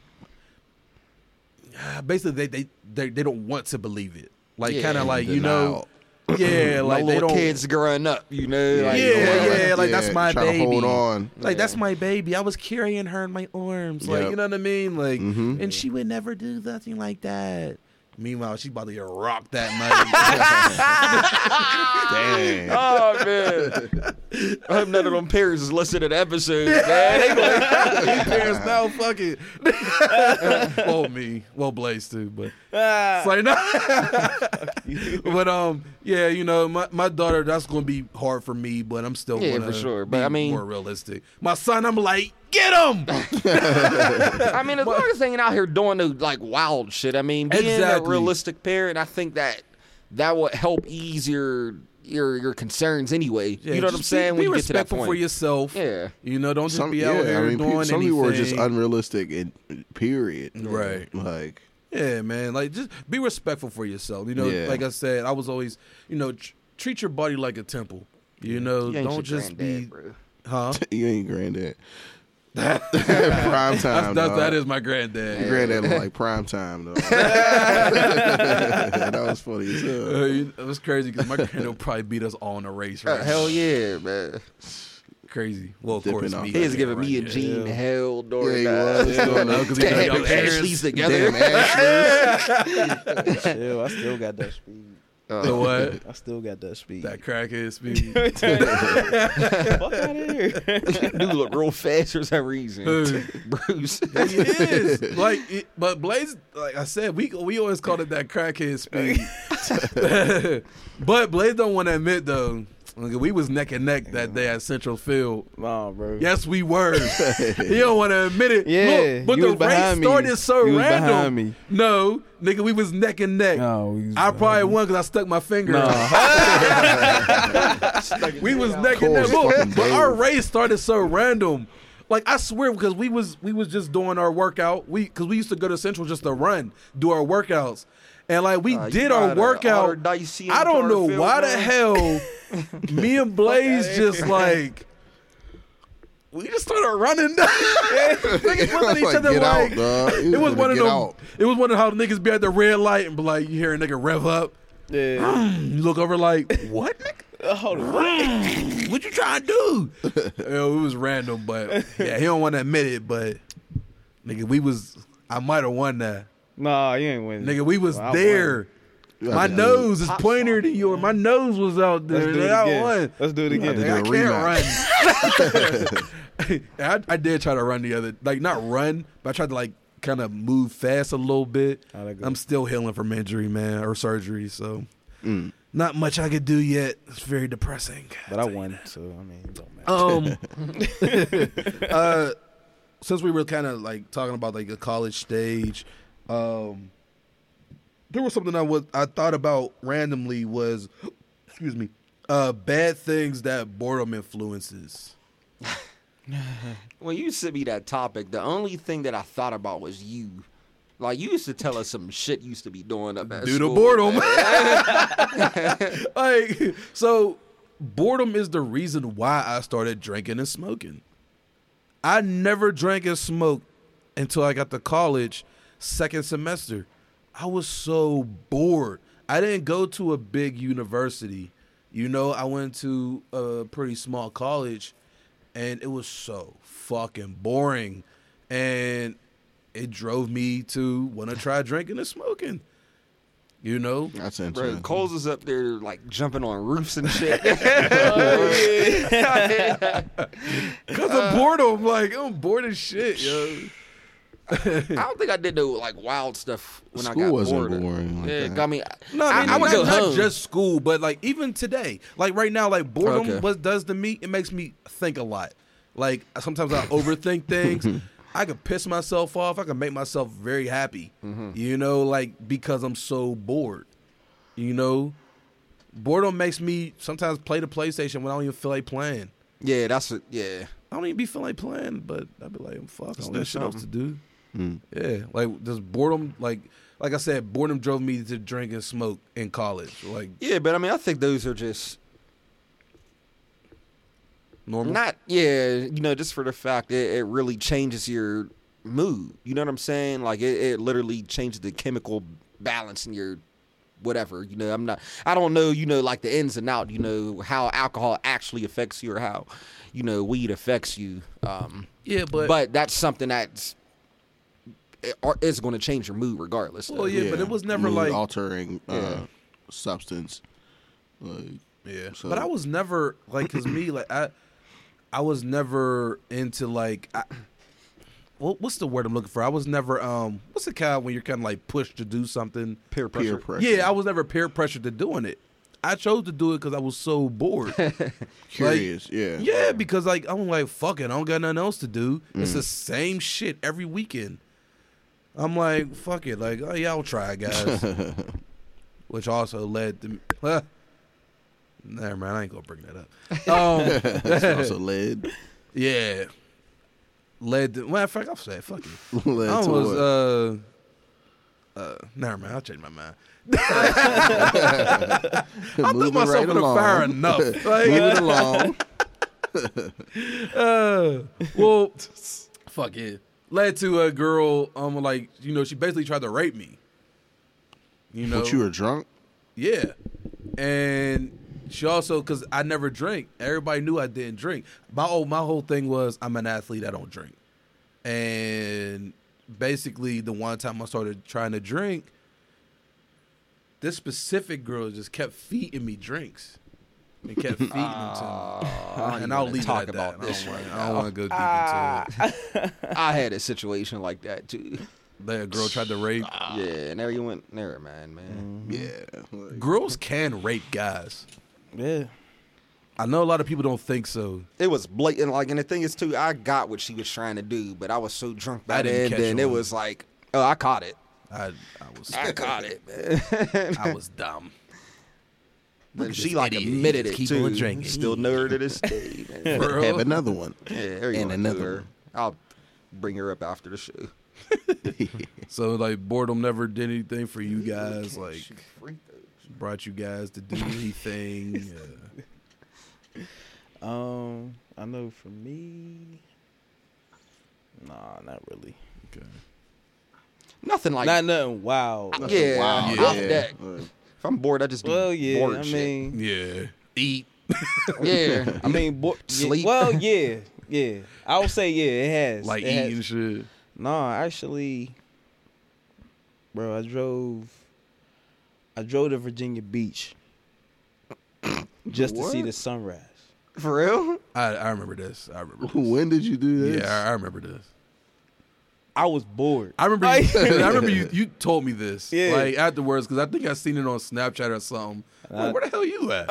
Speaker 3: uh, basically they they they, they don't want to believe it, like
Speaker 2: Yeah,
Speaker 3: kind of like you know,
Speaker 1: denial.
Speaker 3: yeah, like
Speaker 2: My
Speaker 3: they
Speaker 2: little
Speaker 3: don't.
Speaker 2: kids growing up, you know. Like,
Speaker 3: Yeah,
Speaker 2: whatever.
Speaker 3: yeah, like that's my
Speaker 1: trying To hold
Speaker 3: baby.
Speaker 1: on.
Speaker 3: Like that's my baby. I was carrying her in my arms. Like
Speaker 1: Yep.
Speaker 3: you know what I mean? Like
Speaker 1: Mhm.
Speaker 3: and she would never do nothing like that. Meanwhile, she's about to get rocked that night.
Speaker 1: Dang.
Speaker 2: Oh man! I hope none of them parents is listening to episodes, man. They gonna-
Speaker 3: These parents now fucking well me well blaze too but
Speaker 2: Ah.
Speaker 3: it's like no but um yeah you know my, my daughter that's gonna be hard for me but i'm still
Speaker 2: Yeah,
Speaker 3: gonna
Speaker 2: for sure, but
Speaker 3: be
Speaker 2: I mean-
Speaker 3: more realistic my son i'm like get him
Speaker 2: I mean, as long as they ain't out here doing the like wild shit, I mean, being
Speaker 3: Exactly.
Speaker 2: a realistic parent, I think that that would help ease your your, your concerns anyway. you know what I'm saying?
Speaker 3: be,
Speaker 2: when you
Speaker 3: be
Speaker 2: get to that
Speaker 3: respectful
Speaker 2: point,
Speaker 3: for yourself
Speaker 2: Yeah.
Speaker 3: you know don't just
Speaker 1: Some,
Speaker 3: be
Speaker 1: yeah,
Speaker 3: out
Speaker 1: I
Speaker 3: here
Speaker 1: mean,
Speaker 3: doing
Speaker 1: pe- some
Speaker 3: anything
Speaker 1: people are just unrealistic and period.
Speaker 3: Right.
Speaker 1: Like,
Speaker 3: Yeah, man. Like, just be respectful for yourself. You know,
Speaker 1: Yeah.
Speaker 3: like I said, I was always, you know, tr- treat your body like a temple. You know,
Speaker 2: You ain't your
Speaker 3: don't just
Speaker 2: granddad,
Speaker 3: be,
Speaker 2: bro.
Speaker 3: huh?
Speaker 1: you ain't granddad. prime
Speaker 3: That's,
Speaker 1: time.
Speaker 3: that's,
Speaker 1: dog.
Speaker 3: that is my granddad.
Speaker 1: Your granddad looked like prime time though. that was funny as hell.
Speaker 3: Uh, you- it was crazy because my granddad would probably beat us all in a race.
Speaker 2: Uh,
Speaker 3: Right?
Speaker 2: hell yeah, man.
Speaker 3: crazy. Well, of
Speaker 1: Dipping
Speaker 3: course,
Speaker 1: off
Speaker 3: me.
Speaker 1: that
Speaker 2: He was
Speaker 1: Yeah,
Speaker 2: giving me
Speaker 3: right,
Speaker 2: and Gene
Speaker 5: yeah.
Speaker 2: hell during
Speaker 1: he
Speaker 2: that.
Speaker 1: was.
Speaker 2: to
Speaker 1: Yeah, no,
Speaker 3: 'cause he
Speaker 2: have
Speaker 3: got
Speaker 2: them
Speaker 3: Ashley's-
Speaker 2: Ashleys together.
Speaker 1: Damn Ashley.
Speaker 6: Chill, I still got that speed.
Speaker 3: The what?
Speaker 6: I still got that speed.
Speaker 3: That crackhead speed.
Speaker 5: Fuck out of here.
Speaker 2: Dude look real fast for some reason.
Speaker 3: Dude.
Speaker 2: Bruce.
Speaker 3: It is like, it, but Blaze, like I said, we we always called it that crackhead speed. but Blaze don't want to admit though. Nigga, We was neck and neck that day at Central Field.
Speaker 6: Nah, bro.
Speaker 3: Yes, we were. he don't want to admit it.
Speaker 6: Yeah,
Speaker 3: Look, but
Speaker 6: you
Speaker 3: the
Speaker 6: was behind
Speaker 3: race
Speaker 6: me.
Speaker 3: started so
Speaker 6: You was
Speaker 3: random.
Speaker 6: behind me.
Speaker 3: No, nigga, we was neck and neck.
Speaker 6: No, we was
Speaker 3: I
Speaker 6: behind
Speaker 3: probably won because I stuck my finger.
Speaker 6: Nah.
Speaker 3: we was neck
Speaker 1: Cool
Speaker 3: and neck. Look,
Speaker 1: fucking
Speaker 3: but our
Speaker 1: dude.
Speaker 3: race started so random. Like I swear, because we was we was just doing our workout. We because we used to go to Central just to run, do our workouts, and like we
Speaker 2: Uh, you
Speaker 3: did our
Speaker 2: gotta order
Speaker 3: workout.
Speaker 2: dicey and
Speaker 3: I don't know
Speaker 2: Carterfield,
Speaker 3: why the
Speaker 2: man.
Speaker 3: hell me and Blaze just like we just started running. Niggas looking at each
Speaker 1: Like,
Speaker 3: other
Speaker 1: get
Speaker 3: like
Speaker 1: out, dog.
Speaker 3: it was one of
Speaker 1: Get
Speaker 3: them.
Speaker 1: out.
Speaker 3: It was one of how niggas be at the red light and be like, you hear a nigga rev up.
Speaker 6: Yeah.
Speaker 3: You look over like, what,
Speaker 5: Uh,
Speaker 3: nigga? Hold on, what? what you trying to do? Yo, it was random, but yeah, he don't want to admit it. But nigga, we was. I might have won that.
Speaker 6: Nah, you ain't winning.
Speaker 3: Nigga, we was
Speaker 6: Well, I
Speaker 3: there. My
Speaker 1: Yeah.
Speaker 3: nose is pointer to yours. My nose was out
Speaker 6: Let's
Speaker 3: there.
Speaker 6: do it
Speaker 3: I
Speaker 6: again.
Speaker 3: won.
Speaker 6: Let's do it
Speaker 1: Not
Speaker 6: again.
Speaker 1: the-
Speaker 3: Nigga, I
Speaker 1: Do a
Speaker 3: can't run. I, I did try to run the other, like not run, but I tried to like kind of move fast a little bit.
Speaker 6: How'd it go?
Speaker 3: I'm still healing from injury, man, or surgery, so not much I could do yet. It's very depressing.
Speaker 6: But I won, so I mean, it don't matter.
Speaker 3: Um, uh, since we were kind of like talking about like a college stage, um, there was something I was I thought about randomly was, excuse me, uh, bad things that boredom influences.
Speaker 2: When you sent me that topic, the only thing that I thought about was you. Like you used to tell us some shit you used to be doing up at
Speaker 3: Due to
Speaker 2: school,
Speaker 3: boredom.
Speaker 2: man.
Speaker 3: like so boredom is the reason why I started drinking and smoking. I never drank and smoked until I got to college second semester. I was so bored. I didn't go to a big university. You know, I went to a pretty small college and it was so fucking boring. And it drove me to want to try drinking and smoking. You know?
Speaker 1: That's
Speaker 2: Bro,
Speaker 1: interesting.
Speaker 2: Coles is up there like jumping on roofs and shit.
Speaker 3: Cause of boredom, like I'm bored as shit, yo.
Speaker 2: I don't think I did no like wild stuff when I
Speaker 1: School
Speaker 2: got
Speaker 1: wasn't
Speaker 2: bored.
Speaker 1: boring like
Speaker 2: yeah,
Speaker 1: that.
Speaker 2: I mean,
Speaker 3: No, I, mean,
Speaker 2: I, I would
Speaker 3: not,
Speaker 2: go
Speaker 3: not
Speaker 2: home.
Speaker 3: just school, but like even today, like right now, like boredom
Speaker 2: Okay.
Speaker 3: what does to me, it makes me think a lot. Like sometimes I overthink things. I could piss myself off. I could make myself very happy.
Speaker 2: Mm-hmm.
Speaker 3: You know, like because I'm so bored. You know, boredom makes me sometimes play the PlayStation when I don't even feel like playing.
Speaker 2: yeah, that's a, yeah.
Speaker 3: I don't even be feeling like playing, but I'd be like, fuck, I don't
Speaker 2: do
Speaker 3: have shit else to do. Yeah, like does boredom, like like I said, boredom drove me to drink and smoke in college, like
Speaker 2: Yeah, but I mean, I think those are just
Speaker 3: normal.
Speaker 2: not. Yeah, you know, just for the fact it, it really changes your mood. You know what I'm saying? Like it, it literally changes the chemical balance in your whatever. You know, I'm not. I don't know. You know, like the ins and out. You know how alcohol actually affects you, or how you know weed affects you. Um,
Speaker 3: yeah,
Speaker 2: but,
Speaker 3: but,
Speaker 2: that's something that's it, or- it's going to change your mood regardless. though.
Speaker 3: well, yeah, but it was never
Speaker 1: Mood
Speaker 3: like
Speaker 1: altering uh, substance. Like,
Speaker 3: yeah.
Speaker 1: so-
Speaker 3: But I was never like, cause me like I, I was never into like, I, what what's the word I'm looking for? I was never um, what's the kind when you're kind of like pushed to do something
Speaker 2: peer
Speaker 1: peer
Speaker 2: pressure.
Speaker 1: pressure.
Speaker 3: Yeah, I was never peer pressured to doing it. I chose to do it because I was so bored.
Speaker 1: curious. yeah,
Speaker 3: yeah, because like I'm like fuck it, I don't got nothing else to do. It's the same shit every weekend. I'm like fuck it, like oh yeah, I'll try, guys. Which also led to. Never mind, I ain't gonna bring that up. Um,
Speaker 1: That's also lead.
Speaker 3: yeah, led to. Well, fuck, I'll say it, fuck it.
Speaker 1: Lead
Speaker 3: I
Speaker 1: to
Speaker 3: was
Speaker 1: what?
Speaker 3: uh uh never mind, I'll change my mind. I threw
Speaker 1: Moving
Speaker 3: myself
Speaker 1: right
Speaker 3: in the fire
Speaker 1: along.
Speaker 3: enough. Like,
Speaker 1: Moving along.
Speaker 3: uh, well fuck it. Led to a girl, um like, you know, she basically tried to rape me. You know
Speaker 1: But you were drunk.
Speaker 3: Yeah. And She also because I never drink. Everybody knew I didn't drink. My old my whole thing was I'm an athlete. I don't drink. And basically, the one time I started trying to drink, this specific girl just kept feeding me drinks. And kept feeding them to me. And I'll leave
Speaker 2: Ah, talk
Speaker 3: it at
Speaker 2: about
Speaker 3: that.
Speaker 2: this.
Speaker 3: I
Speaker 2: right
Speaker 3: don't,
Speaker 2: now. Ah.
Speaker 3: want to go deep into it.
Speaker 2: I had a situation like that too.
Speaker 3: That girl tried to rape.
Speaker 2: Yeah, and there you went there, man, man.
Speaker 3: Mm-hmm.
Speaker 1: Yeah. Like,
Speaker 3: Girls can rape guys.
Speaker 6: Yeah.
Speaker 3: I know a lot of people don't think so.
Speaker 2: It was blatant, like, and the thing is too, I got what she was trying to do, but I was so drunk
Speaker 3: I
Speaker 2: by
Speaker 3: didn't
Speaker 2: then.
Speaker 3: catch
Speaker 2: Then
Speaker 3: on.
Speaker 2: it was like, oh, I caught it.
Speaker 3: I I was
Speaker 2: I caught it, man.
Speaker 3: I was dumb.
Speaker 2: But she
Speaker 3: this
Speaker 2: like
Speaker 3: idiot. He
Speaker 2: admitted
Speaker 3: just
Speaker 2: it
Speaker 3: keep
Speaker 2: too.
Speaker 3: on drinking.
Speaker 2: Still know her to this day. Man.
Speaker 3: For
Speaker 1: have
Speaker 3: real?
Speaker 1: another one.
Speaker 2: Yeah, there you
Speaker 1: And
Speaker 2: go,
Speaker 1: another
Speaker 2: dude.
Speaker 1: one.
Speaker 2: I'll bring her up after the show.
Speaker 3: So like boredom never did anything for you guys. Like
Speaker 2: Shoot free throws.
Speaker 3: brought you guys to do anything. Yeah.
Speaker 6: Um, I know for me, nah, not really.
Speaker 3: Okay.
Speaker 2: nothing like.
Speaker 5: Not nothing wild.
Speaker 2: I- yeah,
Speaker 1: Wow.
Speaker 3: Yeah.
Speaker 2: I'm that-
Speaker 1: Like,
Speaker 2: If I'm bored, I just do
Speaker 5: Well, yeah.
Speaker 2: bored
Speaker 5: I
Speaker 2: shit.
Speaker 5: mean,
Speaker 3: Yeah. Eat.
Speaker 2: yeah.
Speaker 5: I mean, bo- yeah,
Speaker 2: Sleep.
Speaker 5: well, yeah, yeah. I would say yeah, it has.
Speaker 3: Like
Speaker 5: it has.
Speaker 3: eating shit.
Speaker 5: Nah, actually, bro, I drove. I drove to Virginia Beach just to see
Speaker 2: What?
Speaker 5: the sunrise.
Speaker 2: For real?
Speaker 3: I, I remember this. I remember this.
Speaker 1: When did you do this?
Speaker 3: Yeah, I, I remember this.
Speaker 5: I was bored.
Speaker 3: I remember.
Speaker 5: Like-
Speaker 3: You, I remember you. You told me this.
Speaker 5: Yeah.
Speaker 3: Like afterwards, because I think I seen it on Snapchat or something. Like, where the hell you at?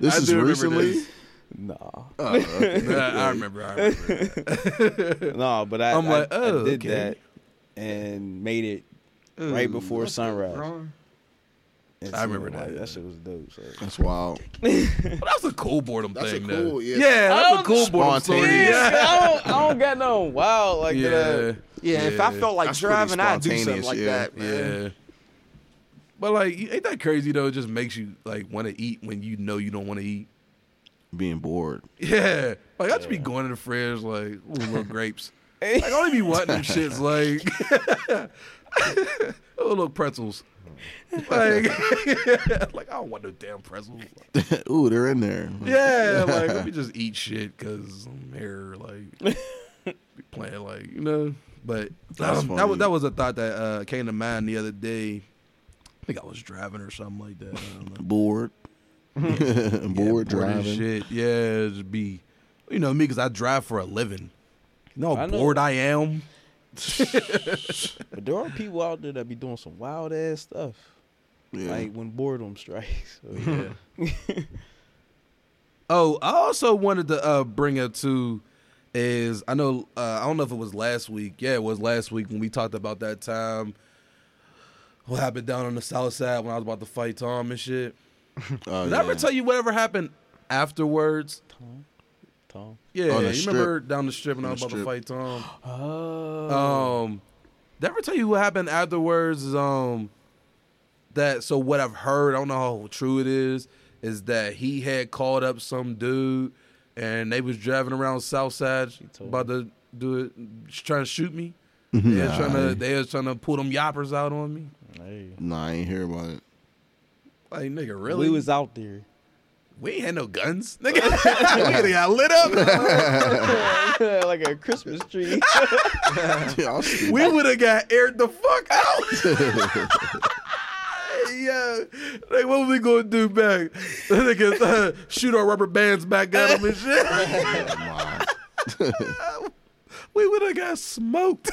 Speaker 1: This
Speaker 3: I
Speaker 1: is
Speaker 3: do remember
Speaker 1: recently.
Speaker 3: this.
Speaker 5: nah,
Speaker 1: Oh, okay.
Speaker 3: Nah, I remember. I remember.
Speaker 5: nah, but I,
Speaker 3: I'm
Speaker 5: I-
Speaker 3: like,
Speaker 5: I
Speaker 3: oh,
Speaker 5: did
Speaker 3: okay.
Speaker 5: that and made it right before sunrise.
Speaker 6: And
Speaker 3: I remember
Speaker 6: seeing, like,
Speaker 3: that.
Speaker 6: That shit was dope. So.
Speaker 1: That's wild.
Speaker 3: But that's a cool boredom
Speaker 1: That's a
Speaker 3: thing. though.
Speaker 1: cool, yeah.
Speaker 3: that's a cool boredom story.
Speaker 1: Spontaneous.
Speaker 3: Yeah.
Speaker 5: I, don't, I don't got no wild like
Speaker 3: Yeah.
Speaker 5: that.
Speaker 2: Yeah, if I
Speaker 3: Yeah.
Speaker 2: felt like
Speaker 1: That's pretty
Speaker 2: driving, I'd do something
Speaker 1: spontaneous,
Speaker 2: like
Speaker 1: yeah.
Speaker 2: that, man.
Speaker 3: Yeah. But like, ain't that crazy though? It just makes you like want to eat when you know you don't want to eat.
Speaker 1: Being bored.
Speaker 3: Yeah. Like I just be going to the fridge like ooh, little grapes. Like I only be wanting them shits like oh little pretzels. Like, like I don't want no damn pretzels.
Speaker 1: Ooh, they're in there.
Speaker 3: Yeah, like let me just eat shit because I'm here, like be playing, like you know. But
Speaker 1: That's
Speaker 3: um, that
Speaker 1: funny.
Speaker 3: was that was a thought that uh, came to mind the other day. I think I was driving or something like that. I don't know.
Speaker 1: Bored. bored,
Speaker 3: Yeah, as
Speaker 1: driving.
Speaker 3: shit. Yeah, just be you know me because I drive for a living. You know how
Speaker 5: I know.
Speaker 3: bored I am.
Speaker 5: But there are people out there that be doing some wild ass stuff.
Speaker 1: Yeah.
Speaker 5: Like when boredom strikes. So,
Speaker 3: Yeah. oh, I also wanted to uh, bring up too is I know uh, I don't know if it was last week. Yeah, it was last week when we talked about that time. What happened down on the south side when I was about to fight Tom and shit?
Speaker 1: Oh,
Speaker 3: Did
Speaker 1: yeah.
Speaker 3: I ever tell you whatever happened afterwards?
Speaker 5: Tom.
Speaker 3: Yeah,
Speaker 1: On
Speaker 3: you
Speaker 1: the
Speaker 3: remember down the strip when
Speaker 1: On
Speaker 3: I was
Speaker 1: the
Speaker 3: about to fight Tom?
Speaker 5: Oh.
Speaker 3: Um, did I ever tell you what happened afterwards? Is um, that so what I've heard, I don't know how true it is, is that he had called up some dude and they was driving around Southside
Speaker 5: told
Speaker 3: about to do it, sh- trying to shoot me. They was trying to, they was trying to pull them yoppers out on me.
Speaker 5: Hey.
Speaker 1: Nah, I ain't hear about it.
Speaker 3: Like nigga, really?
Speaker 5: We was out there.
Speaker 3: we ain't had no guns, nigga. nigga, they got lit up.
Speaker 5: like a Christmas tree.
Speaker 1: Yeah, I'll see.
Speaker 3: we would have got aired the fuck out. yeah, like what we gonna do back? They can uh, shoot our rubber bands back at them and shit.
Speaker 1: Wow.
Speaker 3: we would have got smoked.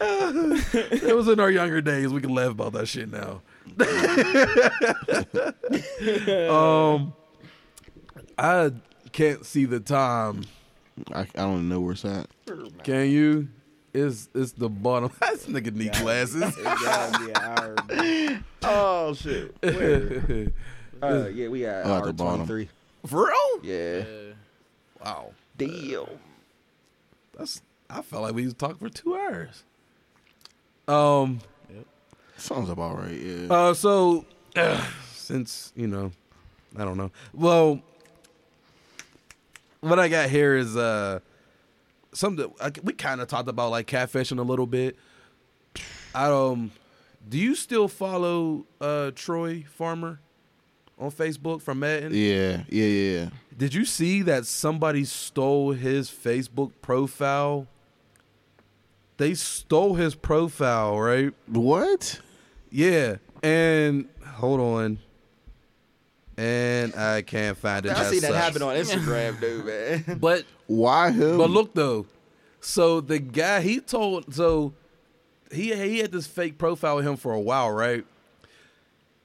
Speaker 3: it was in our younger days. We can laugh about that shit now. um, I can't see the time.
Speaker 1: I, I don't know where it's at.
Speaker 3: Can you? It's it's the bottom. this nigga need glasses.
Speaker 2: Oh shit. Uh, yeah, we got
Speaker 1: Oh, at the
Speaker 2: our
Speaker 1: bottom.
Speaker 2: twenty three.
Speaker 3: For real?
Speaker 2: Yeah.
Speaker 3: Wow.
Speaker 2: Deal.
Speaker 3: That's I felt like we was talking for two hours. Um
Speaker 1: Sounds about right. Yeah.
Speaker 3: uh so uh, since you know I don't know. Well what I got here is uh something I, we kind of talked about like catfishing a little bit. I um Do you still follow uh, Troy Farmer on Facebook from Madden?
Speaker 1: Yeah, yeah, yeah.
Speaker 3: Did you see that somebody stole his Facebook profile? They stole his profile, right?
Speaker 1: What?
Speaker 3: Yeah. And hold on. And I can't find it.
Speaker 2: I see that
Speaker 3: sucks.
Speaker 2: happen on Instagram, dude, man.
Speaker 3: But
Speaker 1: Why him?
Speaker 3: But look though, so the guy he told so he he had this fake profile with him for a while, right?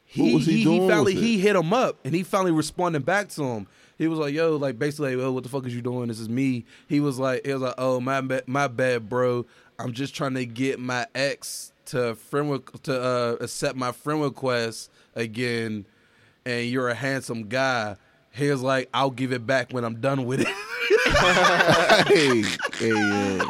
Speaker 3: He
Speaker 1: was he doing
Speaker 3: finally
Speaker 1: with it?
Speaker 3: he hit him up and he finally responded back to him. He was like, "Yo, like basically, oh, what the fuck is you doing? This is me." He was like, "He was like, oh my ba- my bad, bro. I'm just trying to get my ex to friend re- to uh, accept my friend request again, and you're a handsome guy." He was like, "I'll give it back when I'm done with it."
Speaker 1: hey, hey, yeah.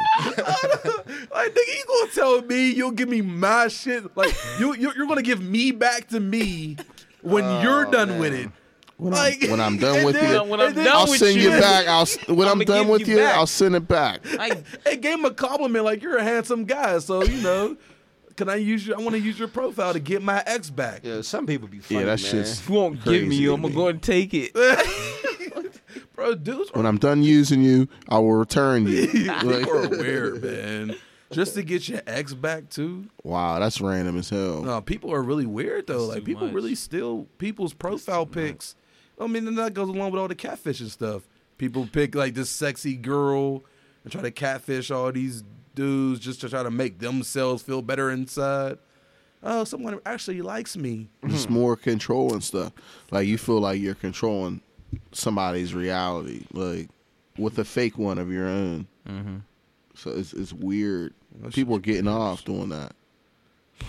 Speaker 3: Like nigga, you gonna tell me you'll give me my shit? Like you, you're, you're gonna give me back to me when you're done with it?
Speaker 1: When,
Speaker 3: Like
Speaker 1: I'm, when I'm done
Speaker 3: and
Speaker 1: with
Speaker 3: then-
Speaker 1: you,
Speaker 5: Oh, When I'm
Speaker 3: and then-
Speaker 5: done
Speaker 1: I'll
Speaker 5: with
Speaker 1: send you
Speaker 5: you.
Speaker 1: back. I'll s- when I'm,
Speaker 5: I'ma
Speaker 1: done
Speaker 5: give
Speaker 1: with
Speaker 5: you
Speaker 1: you,
Speaker 5: back.
Speaker 1: I'll send it back.
Speaker 5: Like,
Speaker 3: It gave him a compliment, like you're a handsome guy, so you know. Can I use your? I want to use your profile to get my ex back.
Speaker 2: Yo, some people be funny,
Speaker 1: Yeah, that
Speaker 2: man.
Speaker 1: shit's
Speaker 5: if you won't give me
Speaker 1: Crazy
Speaker 5: you,
Speaker 1: to
Speaker 5: I'm
Speaker 1: me.
Speaker 5: gonna go and take it.
Speaker 3: Bro, dudes
Speaker 1: When I'm done using you, I will return you.
Speaker 3: are,
Speaker 1: Like,
Speaker 3: are weird, man. Just to get your ex back too.
Speaker 1: wow, that's random as hell.
Speaker 3: No, people are really weird though. like
Speaker 5: too
Speaker 3: people
Speaker 5: much.
Speaker 3: really steal people's profile pics. I mean, and that goes along with all the catfish and stuff. People pick like this sexy girl and try to catfish all these dudes just to try to make themselves feel better inside. Oh, someone actually likes me.
Speaker 1: It's
Speaker 2: Hmm.
Speaker 1: more control and stuff. Like you feel like you're controlling somebody's reality, like with a fake one of your own. Mm-hmm. So it's it's weird. People are getting off doing that
Speaker 2: Oh,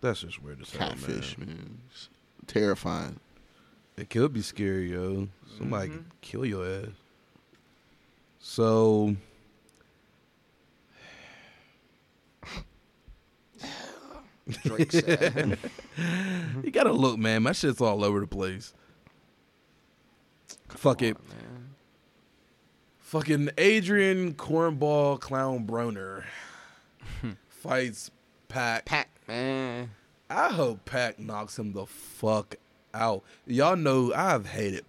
Speaker 3: That's just weird as hell,
Speaker 1: catfish,
Speaker 3: man.
Speaker 1: man. It's terrifying.
Speaker 3: It could be scary, yo. Somebody could kill your ass. So
Speaker 2: Drake said.
Speaker 3: you gotta look, man. My shit's all over the place. Fuck it. Fucking Adrian Cornball Clown Broner fights Pac.
Speaker 2: Pac man.
Speaker 3: I hope Pac knocks him the fuck out. Y'all know I've hated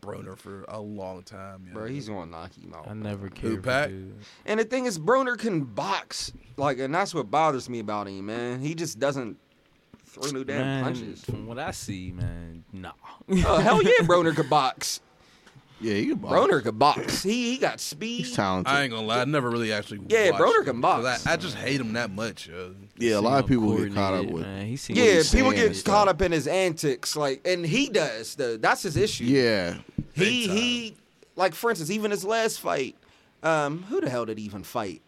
Speaker 3: Broner for a long time, yo.
Speaker 2: Bro, he's gonna knock him out.
Speaker 6: I never cared.
Speaker 3: Pac?
Speaker 6: For dudes.
Speaker 2: And the thing is, Broner can box. Like, and that's what bothers me about him, man. He just doesn't throw no damn
Speaker 6: Man,
Speaker 2: punches.
Speaker 6: from what I see, man, nah.
Speaker 2: Oh, hell yeah, Broner could box.
Speaker 1: Yeah, you can box.
Speaker 2: Broner could box. He he got speed.
Speaker 1: He's talented.
Speaker 3: I ain't gonna lie, I never really actually.
Speaker 2: Yeah,
Speaker 3: watched
Speaker 2: Broner
Speaker 3: him,
Speaker 2: can box.
Speaker 3: 'cause I, I just hate him that much. Yo.
Speaker 1: yeah, a lot of
Speaker 6: Seem
Speaker 1: people get caught up
Speaker 6: uncoordinated,
Speaker 1: with.
Speaker 6: Man. He seem-
Speaker 2: Yeah,
Speaker 1: he's
Speaker 2: people
Speaker 1: saying
Speaker 2: get
Speaker 1: is
Speaker 2: caught
Speaker 1: that-
Speaker 2: up in his antics, like, and he does though. That's his issue.
Speaker 1: Yeah,
Speaker 2: he
Speaker 3: Big time.
Speaker 2: he, like for instance, even his last fight, um, who the hell did he even fight?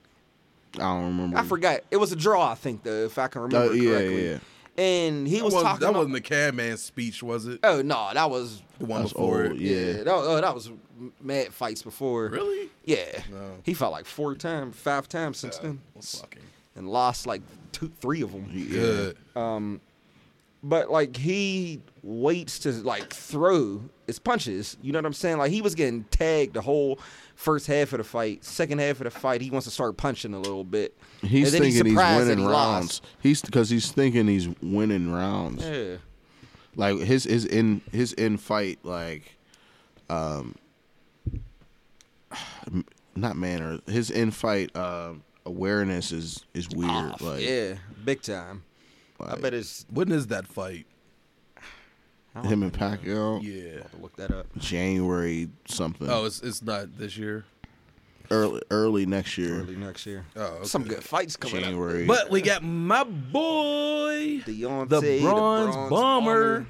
Speaker 1: I don't remember.
Speaker 3: Mm-hmm.
Speaker 2: I forgot. It was a draw, I think, though, if I
Speaker 3: Uh,
Speaker 2: can
Speaker 1: Oh,
Speaker 2: remember
Speaker 1: yeah,
Speaker 2: correctly.
Speaker 1: yeah.
Speaker 2: And he
Speaker 3: That,
Speaker 2: was
Speaker 3: wasn't,
Speaker 2: talking.
Speaker 3: that
Speaker 2: about-
Speaker 3: wasn't the Cadman speech, was it?
Speaker 2: oh no, that was
Speaker 3: The one
Speaker 1: That's
Speaker 3: before.
Speaker 1: old,
Speaker 3: it?
Speaker 1: yeah.
Speaker 2: yeah. that, oh, that was mad fights before.
Speaker 3: Really?
Speaker 2: Yeah.
Speaker 3: No.
Speaker 2: He fought like four times, five times since then,
Speaker 3: Well, fucking
Speaker 2: and lost like two, three of them.
Speaker 3: good.
Speaker 2: but like he waits to like throw his punches. You know what I'm saying? Like he was getting tagged the whole first half of the fight. Second half of the fight, he wants to start punching a little bit.
Speaker 1: He's
Speaker 2: And then
Speaker 1: thinking he's
Speaker 2: surprised that
Speaker 1: winning
Speaker 2: he
Speaker 1: rounds.
Speaker 2: lost.
Speaker 1: He's because he's thinking he's winning rounds.
Speaker 2: Yeah.
Speaker 1: like his his in his in fight like um not manner his in fight um awareness is is weird
Speaker 3: Ah,
Speaker 2: Off.
Speaker 1: like
Speaker 2: yeah, big time. I
Speaker 1: like,
Speaker 2: bet it's.
Speaker 3: When is that fight?
Speaker 1: him and Pacquiao
Speaker 3: Yeah.
Speaker 2: Look that up.
Speaker 1: January something
Speaker 3: Oh, it's it's not this year.
Speaker 1: early early next year
Speaker 2: Early next year.
Speaker 3: Oh, okay.
Speaker 2: Some good fights coming up.
Speaker 1: January
Speaker 3: But we got my boy, the,
Speaker 2: Deontay,
Speaker 3: bronze, bomber,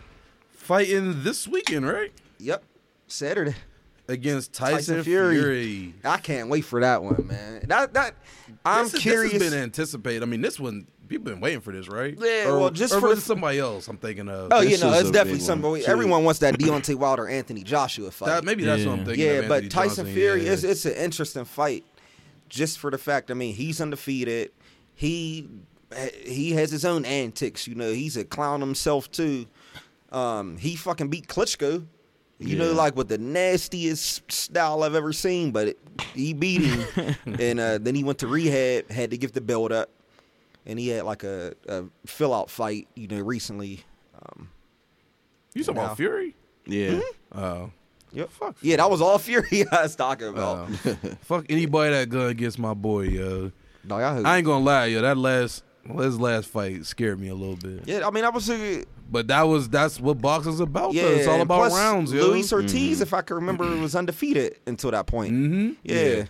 Speaker 3: fighting this weekend, right?
Speaker 2: Yep. Saturday.
Speaker 3: Against Tyson,
Speaker 2: Tyson Fury.
Speaker 3: Fury.
Speaker 2: I can't wait for that one, man. That that I'm
Speaker 3: This is-
Speaker 2: curious.
Speaker 3: This has been anticipated. I mean, this one people been waiting for this, right?
Speaker 2: Yeah,
Speaker 3: Or,
Speaker 2: well, just
Speaker 3: or
Speaker 2: for
Speaker 3: was
Speaker 2: the-
Speaker 3: it somebody else. I'm thinking of.
Speaker 2: oh, you
Speaker 1: This
Speaker 2: know,
Speaker 1: is
Speaker 2: it's
Speaker 1: a
Speaker 2: definitely
Speaker 1: big
Speaker 2: something.
Speaker 1: one,
Speaker 2: we-
Speaker 1: too.
Speaker 2: Everyone wants that Deontay Wilder Anthony Joshua fight.
Speaker 3: That- maybe that's what I'm
Speaker 6: Yeah.
Speaker 3: thinking.
Speaker 2: Yeah,
Speaker 3: of
Speaker 2: but
Speaker 3: Anthony
Speaker 2: Tyson
Speaker 3: Johnson,
Speaker 2: Fury
Speaker 3: yeah.
Speaker 2: is it's an interesting fight, just for the fact. I mean, he's undefeated. He he has his own antics. You know, he's a clown himself too. Um, he fucking beat Klitschko. You know,
Speaker 1: Yeah.
Speaker 2: like with the nastiest style I've ever seen, but it, he beat him, and uh, then he went to rehab, had to give the build up, and he had like a, a fill out fight, you know, recently. Um,
Speaker 3: You talking
Speaker 2: No.
Speaker 3: about Fury?
Speaker 1: Yeah.
Speaker 3: Oh.
Speaker 2: Yep.
Speaker 3: Fuck.
Speaker 2: yeah, that was all Fury I was talking about.
Speaker 3: Oh. fuck anybody that gun against my boy, yo.
Speaker 2: Dog, I hope-
Speaker 3: I ain't gonna lie, yo. That last well, his last fight scared me a little bit.
Speaker 2: yeah, I mean, I was uh,
Speaker 3: But that was that's what boxing's about.
Speaker 2: yeah.
Speaker 3: though. It's all
Speaker 2: and
Speaker 3: about
Speaker 2: plus,
Speaker 3: rounds, yo.
Speaker 2: Luis Ortiz, if I can remember, was undefeated until that point.
Speaker 3: mm-hmm.
Speaker 2: Yeah.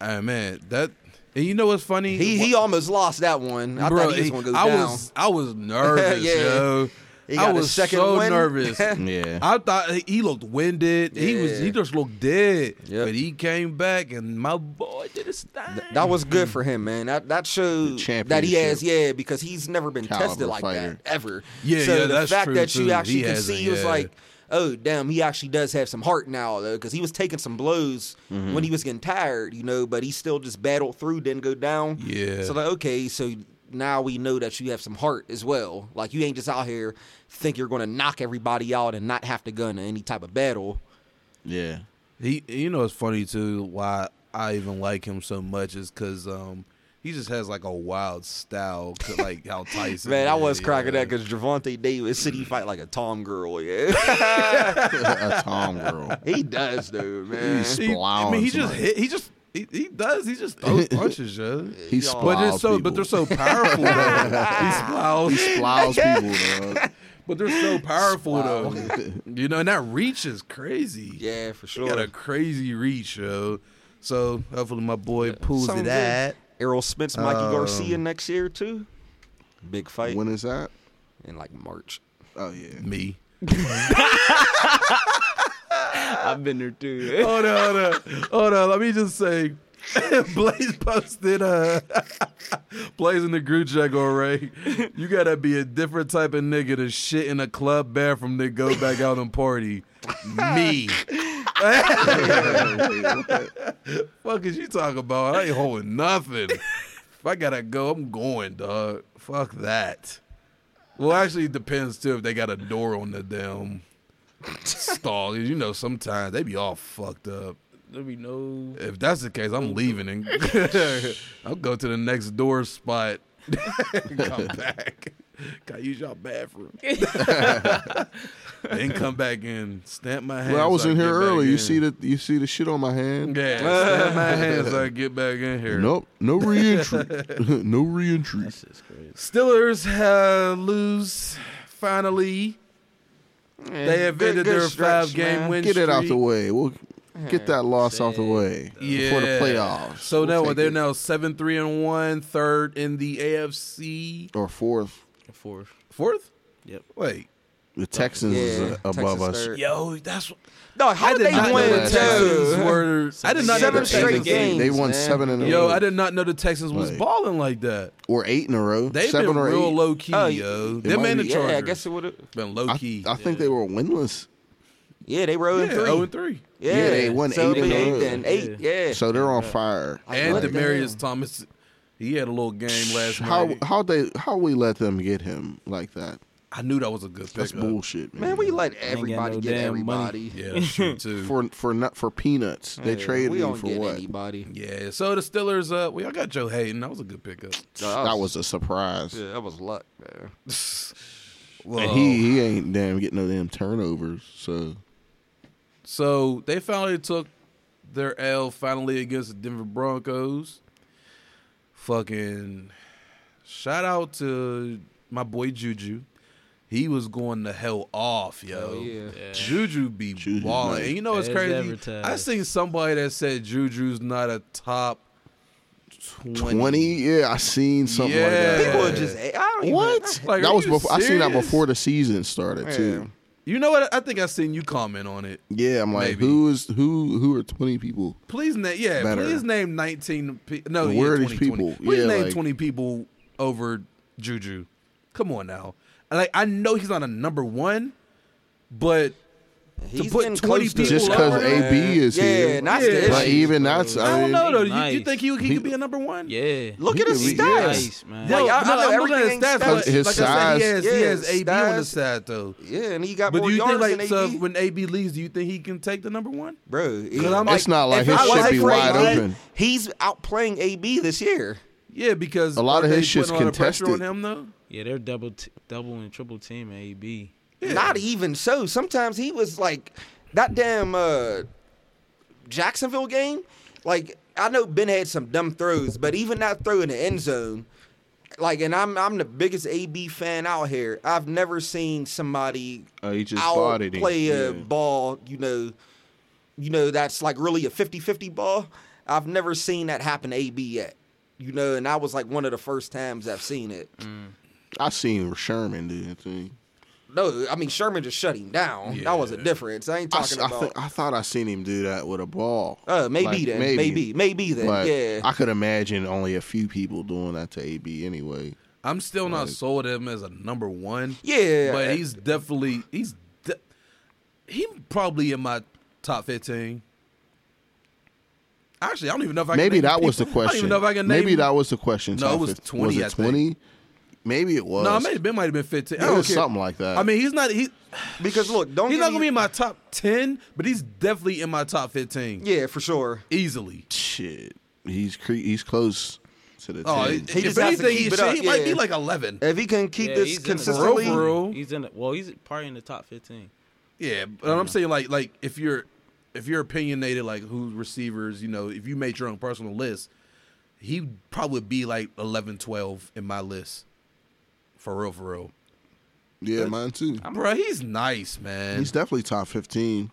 Speaker 3: Ah, man, that and you know what's funny?
Speaker 2: he he almost lost that one. I
Speaker 3: Bro,
Speaker 2: thought he was
Speaker 3: he-
Speaker 2: gonna go
Speaker 3: I
Speaker 2: down.
Speaker 3: was I was nervous,
Speaker 2: Yeah.
Speaker 3: yo.
Speaker 2: He
Speaker 3: I
Speaker 2: got his
Speaker 3: was
Speaker 2: second
Speaker 3: so
Speaker 2: win.
Speaker 3: nervous.
Speaker 1: Yeah.
Speaker 3: I thought he- he looked winded. He was
Speaker 2: Yeah.
Speaker 3: he just looked dead.
Speaker 2: Yep.
Speaker 3: But he came back and my boy did his thing.
Speaker 2: Th- that was good for him, man. That that showed
Speaker 1: Mm-hmm. The
Speaker 2: that he has,
Speaker 1: championship
Speaker 2: yeah, because he's never been
Speaker 1: caliber
Speaker 2: tested like
Speaker 1: fighter.
Speaker 2: that ever.
Speaker 3: Yeah,
Speaker 2: so
Speaker 3: yeah,
Speaker 2: the
Speaker 3: that's
Speaker 2: fact
Speaker 3: true,
Speaker 2: that you
Speaker 3: too.
Speaker 2: actually
Speaker 3: He
Speaker 2: can
Speaker 3: hasn't,
Speaker 2: see he was
Speaker 3: yeah.
Speaker 2: like, oh damn, he actually does have some heart now though, because he was taking some blows
Speaker 1: Mm-hmm.
Speaker 2: when he was getting tired, you know, but he still just battled through, didn't go down.
Speaker 3: Yeah.
Speaker 2: So like, okay, so now we know that you have some heart as well. Like you ain't just out here think you're gonna knock everybody out and not have to go into any type of battle.
Speaker 1: Yeah.
Speaker 3: He, you know, it's funny too. Why I even like him so much is because um, he just has like a wild style, 'cause, like how Tyson.
Speaker 2: Man, I was
Speaker 3: did,
Speaker 2: cracking
Speaker 3: yeah.
Speaker 2: up because Javante Davis said he fight like a tom girl, yeah.
Speaker 1: a Tom girl.
Speaker 2: He does, dude, man.
Speaker 1: He's-
Speaker 3: He, I mean, he just
Speaker 1: Blowing
Speaker 3: hit. He just he, he does. He just throws punches, yo.
Speaker 1: He
Speaker 3: But
Speaker 1: splows
Speaker 3: it's so,
Speaker 1: people.
Speaker 3: but they're so powerful. though. he splows,
Speaker 1: Splows people, dog.
Speaker 3: but they're so powerful though. You know, and that reach is crazy.
Speaker 2: Yeah, for
Speaker 3: he
Speaker 2: sure.
Speaker 3: got a crazy reach, yo. So hopefully my boy pulls
Speaker 2: Sounds
Speaker 3: it out.
Speaker 2: Errol Spence, Mikey Garcia next year too. Big fight
Speaker 1: Um, When is that?
Speaker 2: in like March.
Speaker 1: Oh yeah.
Speaker 3: Me.
Speaker 6: I've been there too.
Speaker 3: hold on, hold on, hold on. Let me just say, Blaze posted uh, Blaze in the group chat. Go Ray, you gotta be a different type of nigga to shit in a club bathroom then go back out and party. Me, fuck is you talking about? I ain't holding nothing. If I gotta go, I'm going, dog. Fuck that. Well, actually, it depends too if they got a door on the damn stall. 'Cause You know, sometimes they be all fucked up.
Speaker 6: There be no.
Speaker 3: If that's the case, I'm leaving and I'll go to the next door spot. come back. Gotta use your bathroom. then come back in. Stamp my hands.
Speaker 1: Well, I was
Speaker 3: so
Speaker 1: in
Speaker 3: get
Speaker 1: here
Speaker 3: back
Speaker 1: earlier. You
Speaker 3: in.
Speaker 1: see the you see the shit on my hand.
Speaker 3: Yeah, stamp my hands so I get back in here.
Speaker 1: Nope, no reentry. no reentry.
Speaker 6: That's crazy.
Speaker 3: Steelers uh, lose finally. They have
Speaker 2: good-
Speaker 3: ended
Speaker 2: good
Speaker 3: their
Speaker 2: stretch,
Speaker 3: five game
Speaker 2: man.
Speaker 3: win
Speaker 1: Get it out the
Speaker 3: streak.
Speaker 1: way. We'll get that loss out the way before the
Speaker 3: Yeah.
Speaker 1: playoffs.
Speaker 3: So
Speaker 1: We'll
Speaker 3: now
Speaker 1: take
Speaker 3: they're
Speaker 1: it.
Speaker 3: now seven three and one, third in the AFC,
Speaker 1: or fourth.
Speaker 6: Fourth.
Speaker 3: fourth.
Speaker 6: Yep.
Speaker 3: Wait,
Speaker 1: The Texans is
Speaker 2: Yeah,
Speaker 1: uh, above
Speaker 2: Texas
Speaker 1: us.
Speaker 2: third.
Speaker 3: yo, that's
Speaker 2: No, how did
Speaker 1: not
Speaker 2: they
Speaker 1: know
Speaker 2: win
Speaker 1: that.
Speaker 2: too?
Speaker 3: Texans were- I did not know
Speaker 2: Seven
Speaker 3: the
Speaker 2: straight
Speaker 3: Texans-
Speaker 2: games.
Speaker 1: They won
Speaker 2: man.
Speaker 1: seven in a
Speaker 3: Yo,
Speaker 1: row.
Speaker 3: I did not know the Texans was
Speaker 1: Right.
Speaker 3: balling like that.
Speaker 1: or eight in a row.
Speaker 3: They've
Speaker 1: seven
Speaker 3: been
Speaker 1: or
Speaker 3: real
Speaker 1: eight.
Speaker 3: low key,
Speaker 2: Oh,
Speaker 3: yo.
Speaker 2: it
Speaker 3: Them
Speaker 1: might
Speaker 3: and the
Speaker 1: be-
Speaker 2: Yeah,
Speaker 3: Chargers
Speaker 2: I guess it would have.
Speaker 3: been low
Speaker 1: I,
Speaker 3: key.
Speaker 1: I think they were winless.
Speaker 2: Yeah, they were
Speaker 3: yeah,
Speaker 2: 0
Speaker 3: zero
Speaker 2: and
Speaker 3: and three.
Speaker 2: three.
Speaker 1: oh Yeah, they won
Speaker 2: so
Speaker 1: eight oh. in
Speaker 2: they
Speaker 1: a row.
Speaker 2: then eight. Yeah.
Speaker 1: So they're on fire.
Speaker 2: I
Speaker 3: And
Speaker 2: like that.
Speaker 3: Demarius Thomas, he had a little game last
Speaker 1: How
Speaker 3: night.
Speaker 1: how they how we let them get him like that?
Speaker 3: I knew that was a good
Speaker 1: That's
Speaker 3: pickup.
Speaker 1: bullshit, man.
Speaker 2: man, we let
Speaker 6: got
Speaker 2: everybody
Speaker 6: no
Speaker 2: get
Speaker 6: damn money.
Speaker 2: everybody.
Speaker 3: Yeah, that's true too.
Speaker 1: for for not for peanuts. They
Speaker 2: Yeah,
Speaker 1: traded
Speaker 2: we
Speaker 1: him
Speaker 2: don't
Speaker 1: for
Speaker 2: get
Speaker 1: what?
Speaker 2: anybody.
Speaker 3: yeah, so the Steelers, uh, we all got Joe Hayden. That was a good pickup.
Speaker 1: That was a surprise.
Speaker 2: yeah, that was luck, man.
Speaker 1: And
Speaker 3: Well,
Speaker 1: he he ain't damn getting no damn turnovers. So
Speaker 3: So they finally took their L finally against the Denver Broncos. Fucking shout out to my boy Juju. He was going to hell off, yo.
Speaker 2: Hell yeah.
Speaker 6: Yeah.
Speaker 3: Juju be
Speaker 1: Juju's
Speaker 3: balling.
Speaker 1: nice.
Speaker 3: And you know what's
Speaker 6: As
Speaker 3: crazy?
Speaker 6: advertised.
Speaker 3: I seen somebody that said Juju's not a top twenty.
Speaker 1: twenty, yeah, I seen something
Speaker 3: Yeah.
Speaker 2: People
Speaker 1: like
Speaker 2: are
Speaker 1: that.
Speaker 2: just. I don't even-
Speaker 1: What?
Speaker 3: Like,
Speaker 1: that
Speaker 3: are
Speaker 1: was
Speaker 3: you
Speaker 1: before. I seen that
Speaker 3: serious?
Speaker 1: before the season started too.
Speaker 3: You know what? I think I seen you comment on it.
Speaker 1: Yeah, I'm like,
Speaker 3: Maybe.
Speaker 1: who is who? Who are twenty people?
Speaker 3: Please name yeah.
Speaker 1: Better.
Speaker 3: Please name nineteen. Pe- no,
Speaker 1: Well,
Speaker 3: yeah,
Speaker 1: where are
Speaker 3: 20,
Speaker 1: these
Speaker 3: 20.
Speaker 1: people?
Speaker 3: Please
Speaker 1: Yeah,
Speaker 3: name
Speaker 1: like-
Speaker 3: twenty people over Juju. Come on now. Like I know he's not a number one, but
Speaker 2: He's
Speaker 3: put
Speaker 2: getting
Speaker 3: 20
Speaker 2: close
Speaker 3: people
Speaker 1: Just
Speaker 3: up
Speaker 1: because
Speaker 3: there.
Speaker 1: AB is
Speaker 2: yeah,
Speaker 1: here,
Speaker 2: and that's the
Speaker 3: Yeah.
Speaker 2: issue.
Speaker 1: but even that's.
Speaker 3: I,
Speaker 1: I,
Speaker 3: don't
Speaker 1: mean,
Speaker 3: know though. You- You,
Speaker 6: nice.
Speaker 3: think he, he
Speaker 1: He-
Speaker 3: could be a number one?
Speaker 6: Yeah.
Speaker 2: Look
Speaker 1: He
Speaker 2: at his
Speaker 1: could be-
Speaker 2: stats.
Speaker 6: Nice man.
Speaker 3: Yo,
Speaker 2: Like, I- I
Speaker 3: no,
Speaker 2: know
Speaker 3: I'm
Speaker 2: everything
Speaker 3: looking
Speaker 2: ain't
Speaker 3: at stats,
Speaker 2: stats.
Speaker 3: but
Speaker 1: His
Speaker 3: like I said, he
Speaker 1: size-
Speaker 3: has, he
Speaker 2: Yeah,
Speaker 3: has AB on the
Speaker 2: stats.
Speaker 3: side though.
Speaker 2: Yeah, and he got
Speaker 3: But
Speaker 2: more
Speaker 3: do you think
Speaker 2: yards
Speaker 3: like
Speaker 2: than
Speaker 3: so
Speaker 2: AB.
Speaker 3: when AB leaves, do you think he can take the number one?
Speaker 2: Bro,
Speaker 1: I'm It's like- not like
Speaker 2: if
Speaker 1: his
Speaker 2: I
Speaker 1: shit
Speaker 2: wasn't
Speaker 1: be
Speaker 2: for
Speaker 1: wide
Speaker 2: AB,
Speaker 1: open.
Speaker 2: He's outplaying AB this year.
Speaker 3: Yeah, because
Speaker 1: A lot
Speaker 3: aren't
Speaker 1: of
Speaker 3: they
Speaker 1: his shit's
Speaker 3: putting a lot of pressure
Speaker 1: contested.
Speaker 3: on him though.
Speaker 5: Yeah, they're double, t- double and triple team AB.
Speaker 2: Not even so. Sometimes he was like that damn uh, Jacksonville game. Like I know Ben had some dumb throws, but even that throw in the end zone, like, and I'm I'm the biggest AB fan out here. I've never seen somebody
Speaker 1: Oh, he just
Speaker 2: out
Speaker 1: bodied him.
Speaker 2: play a
Speaker 1: Yeah.
Speaker 2: ball. You know, you know that's like really a 50-50 ball. I've never seen that happen to AB yet. You know, and that was like one of the first times I've seen it.
Speaker 1: I seen Sherman do that thing.
Speaker 2: No, I mean Sherman just shut him down. That was a difference. I ain't
Speaker 1: I,
Speaker 2: talking
Speaker 1: I,
Speaker 2: about.
Speaker 1: think, I thought I seen him do that with a ball.
Speaker 2: Uh, maybe
Speaker 1: Like,
Speaker 2: then, maybe, maybe, then,
Speaker 1: But
Speaker 2: yeah.
Speaker 1: I could imagine only a few people doing that to AB anyway.
Speaker 3: I'm still not sold him as a number one.
Speaker 2: Yeah.
Speaker 3: but he's definitely he's de- he probably in my top fifteen. Actually, I don't even know if I
Speaker 1: Maybe
Speaker 3: can name
Speaker 1: that was the
Speaker 3: people.
Speaker 1: question.
Speaker 3: I don't even know if I can name.
Speaker 1: maybe that was the question.
Speaker 3: No,
Speaker 1: top
Speaker 3: it was
Speaker 1: 50.
Speaker 3: 20, I
Speaker 1: Was it
Speaker 3: think.
Speaker 1: twenty? Maybe it was.
Speaker 3: no. I may have been might have been fifteen. I
Speaker 1: it
Speaker 3: don't
Speaker 1: was
Speaker 3: care.
Speaker 1: something like that.
Speaker 3: I mean, he's not he.
Speaker 2: because look, don't
Speaker 3: He's
Speaker 2: get
Speaker 3: not
Speaker 2: me-
Speaker 3: gonna be in my top ten, but he's definitely in my top fifteen
Speaker 2: Yeah, for sure.
Speaker 3: easily.
Speaker 1: shit, he's cre- he's close to the.
Speaker 3: Oh,
Speaker 1: 10.
Speaker 3: if
Speaker 2: He just has to
Speaker 3: anything,
Speaker 2: keep
Speaker 3: he,
Speaker 2: it
Speaker 3: should-
Speaker 2: up,
Speaker 3: he might be
Speaker 2: yeah.
Speaker 3: like eleven.
Speaker 2: If he can keep
Speaker 5: Yeah, he's
Speaker 2: this
Speaker 5: in the-
Speaker 2: consistently,
Speaker 3: For real.
Speaker 5: He's in. The, well, he's probably in the top fifteen.
Speaker 3: Yeah, but I'm saying like like if you're if you're opinionated like who receivers, you know, if you made your own personal list, he'd probably be like 11, 12 in my list. For real, for real.
Speaker 1: yeah, mine too.
Speaker 3: Bro, he's nice, man.
Speaker 1: He's definitely top fifteen.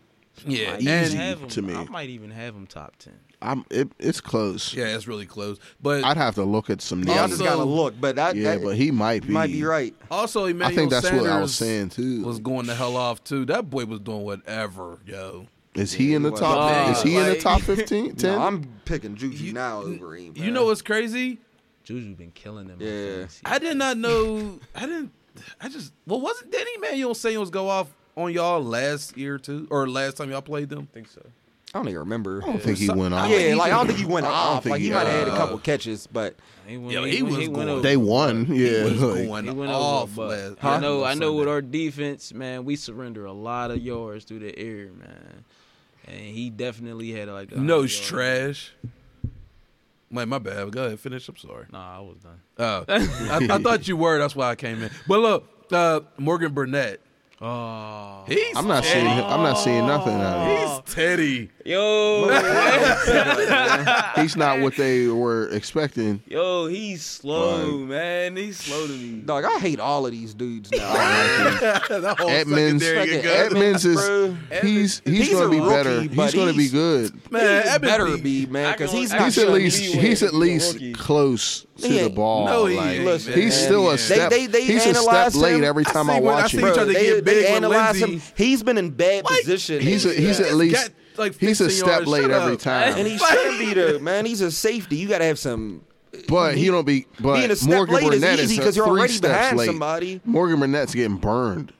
Speaker 3: yeah,
Speaker 5: Might even
Speaker 3: and
Speaker 1: easy.
Speaker 5: have him-
Speaker 1: to me.
Speaker 5: I might even have him top ten.
Speaker 1: I'm. It, it's close.
Speaker 3: yeah, Oh, it's really close. But
Speaker 1: I'd have to look at some
Speaker 2: yeah, I
Speaker 1: names.
Speaker 2: just
Speaker 3: Also-
Speaker 2: gotta look. But that,
Speaker 1: yeah,
Speaker 2: that-
Speaker 1: but he might be.
Speaker 2: you might be right.
Speaker 3: also, Emmanuel
Speaker 1: I think that's
Speaker 3: Sanders
Speaker 1: what I was saying too.
Speaker 3: was going the hell off too. That boy was doing whatever, yo.
Speaker 1: Is he in the
Speaker 2: was.
Speaker 1: top?
Speaker 5: Nah,
Speaker 1: is he in the
Speaker 3: like-
Speaker 1: top 15? 10?
Speaker 2: No, I'm picking Juju
Speaker 3: You-
Speaker 2: now over him.
Speaker 3: You know what's crazy?
Speaker 5: Juju been killing him.
Speaker 2: Yeah.
Speaker 3: I did not know. I didn't. I just. Well, wasn't did Emmanuel Sanders go off on y'all last year too, or last time y'all played them?
Speaker 5: think so.
Speaker 2: I don't even remember.
Speaker 1: I don't think he
Speaker 3: so-
Speaker 1: went
Speaker 3: I
Speaker 1: off.
Speaker 3: don't
Speaker 2: Yeah,
Speaker 3: think
Speaker 2: like I
Speaker 3: he-
Speaker 2: don't think he went
Speaker 1: I don't
Speaker 2: off.
Speaker 1: think
Speaker 2: Like
Speaker 1: he
Speaker 2: he might have had a
Speaker 1: got
Speaker 2: couple
Speaker 3: off.
Speaker 2: catches, but
Speaker 5: He went,
Speaker 3: Yo,
Speaker 5: he,
Speaker 3: he
Speaker 5: went-
Speaker 3: was
Speaker 5: he went
Speaker 3: going-
Speaker 5: over-
Speaker 1: They won. Yeah,
Speaker 3: He was
Speaker 1: like,
Speaker 3: going
Speaker 5: He went
Speaker 3: off.
Speaker 5: over,
Speaker 3: last-
Speaker 5: but I know, I know,
Speaker 3: Sunday.
Speaker 5: with our defense, man, we surrender a lot of yards through the air, man, and he definitely had like a
Speaker 3: no
Speaker 5: hundred
Speaker 3: it's
Speaker 5: yards.
Speaker 3: trash. Wait, my bad. Go ahead, finish. I'm sorry.
Speaker 5: Nah, I was done.
Speaker 3: Oh, I, I thought you were. That's why I came in. But look, uh, Morgan Burnett.
Speaker 5: Oh,
Speaker 3: He's
Speaker 1: I'm not seeing. I'm not seeing nothing out of
Speaker 3: He's Teddy.
Speaker 5: yo,
Speaker 1: him. He's not what they were expecting.
Speaker 5: yo, he's slow, man. He's slow to me.
Speaker 2: dog, I hate all of these dudes now.
Speaker 1: Edmonds,
Speaker 3: that whole
Speaker 1: Edmonds
Speaker 3: Oh, secondary
Speaker 2: Second,
Speaker 3: good.
Speaker 1: Edmonds is
Speaker 2: bro.
Speaker 1: he's he's,
Speaker 2: He's
Speaker 1: gonna
Speaker 2: a
Speaker 1: be
Speaker 2: rookie,
Speaker 1: better.
Speaker 2: but
Speaker 1: He's gonna be
Speaker 2: he's-
Speaker 1: good.
Speaker 3: Man,
Speaker 2: he
Speaker 3: Edmonds
Speaker 2: better
Speaker 3: be-
Speaker 2: be man,
Speaker 5: I
Speaker 2: because
Speaker 5: can-
Speaker 2: he's
Speaker 5: I
Speaker 2: not
Speaker 1: He's at
Speaker 2: showing
Speaker 1: least
Speaker 2: me what-
Speaker 1: he's at least
Speaker 5: rookie.
Speaker 1: close to
Speaker 2: He
Speaker 1: the
Speaker 2: ain't-
Speaker 1: ball.
Speaker 3: No, he
Speaker 1: like,
Speaker 3: ain't,
Speaker 2: Listen,
Speaker 1: he's
Speaker 2: man.
Speaker 1: still a
Speaker 2: They-
Speaker 1: step.
Speaker 2: they- they
Speaker 1: he's a step
Speaker 2: analyzed
Speaker 1: late
Speaker 2: him.
Speaker 1: every
Speaker 3: I
Speaker 1: time
Speaker 3: see
Speaker 1: I,
Speaker 3: when- I
Speaker 1: watch
Speaker 3: see
Speaker 1: him.
Speaker 3: when
Speaker 2: Bro,
Speaker 3: he tried to
Speaker 2: they,
Speaker 3: get big
Speaker 2: they
Speaker 3: with
Speaker 2: analyze
Speaker 3: Lindsey.
Speaker 2: him. He's been in bad
Speaker 3: Like,
Speaker 2: position.
Speaker 1: He's a, he's at least
Speaker 3: like
Speaker 1: he's a
Speaker 3: 15
Speaker 1: step
Speaker 3: yards.
Speaker 1: late
Speaker 3: Shut
Speaker 1: every
Speaker 3: up.
Speaker 1: time.
Speaker 2: and he shouldn't be though, man. He's a safety. You gotta have some.
Speaker 1: But he don't be. But
Speaker 2: Being a step
Speaker 1: Morgan
Speaker 2: late is
Speaker 1: Burnett
Speaker 2: easy
Speaker 1: a
Speaker 2: 'cause you're
Speaker 1: three
Speaker 2: already
Speaker 1: steps
Speaker 2: behind
Speaker 1: late.
Speaker 2: somebody.
Speaker 1: Morgan Burnett's getting burned.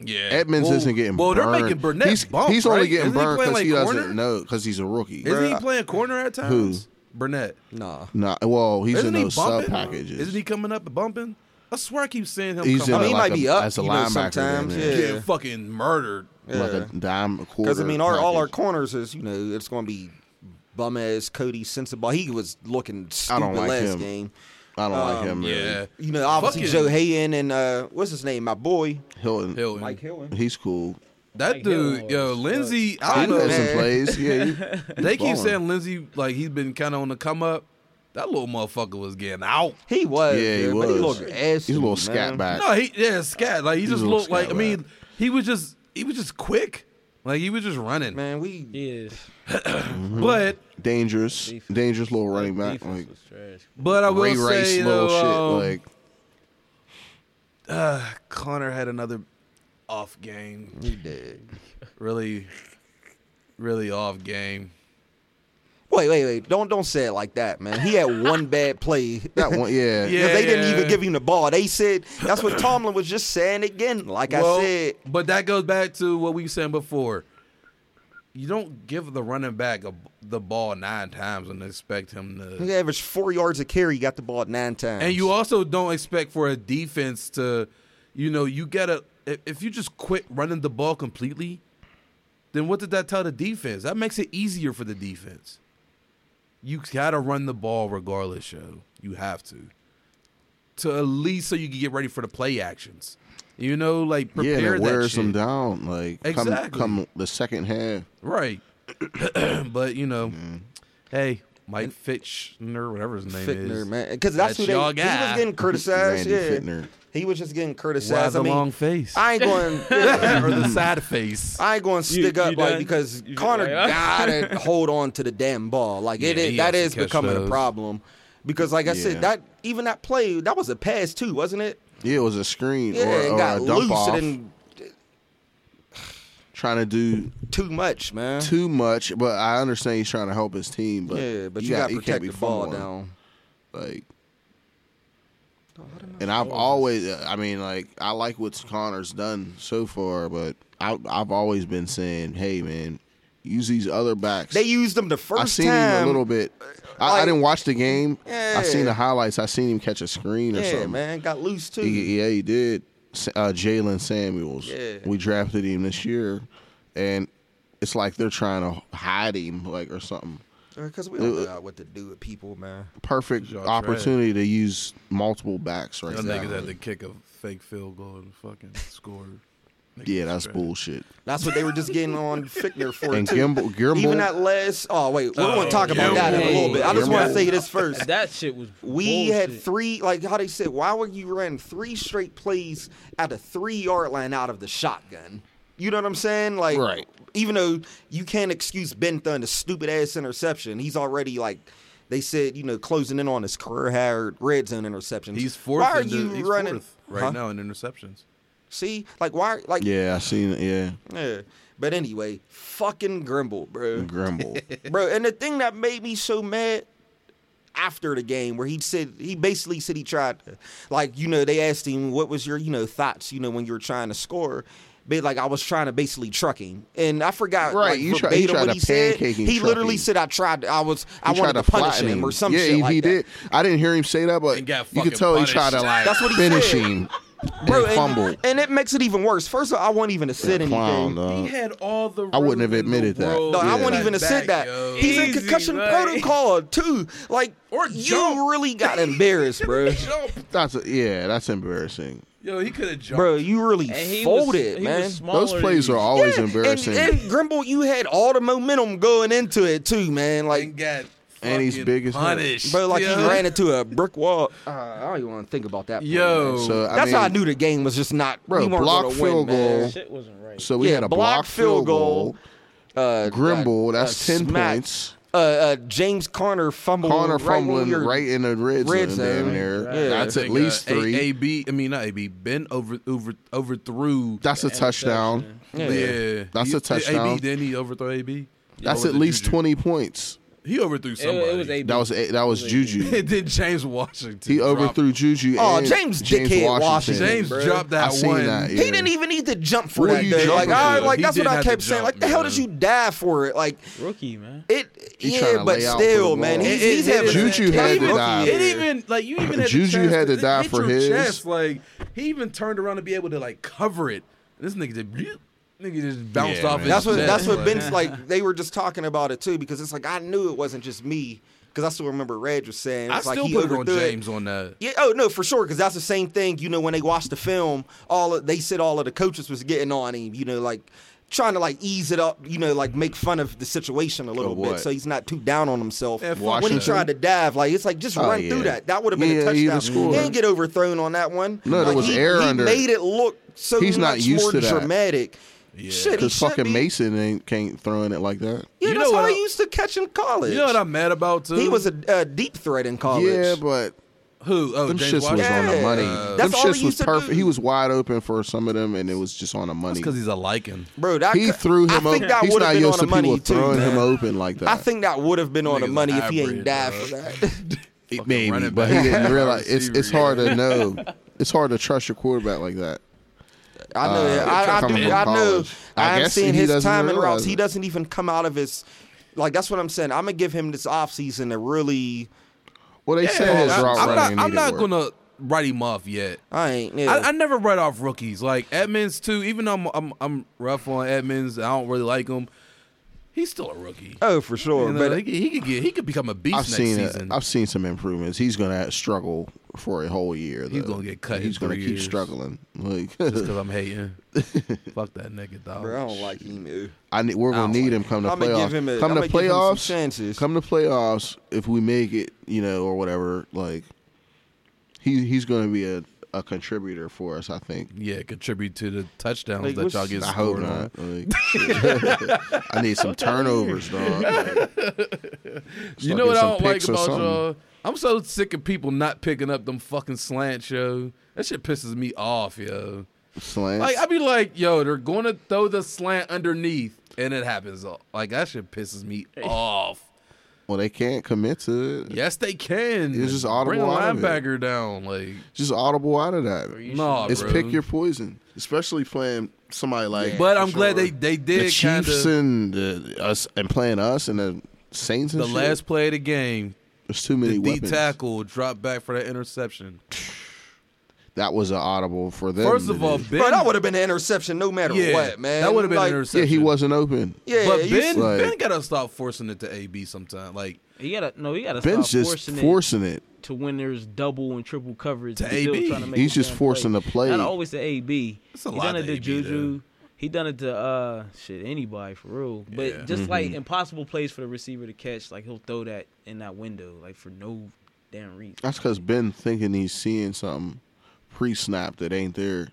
Speaker 3: Yeah.
Speaker 1: Edmonds
Speaker 3: Well-
Speaker 1: isn't getting
Speaker 3: well,
Speaker 1: burned.
Speaker 3: they're making Burnett
Speaker 1: He's,
Speaker 3: bump,
Speaker 1: he's only
Speaker 3: right?
Speaker 1: getting
Speaker 3: Isn't he
Speaker 1: burned
Speaker 3: playing,
Speaker 1: because he
Speaker 3: like,
Speaker 1: doesn't
Speaker 3: corner?
Speaker 1: know because he's a rookie.
Speaker 3: Isn't he playing corner at times? Burnett.
Speaker 2: Nah.
Speaker 1: Nah, well, he's
Speaker 3: Isn't
Speaker 1: in
Speaker 3: he
Speaker 1: those sub
Speaker 3: bumping?
Speaker 1: packages.
Speaker 3: Isn't he coming up and bumping? I swear I keep seeing him
Speaker 1: He's in
Speaker 3: coming
Speaker 2: I mean,
Speaker 1: a,
Speaker 2: he
Speaker 1: like
Speaker 2: might
Speaker 1: a,
Speaker 2: be up,
Speaker 1: as a
Speaker 2: you know,
Speaker 1: linebacker.
Speaker 2: sometimes,
Speaker 1: then,
Speaker 2: yeah.
Speaker 3: getting fucking murdered.
Speaker 1: Like a dime a quarter.
Speaker 2: Because I mean, our, all our
Speaker 1: package.
Speaker 2: corners is you know it's going to be bum ass Cody Sensabaugh. He was looking
Speaker 1: I
Speaker 2: stupid
Speaker 1: don't like
Speaker 2: last
Speaker 1: him.
Speaker 2: game.
Speaker 1: I don't like
Speaker 2: um,
Speaker 1: him. Really.
Speaker 3: Yeah.
Speaker 2: You know, obviously
Speaker 3: Fucking-
Speaker 2: Joe Hayden and uh, what's his name, my boy
Speaker 1: Hilton.
Speaker 3: Hilton.
Speaker 2: Hilton.
Speaker 1: He's cool.
Speaker 3: that
Speaker 5: Mike
Speaker 3: dude,
Speaker 5: Hilton
Speaker 3: yo,
Speaker 5: was-
Speaker 3: Lindsey,
Speaker 1: He
Speaker 3: I don't
Speaker 1: knows
Speaker 3: know.
Speaker 1: and plays. Yeah, he-
Speaker 3: They keep
Speaker 1: balling.
Speaker 3: saying Lindsey, like, he's been kind of on the come up. That little motherfucker was getting out.
Speaker 2: He was,
Speaker 1: yeah, he
Speaker 2: dude,
Speaker 1: was.
Speaker 2: but he looked ass.
Speaker 1: He's a little scat back.
Speaker 3: No, he, yeah, scat. Like, he
Speaker 1: He's
Speaker 3: just
Speaker 1: a little
Speaker 3: looked like, I
Speaker 1: scat
Speaker 3: mean, he was just, he was just quick. Like, he was just running.
Speaker 2: Man, we
Speaker 5: Yes,
Speaker 3: But,
Speaker 1: dangerous, dangerous little running back.
Speaker 5: defense
Speaker 1: Like
Speaker 5: was trash.
Speaker 3: but I will
Speaker 1: Ray
Speaker 3: say,
Speaker 1: Rice,
Speaker 3: you
Speaker 1: little
Speaker 3: know,
Speaker 1: shit.
Speaker 3: um,
Speaker 1: like
Speaker 3: Connor had another off game.
Speaker 2: he did.
Speaker 3: Really, really off game.
Speaker 2: Wait, wait, wait! Don't don't say it like that, man. He had one bad play.
Speaker 1: that one. Yeah.
Speaker 3: Yeah.
Speaker 2: Because they didn't even give him the ball. They said that's what Tomlin was just saying again. Like
Speaker 3: Well,
Speaker 2: I said,
Speaker 3: But that goes back to what we were saying before. You don't give the running back a, the ball nine times and expect him
Speaker 2: he
Speaker 3: to.
Speaker 2: averaged four yards a carry. He got the ball nine times.
Speaker 3: And you also don't expect for a defense to, you know, you gotta. if- If you just quit running the ball completely, then what did that tell the defense? That makes it easier for the defense. you gotta run the ball regardless, yo. You have to. To at least so you can get ready for the play actions. You know, like
Speaker 1: yeah, and
Speaker 3: prepare
Speaker 1: it
Speaker 3: that
Speaker 1: wears
Speaker 3: shit.
Speaker 1: them down. Like come,
Speaker 3: Exactly.
Speaker 1: come the second half.
Speaker 3: Right. but you know,
Speaker 1: Mm-hmm.
Speaker 3: hey, Mike Fitchner, whatever his name
Speaker 2: Fittner,
Speaker 3: is.
Speaker 2: man, because that's,
Speaker 3: That's
Speaker 2: who they.
Speaker 3: y'all
Speaker 2: He was
Speaker 3: guy.
Speaker 2: getting
Speaker 1: Randy
Speaker 2: criticized. yeah,
Speaker 1: Fittner.
Speaker 2: he was just getting
Speaker 3: Why
Speaker 2: criticized.
Speaker 3: the
Speaker 2: I mean,
Speaker 3: long face?
Speaker 2: I ain't going.
Speaker 3: or the sad face.
Speaker 2: I ain't going to
Speaker 5: You-
Speaker 2: stick up
Speaker 5: you
Speaker 2: like
Speaker 5: done?
Speaker 2: because
Speaker 5: You-
Speaker 2: Connor
Speaker 5: like,
Speaker 2: gotta hold on to the damn ball. Like it,
Speaker 3: Yeah,
Speaker 2: it
Speaker 3: he
Speaker 2: that
Speaker 3: has to
Speaker 2: is
Speaker 3: catch
Speaker 2: becoming a
Speaker 3: those.
Speaker 2: problem. Because like I
Speaker 1: Yeah.
Speaker 2: said, that even that play that was a pass too, wasn't it?
Speaker 1: Yeah, it was a screen
Speaker 2: Yeah,
Speaker 1: or,
Speaker 2: it
Speaker 1: or
Speaker 2: got
Speaker 1: a dump
Speaker 2: loose
Speaker 1: off,
Speaker 2: and
Speaker 1: trying to do
Speaker 2: too much, man.
Speaker 1: too much. But I understand he's trying to help his team. But
Speaker 2: yeah, but you,
Speaker 1: got-
Speaker 2: gotta
Speaker 1: you can't
Speaker 2: protect
Speaker 1: be
Speaker 2: the ball
Speaker 1: fumbling.
Speaker 2: down.
Speaker 1: Like, and I've always, I mean, like, I like what Connor's done so far, but I, I've always been saying, hey, man, use these other backs.
Speaker 2: They used them the first
Speaker 1: I seen
Speaker 2: time.
Speaker 1: him a little bit. I, I
Speaker 2: like-
Speaker 1: didn't watch the game. I seen
Speaker 2: Yeah.
Speaker 1: the highlights. I seen him catch a screen or
Speaker 2: yeah,
Speaker 1: something.
Speaker 2: man, got loose too.
Speaker 1: He, yeah, he did. S- Uh, Jalen Samuels.
Speaker 2: Yeah.
Speaker 1: We drafted him this year, and it's like they're trying to hide him, like or something.
Speaker 2: Because
Speaker 1: uh,
Speaker 2: we don't know what to do with people, man.
Speaker 1: Perfect
Speaker 3: Y'all
Speaker 1: opportunity to use multiple backs right
Speaker 3: Y'all
Speaker 1: now.
Speaker 3: niggas had to kick a fake field goal and fucking score.
Speaker 1: Yeah, that's bullshit.
Speaker 2: That's what they were just getting on Fickner for
Speaker 1: And
Speaker 2: too.
Speaker 1: Gimble,
Speaker 2: Even
Speaker 1: Gimble,
Speaker 2: that last. Oh wait, we
Speaker 3: Oh,
Speaker 2: want to talk about that in a little bit. I just
Speaker 1: Gimble.
Speaker 2: want to say this first.
Speaker 5: That shit was.
Speaker 2: We
Speaker 5: bullshit.
Speaker 2: had three, like how they said, why were you running three straight plays at a three yard line out of the shotgun? You know what I'm saying? Like,
Speaker 1: Right.
Speaker 2: even though you can't excuse Ben Thunder's stupid ass interception, he's already like, they said, you know, closing in on his career high red zone interception.
Speaker 3: He's fourth.
Speaker 2: Why are
Speaker 3: in the-
Speaker 2: you
Speaker 3: he's
Speaker 2: running?
Speaker 3: fourth right
Speaker 2: Huh?
Speaker 3: now in interceptions?
Speaker 2: See, like, why? are- Like, yeah.
Speaker 1: yeah, I seen it. Yeah,
Speaker 2: But anyway, fucking Grimble, bro.
Speaker 1: Grimble.
Speaker 2: bro. And the thing that made me so mad after the game, where he said he basically said he tried, to, like you know, they asked him what was your you know thoughts, you know, when you were trying to score. But like I was trying to basically truck him, and I forgot
Speaker 1: Right,
Speaker 2: like,
Speaker 1: you try- he
Speaker 2: verbatim
Speaker 1: tried
Speaker 2: what
Speaker 1: to
Speaker 2: he said.
Speaker 1: pancake him,
Speaker 2: He
Speaker 1: truck
Speaker 2: literally
Speaker 1: him.
Speaker 2: said I tried. To, I was I
Speaker 1: He
Speaker 2: wanted
Speaker 1: tried
Speaker 2: to punish
Speaker 1: flatten
Speaker 2: him or some
Speaker 1: yeah,
Speaker 2: shit
Speaker 1: he,
Speaker 2: like
Speaker 1: he
Speaker 2: that.
Speaker 1: did. I didn't hear him say that, but
Speaker 3: And got
Speaker 1: you could
Speaker 3: fucking
Speaker 1: tell he tried to
Speaker 3: punished.
Speaker 1: like
Speaker 2: That's what he
Speaker 1: finish
Speaker 2: said.
Speaker 1: him
Speaker 2: Bro,
Speaker 1: and fumble.
Speaker 2: and, and it makes it even worse. First of all, I wouldn't even have said anything.
Speaker 1: Clown, dog.
Speaker 3: he had all the.
Speaker 1: I wouldn't
Speaker 3: room
Speaker 1: have
Speaker 3: in the
Speaker 1: admitted that.
Speaker 3: world
Speaker 2: No,
Speaker 1: Yeah.
Speaker 2: I
Speaker 3: to
Speaker 2: wouldn't
Speaker 3: fight
Speaker 2: even have said
Speaker 3: back,
Speaker 2: that.
Speaker 3: yo.
Speaker 2: He's in
Speaker 5: Easy,
Speaker 2: concussion
Speaker 5: like-
Speaker 2: protocol too. Like,
Speaker 3: Or
Speaker 2: you
Speaker 3: jump.
Speaker 2: really got embarrassed, bro.
Speaker 1: That's a, yeah, that's embarrassing.
Speaker 3: Yo, he could have jumped.
Speaker 2: bro, you really
Speaker 5: And he was-
Speaker 2: folded,
Speaker 5: he
Speaker 2: man.
Speaker 5: was smaller
Speaker 1: Those
Speaker 5: than
Speaker 1: plays
Speaker 5: you.
Speaker 1: are always
Speaker 2: Yeah,
Speaker 1: embarrassing.
Speaker 2: And, and Grimble, you had all the momentum going into it too, man.
Speaker 3: and
Speaker 2: Like,
Speaker 3: got.
Speaker 1: And he's
Speaker 3: fucking
Speaker 1: big as hell.
Speaker 3: punished.
Speaker 2: bro, like
Speaker 3: yo.
Speaker 2: he ran into a brick wall. Uh, I don't even want to think about that. play,
Speaker 3: Yo.
Speaker 2: man.
Speaker 1: So I
Speaker 2: that's how I
Speaker 1: mean,
Speaker 2: knew the game was just not.
Speaker 1: Bro,
Speaker 2: we weren't
Speaker 1: block
Speaker 2: gonna
Speaker 1: field
Speaker 2: win, man.
Speaker 1: goal.
Speaker 5: Shit wasn't right.
Speaker 1: So we
Speaker 2: Yeah,
Speaker 1: had a
Speaker 2: blocked
Speaker 1: block field
Speaker 2: field goal.
Speaker 1: goal.
Speaker 2: Uh,
Speaker 1: Grimble,
Speaker 2: uh,
Speaker 1: that's
Speaker 2: uh,
Speaker 1: ten
Speaker 2: smack.
Speaker 1: points.
Speaker 2: Uh, uh, James Conner fumbled.
Speaker 1: Connor
Speaker 2: right
Speaker 1: fumbling
Speaker 2: when we were-
Speaker 1: right in the red,
Speaker 2: red
Speaker 1: zone,
Speaker 2: zone.
Speaker 1: damn near.
Speaker 2: Right. Yeah.
Speaker 1: That's
Speaker 3: I
Speaker 1: at
Speaker 3: think,
Speaker 1: least
Speaker 3: uh, A-
Speaker 1: three.
Speaker 3: AB, I mean not AB. Ben over over overthrew.
Speaker 1: that's a touchdown.
Speaker 3: yeah.
Speaker 1: That's
Speaker 3: He-
Speaker 1: a touchdown.
Speaker 3: AB, then he overthrew AB.
Speaker 1: That's
Speaker 3: Or
Speaker 1: at
Speaker 3: was it
Speaker 1: least
Speaker 3: Juju?
Speaker 1: twenty points.
Speaker 3: He overthrew
Speaker 5: It,
Speaker 3: somebody.
Speaker 5: it was a.
Speaker 1: That was a- that was Juju.
Speaker 3: And then James Washington.
Speaker 1: He
Speaker 3: dropped-
Speaker 1: overthrew Juju.
Speaker 2: Oh,
Speaker 1: and
Speaker 2: James
Speaker 1: James
Speaker 2: dickhead
Speaker 1: Washington.
Speaker 2: Washington.
Speaker 3: James
Speaker 2: bro.
Speaker 3: dropped
Speaker 1: I
Speaker 3: that
Speaker 1: seen
Speaker 3: one.
Speaker 1: that. Yeah.
Speaker 2: He didn't even need to jump for
Speaker 1: What
Speaker 2: that.
Speaker 1: are you
Speaker 2: though. Like,
Speaker 1: jumping
Speaker 2: I,
Speaker 1: for?
Speaker 2: like
Speaker 3: He
Speaker 2: that's what
Speaker 3: didn't
Speaker 2: I
Speaker 3: have to
Speaker 2: kept saying.
Speaker 3: jump,
Speaker 2: Like, the hell did
Speaker 3: man.
Speaker 2: you die for it? Like,
Speaker 5: rookie, man.
Speaker 2: It
Speaker 1: He tryna
Speaker 2: yeah, but
Speaker 1: lay out for
Speaker 2: still,
Speaker 1: the
Speaker 2: man,
Speaker 1: ball.
Speaker 2: he's,
Speaker 3: It-
Speaker 2: he's
Speaker 3: it-
Speaker 2: having
Speaker 3: Juju
Speaker 2: a
Speaker 3: had to
Speaker 2: terrible
Speaker 1: die.
Speaker 2: year.
Speaker 3: It even like you even had
Speaker 1: Juju
Speaker 3: the chance
Speaker 1: had to
Speaker 3: to
Speaker 1: die
Speaker 3: hit
Speaker 1: for
Speaker 3: your
Speaker 1: his.
Speaker 3: Chest. Like he even turned around to be able to like cover it. This nigga just bleep, nigga just bounced
Speaker 1: Yeah, man.
Speaker 3: off. His
Speaker 2: That's what
Speaker 3: chest,
Speaker 2: that's what
Speaker 3: like,
Speaker 2: Ben's like. They were just talking about it too because it's like I knew it wasn't just me because I still remember Reg was saying.
Speaker 3: I
Speaker 2: It's like
Speaker 3: still
Speaker 2: he
Speaker 3: put it on
Speaker 2: overthrew it.
Speaker 3: James on that.
Speaker 2: Yeah, oh no, for sure, because that's the same thing. You know, when they watched the film, all of, they said all of the coaches was getting on him. You know, like trying to like ease it up. You know, like make fun of the situation a little
Speaker 1: Of
Speaker 2: bit,
Speaker 1: what?
Speaker 2: so he's not too down on himself.
Speaker 3: Yeah, fuck
Speaker 2: when he
Speaker 1: Washington.
Speaker 2: tried to dive, like it's like just
Speaker 1: Oh,
Speaker 2: run
Speaker 1: yeah.
Speaker 2: through that. That would have been
Speaker 1: Yeah,
Speaker 2: a
Speaker 1: he would've
Speaker 2: touchdown.
Speaker 1: scored.
Speaker 2: He didn't get overthrown on that one.
Speaker 1: No, there
Speaker 2: Like,
Speaker 1: was
Speaker 2: he,
Speaker 1: air
Speaker 2: he
Speaker 1: under it.
Speaker 2: Made it look so
Speaker 1: He's not
Speaker 2: much
Speaker 1: used
Speaker 2: more
Speaker 1: to that.
Speaker 2: dramatic.
Speaker 3: Yeah.
Speaker 2: Shit, he
Speaker 1: Because
Speaker 2: should
Speaker 1: fucking
Speaker 2: be.
Speaker 1: Mason ain't can't throwing it like that.
Speaker 2: Yeah,
Speaker 3: You
Speaker 2: that's
Speaker 3: know
Speaker 2: how
Speaker 3: what
Speaker 2: I
Speaker 3: I-
Speaker 2: used to catch in college.
Speaker 3: You know what I'm mad about too?
Speaker 2: he was a, a deep threat in college.
Speaker 1: Yeah, but
Speaker 3: who? Oh,
Speaker 1: them
Speaker 3: James
Speaker 1: shits was on the
Speaker 2: Yeah.
Speaker 1: money.
Speaker 3: Uh,
Speaker 1: them
Speaker 2: That's all
Speaker 1: shits
Speaker 2: he
Speaker 1: was
Speaker 2: used to
Speaker 1: perfect.
Speaker 2: do.
Speaker 1: He was wide open for some of them, and it was just on the money.
Speaker 3: because he's a lichen.
Speaker 2: bro, that
Speaker 1: he
Speaker 2: cou-
Speaker 1: threw him
Speaker 2: I
Speaker 1: open.
Speaker 2: think that
Speaker 1: He's
Speaker 2: would
Speaker 1: not
Speaker 2: have been on
Speaker 1: used
Speaker 2: the
Speaker 1: to people
Speaker 2: money
Speaker 1: throwing
Speaker 2: too.
Speaker 1: him
Speaker 2: man.
Speaker 1: open like that.
Speaker 2: I think that would have been on the
Speaker 3: Nigga's
Speaker 2: money if he
Speaker 3: hybrid,
Speaker 2: ain't died
Speaker 3: bro.
Speaker 2: for that.
Speaker 1: It-
Speaker 3: fucking
Speaker 1: maybe,
Speaker 3: running
Speaker 1: but he
Speaker 3: back.
Speaker 1: didn't realize. It's
Speaker 3: Receiver,
Speaker 1: it's hard to know. It's hard to trust your quarterback like that.
Speaker 2: I know.
Speaker 1: Uh,
Speaker 2: I, I
Speaker 1: coming
Speaker 2: do.
Speaker 1: from
Speaker 2: I know.
Speaker 1: college. I
Speaker 2: I, am
Speaker 1: guess
Speaker 2: seeing
Speaker 1: he
Speaker 2: his
Speaker 1: doesn't
Speaker 2: time in
Speaker 1: realize
Speaker 2: routes. He
Speaker 1: it.
Speaker 2: doesn't even come out of his. Like that's what I'm saying. I'm gonna give him this offseason to really.
Speaker 1: Well, they said his
Speaker 3: I,
Speaker 1: route
Speaker 3: am
Speaker 1: running
Speaker 3: not. I'm
Speaker 1: needed
Speaker 3: not
Speaker 1: work.
Speaker 3: gonna write him off yet.
Speaker 2: I ain't. Yeah.
Speaker 3: I, I never write off rookies like Edmonds too. Even though I'm I'm, I'm rough on Edmonds, I don't really like him. He's still a rookie.
Speaker 2: Oh, for sure.
Speaker 3: You know,
Speaker 2: but
Speaker 3: he, could- he could get he could become a beast
Speaker 1: I've
Speaker 3: next
Speaker 1: seen it.
Speaker 3: season.
Speaker 1: I've seen some improvements. He's gonna struggle for a whole year.
Speaker 3: He's
Speaker 1: though.
Speaker 3: gonna get cut in
Speaker 1: He's gonna
Speaker 3: three
Speaker 1: keep
Speaker 3: years.
Speaker 1: struggling. Like
Speaker 3: Because I'm hating. Fuck that nigga dog.
Speaker 2: bro, I don't like him, dude.
Speaker 1: I need, we're gonna
Speaker 2: don't
Speaker 1: need
Speaker 2: like
Speaker 1: him come to
Speaker 2: I'ma give
Speaker 1: playoffs.
Speaker 2: him a-
Speaker 1: come
Speaker 2: I'ma
Speaker 1: to
Speaker 2: give him some
Speaker 1: playoffs.
Speaker 2: chances.
Speaker 1: Come to playoffs. If we make it, you know, or whatever, like he he's gonna be a, a contributor for us. I think.
Speaker 3: Yeah, contribute to the touchdowns
Speaker 2: Like,
Speaker 3: that y'all
Speaker 2: what's-
Speaker 3: get
Speaker 1: I hope
Speaker 3: scored on.
Speaker 1: not. Like, I need some turnovers, dog. Like,
Speaker 3: You
Speaker 1: start
Speaker 3: know what I
Speaker 1: getting some
Speaker 3: don't like
Speaker 1: picks or
Speaker 3: about
Speaker 1: something.
Speaker 3: y'all? I'm so sick of people not picking up them fucking slant, yo. That shit pisses me off, yo.
Speaker 1: Slants.
Speaker 3: Like I be like, yo, they're gonna throw the slant underneath, and it happens. Like that shit pisses me off.
Speaker 1: well, they can't commit to it.
Speaker 3: Yes, they can.
Speaker 1: It's just
Speaker 3: Bring a
Speaker 1: audible out of it.
Speaker 3: linebacker down, like
Speaker 1: Just audible out of that.
Speaker 3: no.
Speaker 1: It's pick your poison, especially playing somebody like.
Speaker 3: But I'm
Speaker 1: for
Speaker 3: glad
Speaker 1: sure.
Speaker 3: they they
Speaker 1: the
Speaker 3: did kind
Speaker 1: Chiefs
Speaker 3: of
Speaker 1: and the, us and playing us and the Saints and
Speaker 3: the
Speaker 1: shit.
Speaker 3: last play of the game.
Speaker 1: There's too many
Speaker 3: The D
Speaker 1: weapons.
Speaker 3: tackle dropped back for that interception.
Speaker 1: That was an audible for them.
Speaker 3: First
Speaker 1: to
Speaker 3: of
Speaker 1: do.
Speaker 3: all, Ben,
Speaker 2: Bro, that would have been an interception no matter
Speaker 3: yeah,
Speaker 2: what, man.
Speaker 3: that would have been
Speaker 2: like,
Speaker 3: an
Speaker 1: yeah,
Speaker 3: interception.
Speaker 1: he wasn't open.
Speaker 2: Yeah,
Speaker 3: But
Speaker 2: you
Speaker 3: Ben,
Speaker 2: s-
Speaker 1: like-
Speaker 3: Ben gotta stop forcing it to AB sometime. Like
Speaker 5: You gotta no, you gotta
Speaker 1: Ben's
Speaker 5: stop
Speaker 1: just
Speaker 5: forcing,
Speaker 1: forcing,
Speaker 5: it
Speaker 1: it.
Speaker 5: to when there's double and triple coverage.
Speaker 3: To
Speaker 5: and still
Speaker 3: AB.
Speaker 5: trying to make
Speaker 1: He's
Speaker 5: a
Speaker 1: just
Speaker 5: damn
Speaker 1: forcing the play.
Speaker 5: Not always to AB.
Speaker 3: It's a
Speaker 5: he
Speaker 3: lot
Speaker 5: done
Speaker 3: to
Speaker 5: it to
Speaker 3: AB,
Speaker 5: Juju. He done it to uh shit anybody for real. But
Speaker 3: Yeah.
Speaker 5: just
Speaker 1: Mm-hmm.
Speaker 5: like impossible plays for the receiver to catch, like he'll throw that in that window, like for no damn reason.
Speaker 1: That's because Ben thinking he's seeing something pre-snap that ain't there.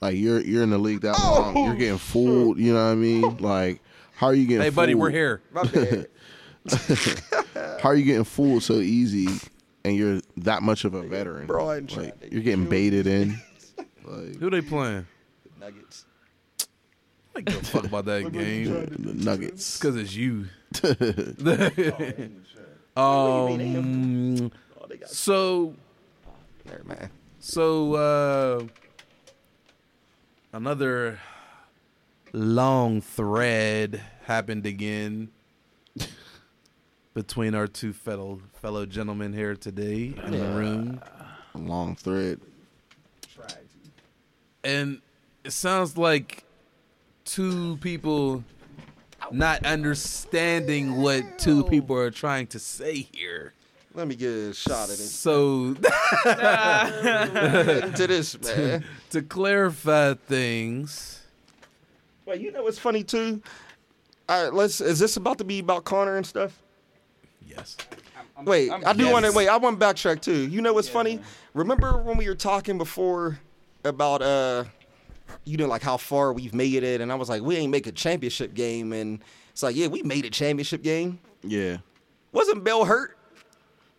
Speaker 1: Like you're you're in the league that long,
Speaker 3: Oh,
Speaker 1: you're getting fooled. You know what I mean? Like how are you getting?
Speaker 3: hey, buddy, we're
Speaker 1: fooled?
Speaker 3: here.
Speaker 2: my bad.
Speaker 1: How are you getting fooled so easy? And you're that much of a veteran.
Speaker 2: Bro, I ain't trying
Speaker 1: Like,
Speaker 2: to
Speaker 1: you're getting baited in. Like
Speaker 3: Who they playing?
Speaker 2: Nuggets.
Speaker 3: I don't give a fuck about that game
Speaker 1: the Nuggets.
Speaker 3: because it's you.
Speaker 2: Oh,
Speaker 3: um, so
Speaker 2: Never mind.
Speaker 3: so uh, another long thread happened again between our two fellow fellow gentlemen here today in the room.
Speaker 1: long thread.
Speaker 3: and it sounds like two people not understanding what two people are trying to say here.
Speaker 2: Let me get a shot at it.
Speaker 3: So
Speaker 2: to this, man.
Speaker 3: to clarify things,
Speaker 2: Well, you know what's funny too? All right, let's. Is this about to be about Connor and stuff?
Speaker 3: yes,
Speaker 2: Wait, i do
Speaker 3: yes.
Speaker 2: want to. Wait, I want to backtrack too. You know what's funny? Remember when we were talking before about uh, you know, like how far we've made it, and I was like, we ain't make a championship game, and it's like, yeah, we made a championship game.
Speaker 1: Yeah.
Speaker 2: Wasn't Bell hurt?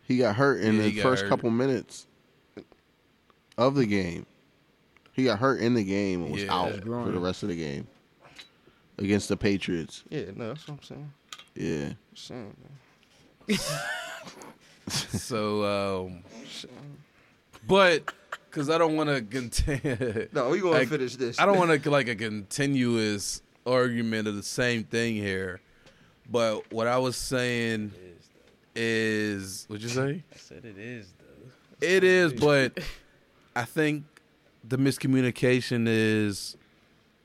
Speaker 1: He got hurt in
Speaker 3: Yeah, he
Speaker 1: the
Speaker 3: got
Speaker 1: first
Speaker 3: hurt.
Speaker 1: couple minutes of the game. He got hurt in the game and was
Speaker 3: Yeah.
Speaker 1: out for the rest of the game against the Patriots.
Speaker 2: Yeah, no, that's what I'm saying.
Speaker 1: Yeah.
Speaker 2: I'm saying, man.
Speaker 3: so um, but because I don't want to continue.
Speaker 2: No, we gonna
Speaker 3: Like,
Speaker 2: finish this.
Speaker 3: I don't want to like a continuous argument of the same thing here, but what I was saying is, what'd you say?
Speaker 5: I said it is though.
Speaker 3: It is, but I think the miscommunication is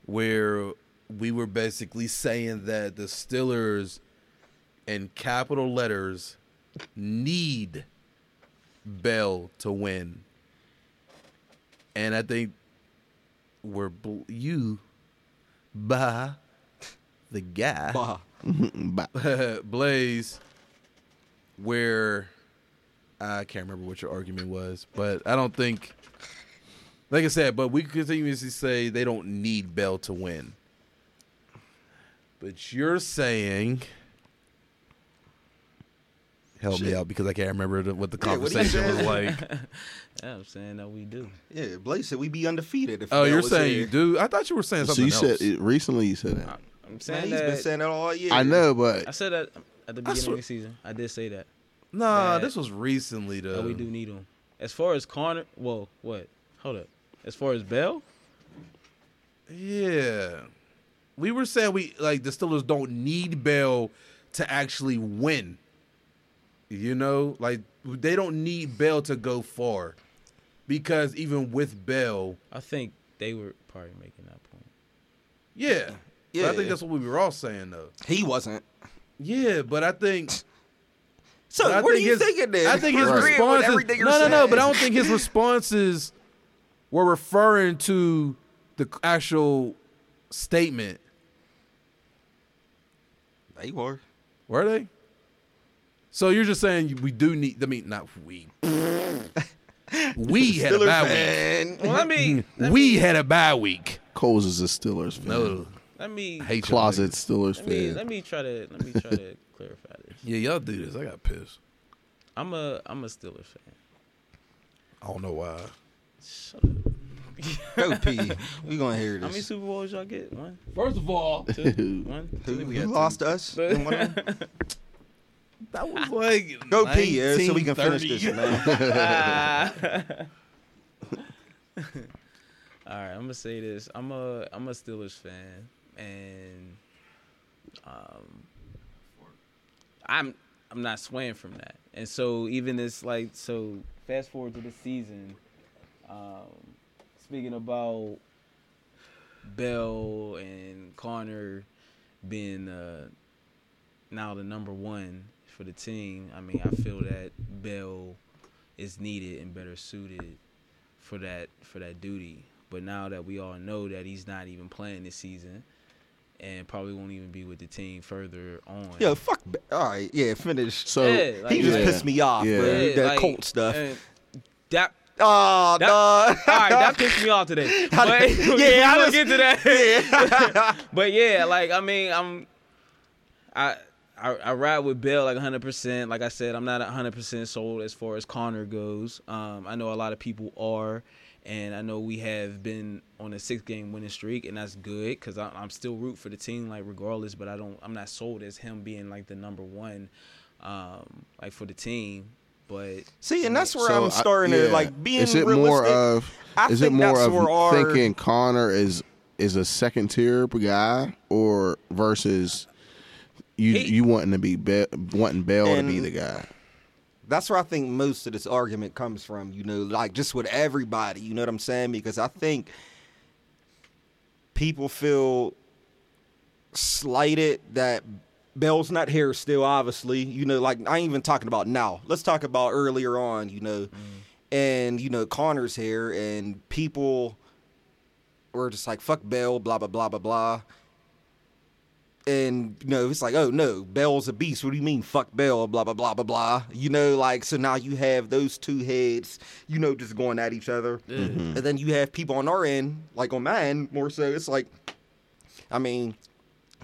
Speaker 3: where we were basically saying that the Steelers in capital letters need Bell to win. And I think we're bl- you by the guy
Speaker 2: Bah.
Speaker 1: But
Speaker 3: Blaze, where I can't remember what your argument was, but I don't think, like I said, but we continuously say they don't need Bell to win. But you're saying, help me out because I can't remember the, what the
Speaker 2: Yeah, what he
Speaker 3: conversation was
Speaker 2: said.
Speaker 3: like.
Speaker 5: Yeah, I'm saying that we do.
Speaker 2: Yeah, Blaze said we be undefeated. If
Speaker 3: Oh,
Speaker 2: Bell
Speaker 3: you're
Speaker 2: was
Speaker 3: saying
Speaker 2: here.
Speaker 3: you do? I thought you were saying
Speaker 1: so
Speaker 3: something
Speaker 1: you
Speaker 3: else.
Speaker 1: said recently you said that.
Speaker 5: I'm
Speaker 2: Man,
Speaker 5: saying
Speaker 2: he's been
Speaker 5: that.
Speaker 2: saying that all year.
Speaker 1: I know,
Speaker 5: I
Speaker 1: but
Speaker 5: said that at the beginning
Speaker 3: swear-
Speaker 5: of the season. I did say that.
Speaker 3: nah,
Speaker 5: that-
Speaker 3: this was recently though.
Speaker 2: Oh,
Speaker 5: that we do need him. As far as Connor, well, what? Hold up. As far as Bell,
Speaker 3: Yeah. We were saying we like the Steelers don't need Bell to actually win. You know, like they don't need Bell to go far. Because even with Bell,
Speaker 5: I think they were probably making that point.
Speaker 3: yeah. But I think that's what we were all saying though.
Speaker 2: he wasn't.
Speaker 3: Yeah, but I think
Speaker 2: So
Speaker 3: But I
Speaker 2: what are
Speaker 3: think
Speaker 2: you
Speaker 3: his-
Speaker 2: thinking then?
Speaker 3: I think his
Speaker 2: We're agreeing with
Speaker 3: responses.
Speaker 2: everything you're
Speaker 3: no, no, no.
Speaker 2: saying.
Speaker 3: But I don't think his responses were referring to the actual statement.
Speaker 2: They were.
Speaker 3: Were they? So you're just saying we do need. I mean, not we. we had a
Speaker 2: Steelers
Speaker 3: bye
Speaker 2: fan.
Speaker 5: Well, let me
Speaker 3: week. We had a bye week.
Speaker 1: Coles is a Steelers fan.
Speaker 3: No,
Speaker 5: let me
Speaker 3: I hate y'all
Speaker 1: Closet Steelers
Speaker 5: let me
Speaker 1: fan.
Speaker 5: let me try to let me try to clarify
Speaker 3: niggas.
Speaker 5: this.
Speaker 3: Yeah, y'all do this. I got pissed.
Speaker 5: I'm a I'm a Steelers fan.
Speaker 3: I don't know why.
Speaker 5: Shut up.
Speaker 2: Go pee. We gonna hear
Speaker 5: How many
Speaker 2: this.
Speaker 5: Super Bowls y'all get? One,
Speaker 3: First of all,
Speaker 5: two, one,
Speaker 2: Who,
Speaker 5: two.
Speaker 2: who lost to us? in one of them?
Speaker 3: that was like
Speaker 2: Go pee, yeah, so we can finish this, man.
Speaker 5: Ah. All right, I'm gonna say this. I'm a I'm a Steelers fan, and um, I'm I'm not swaying from that. And so even this like so fast forward to the season. Um, speaking about Bell and Connor being uh, now the number one for the team, I mean, I feel that Bell is needed and better suited for that for that duty. But now that we all know that he's not even playing this season, and probably won't even be with the team further on.
Speaker 2: Yo, fuck. Ba- All right, yeah, finish.
Speaker 1: so
Speaker 5: Yeah, like-
Speaker 2: he just
Speaker 1: yeah.
Speaker 2: pissed me off,
Speaker 1: Yeah.
Speaker 2: bro.
Speaker 5: Yeah,
Speaker 2: that
Speaker 5: like,
Speaker 2: Colt stuff.
Speaker 5: and That
Speaker 1: Ah,
Speaker 2: oh,
Speaker 5: that-
Speaker 2: no.
Speaker 5: all right, that pissed me off today. But
Speaker 2: Yeah, I
Speaker 5: we'll
Speaker 2: was-
Speaker 5: get to that.
Speaker 2: yeah.
Speaker 5: but yeah, like I mean, I'm I I, I ride with Bell like 100%. Like I said, I'm not 100% sold as far as Connor goes. Um, I know a lot of people are, and I know we have been on a six game winning streak, and that's good because I'm still root for the team like regardless. But I don't, I'm not sold as him being like the number one, um, like for the team. But
Speaker 2: See, and that's where
Speaker 1: So, I-
Speaker 2: I'm starting to
Speaker 1: yeah.
Speaker 2: like being
Speaker 1: Is it
Speaker 2: realistic.
Speaker 1: more of?
Speaker 2: I
Speaker 1: is
Speaker 2: think
Speaker 1: it more
Speaker 2: that's
Speaker 1: of
Speaker 2: where our-
Speaker 1: thinking Connor is is a second tier guy, or versus you
Speaker 5: He-
Speaker 1: you wanting to be, be wanting Bell to be
Speaker 2: And-
Speaker 1: the guy?
Speaker 2: That's where I think most of this argument comes from, you know, like just with everybody, you know what I'm saying? Because I think people feel slighted that Bell's not here still, obviously. You know, like I ain't even talking about now. Let's talk about earlier on, you know. And, you know, Connor's here and people were just like, fuck Bell, blah, blah, blah, blah, blah. and you know it's like oh no bell's a beast what do you mean fuck bell blah blah blah blah blah you know like so now you have those two heads you know just going at each other and then you have people on our end like on my end more so it's like i mean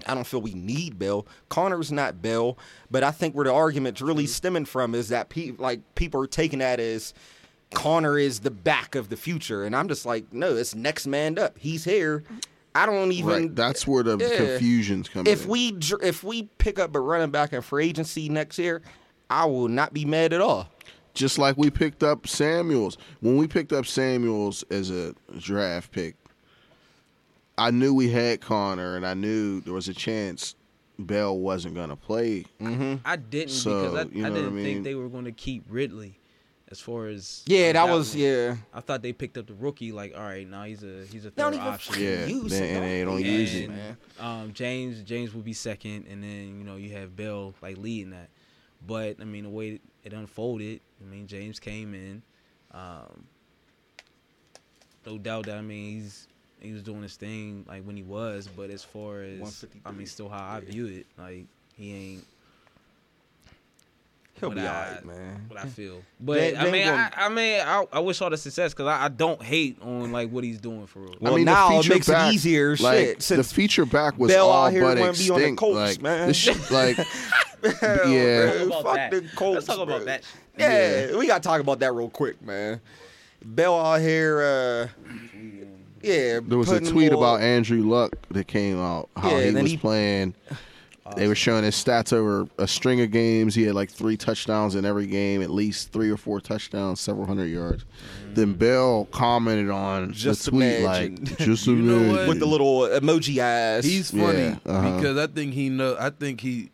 Speaker 2: i don't feel we need bell connor's not bell but i think where the argument's really stemming from is that pe- like people are taking that as connor is the back of the future and i'm just like no it's next man up he's here I don't even.
Speaker 1: right. That's where the
Speaker 2: yeah.
Speaker 1: confusions come.
Speaker 2: If
Speaker 1: in.
Speaker 2: we dr- if we pick up a running back in free agency next year, I will not be mad at all.
Speaker 1: just like we picked up Samuels. When we picked up Samuels as a draft pick, I knew we had Connor, and I knew there was a chance Bell wasn't going to play.
Speaker 5: I didn't
Speaker 1: So,
Speaker 5: because I,
Speaker 1: you
Speaker 5: I
Speaker 1: know what I
Speaker 5: didn't
Speaker 1: mean?
Speaker 5: think they were going to keep Ridley. As far as
Speaker 2: Yeah,
Speaker 5: like,
Speaker 2: that was
Speaker 5: one.
Speaker 2: yeah.
Speaker 5: I thought they picked up the rookie. Like, all right, now he's a he's a
Speaker 2: They don't
Speaker 5: third
Speaker 2: even
Speaker 5: option.
Speaker 1: Yeah,
Speaker 2: use
Speaker 1: they-
Speaker 2: it.
Speaker 1: and they don't
Speaker 5: And,
Speaker 1: use it.
Speaker 5: Um, James James will be second, and then you know you have Bell like leading that. But I mean, the way it unfolded, I mean, James came in. Um, no doubt that I mean he's he was doing his thing like when he was, but as far as I mean, still how I view it, like he ain't
Speaker 2: He'll
Speaker 5: what
Speaker 2: be all
Speaker 5: I-
Speaker 2: right, man.
Speaker 5: what I feel. But
Speaker 2: They-
Speaker 5: I,
Speaker 2: they
Speaker 5: mean,
Speaker 2: gonna-
Speaker 5: I, I mean, I I wish all the success because I, I don't hate on like what he's doing for real.
Speaker 2: Well, now it
Speaker 1: feature
Speaker 2: makes it easier,
Speaker 1: Like,
Speaker 2: shit,
Speaker 1: the
Speaker 2: since
Speaker 1: feature back was
Speaker 2: Bell
Speaker 1: all
Speaker 2: out here
Speaker 1: but
Speaker 2: wanna be on the
Speaker 1: extinct.
Speaker 2: Colts,
Speaker 1: like,
Speaker 2: man.
Speaker 1: This shit, like, yeah,
Speaker 5: Talk about
Speaker 2: fuck
Speaker 5: that.
Speaker 2: the Colts,
Speaker 5: Let's talk about
Speaker 2: bro.
Speaker 5: that.
Speaker 2: Yeah, we gotta talk about that real quick, man. Bell out here, uh, yeah.
Speaker 1: there was a
Speaker 2: putting
Speaker 1: tweet
Speaker 2: more-
Speaker 1: about Andrew Luck that came out how
Speaker 2: Yeah,
Speaker 1: he
Speaker 2: then
Speaker 1: was
Speaker 2: he-
Speaker 1: playing. They were showing his stats over a string of games. He had like three touchdowns in every game, at least three or four touchdowns, several hundred yards. Then Bell commented on
Speaker 2: Just
Speaker 1: the tweet
Speaker 2: imagine.
Speaker 1: like, "Just
Speaker 3: You know
Speaker 1: imagine."
Speaker 3: what?
Speaker 2: with the little emoji eyes.
Speaker 3: He's funny
Speaker 1: Yeah, uh-huh.
Speaker 3: because I think he know. I think he.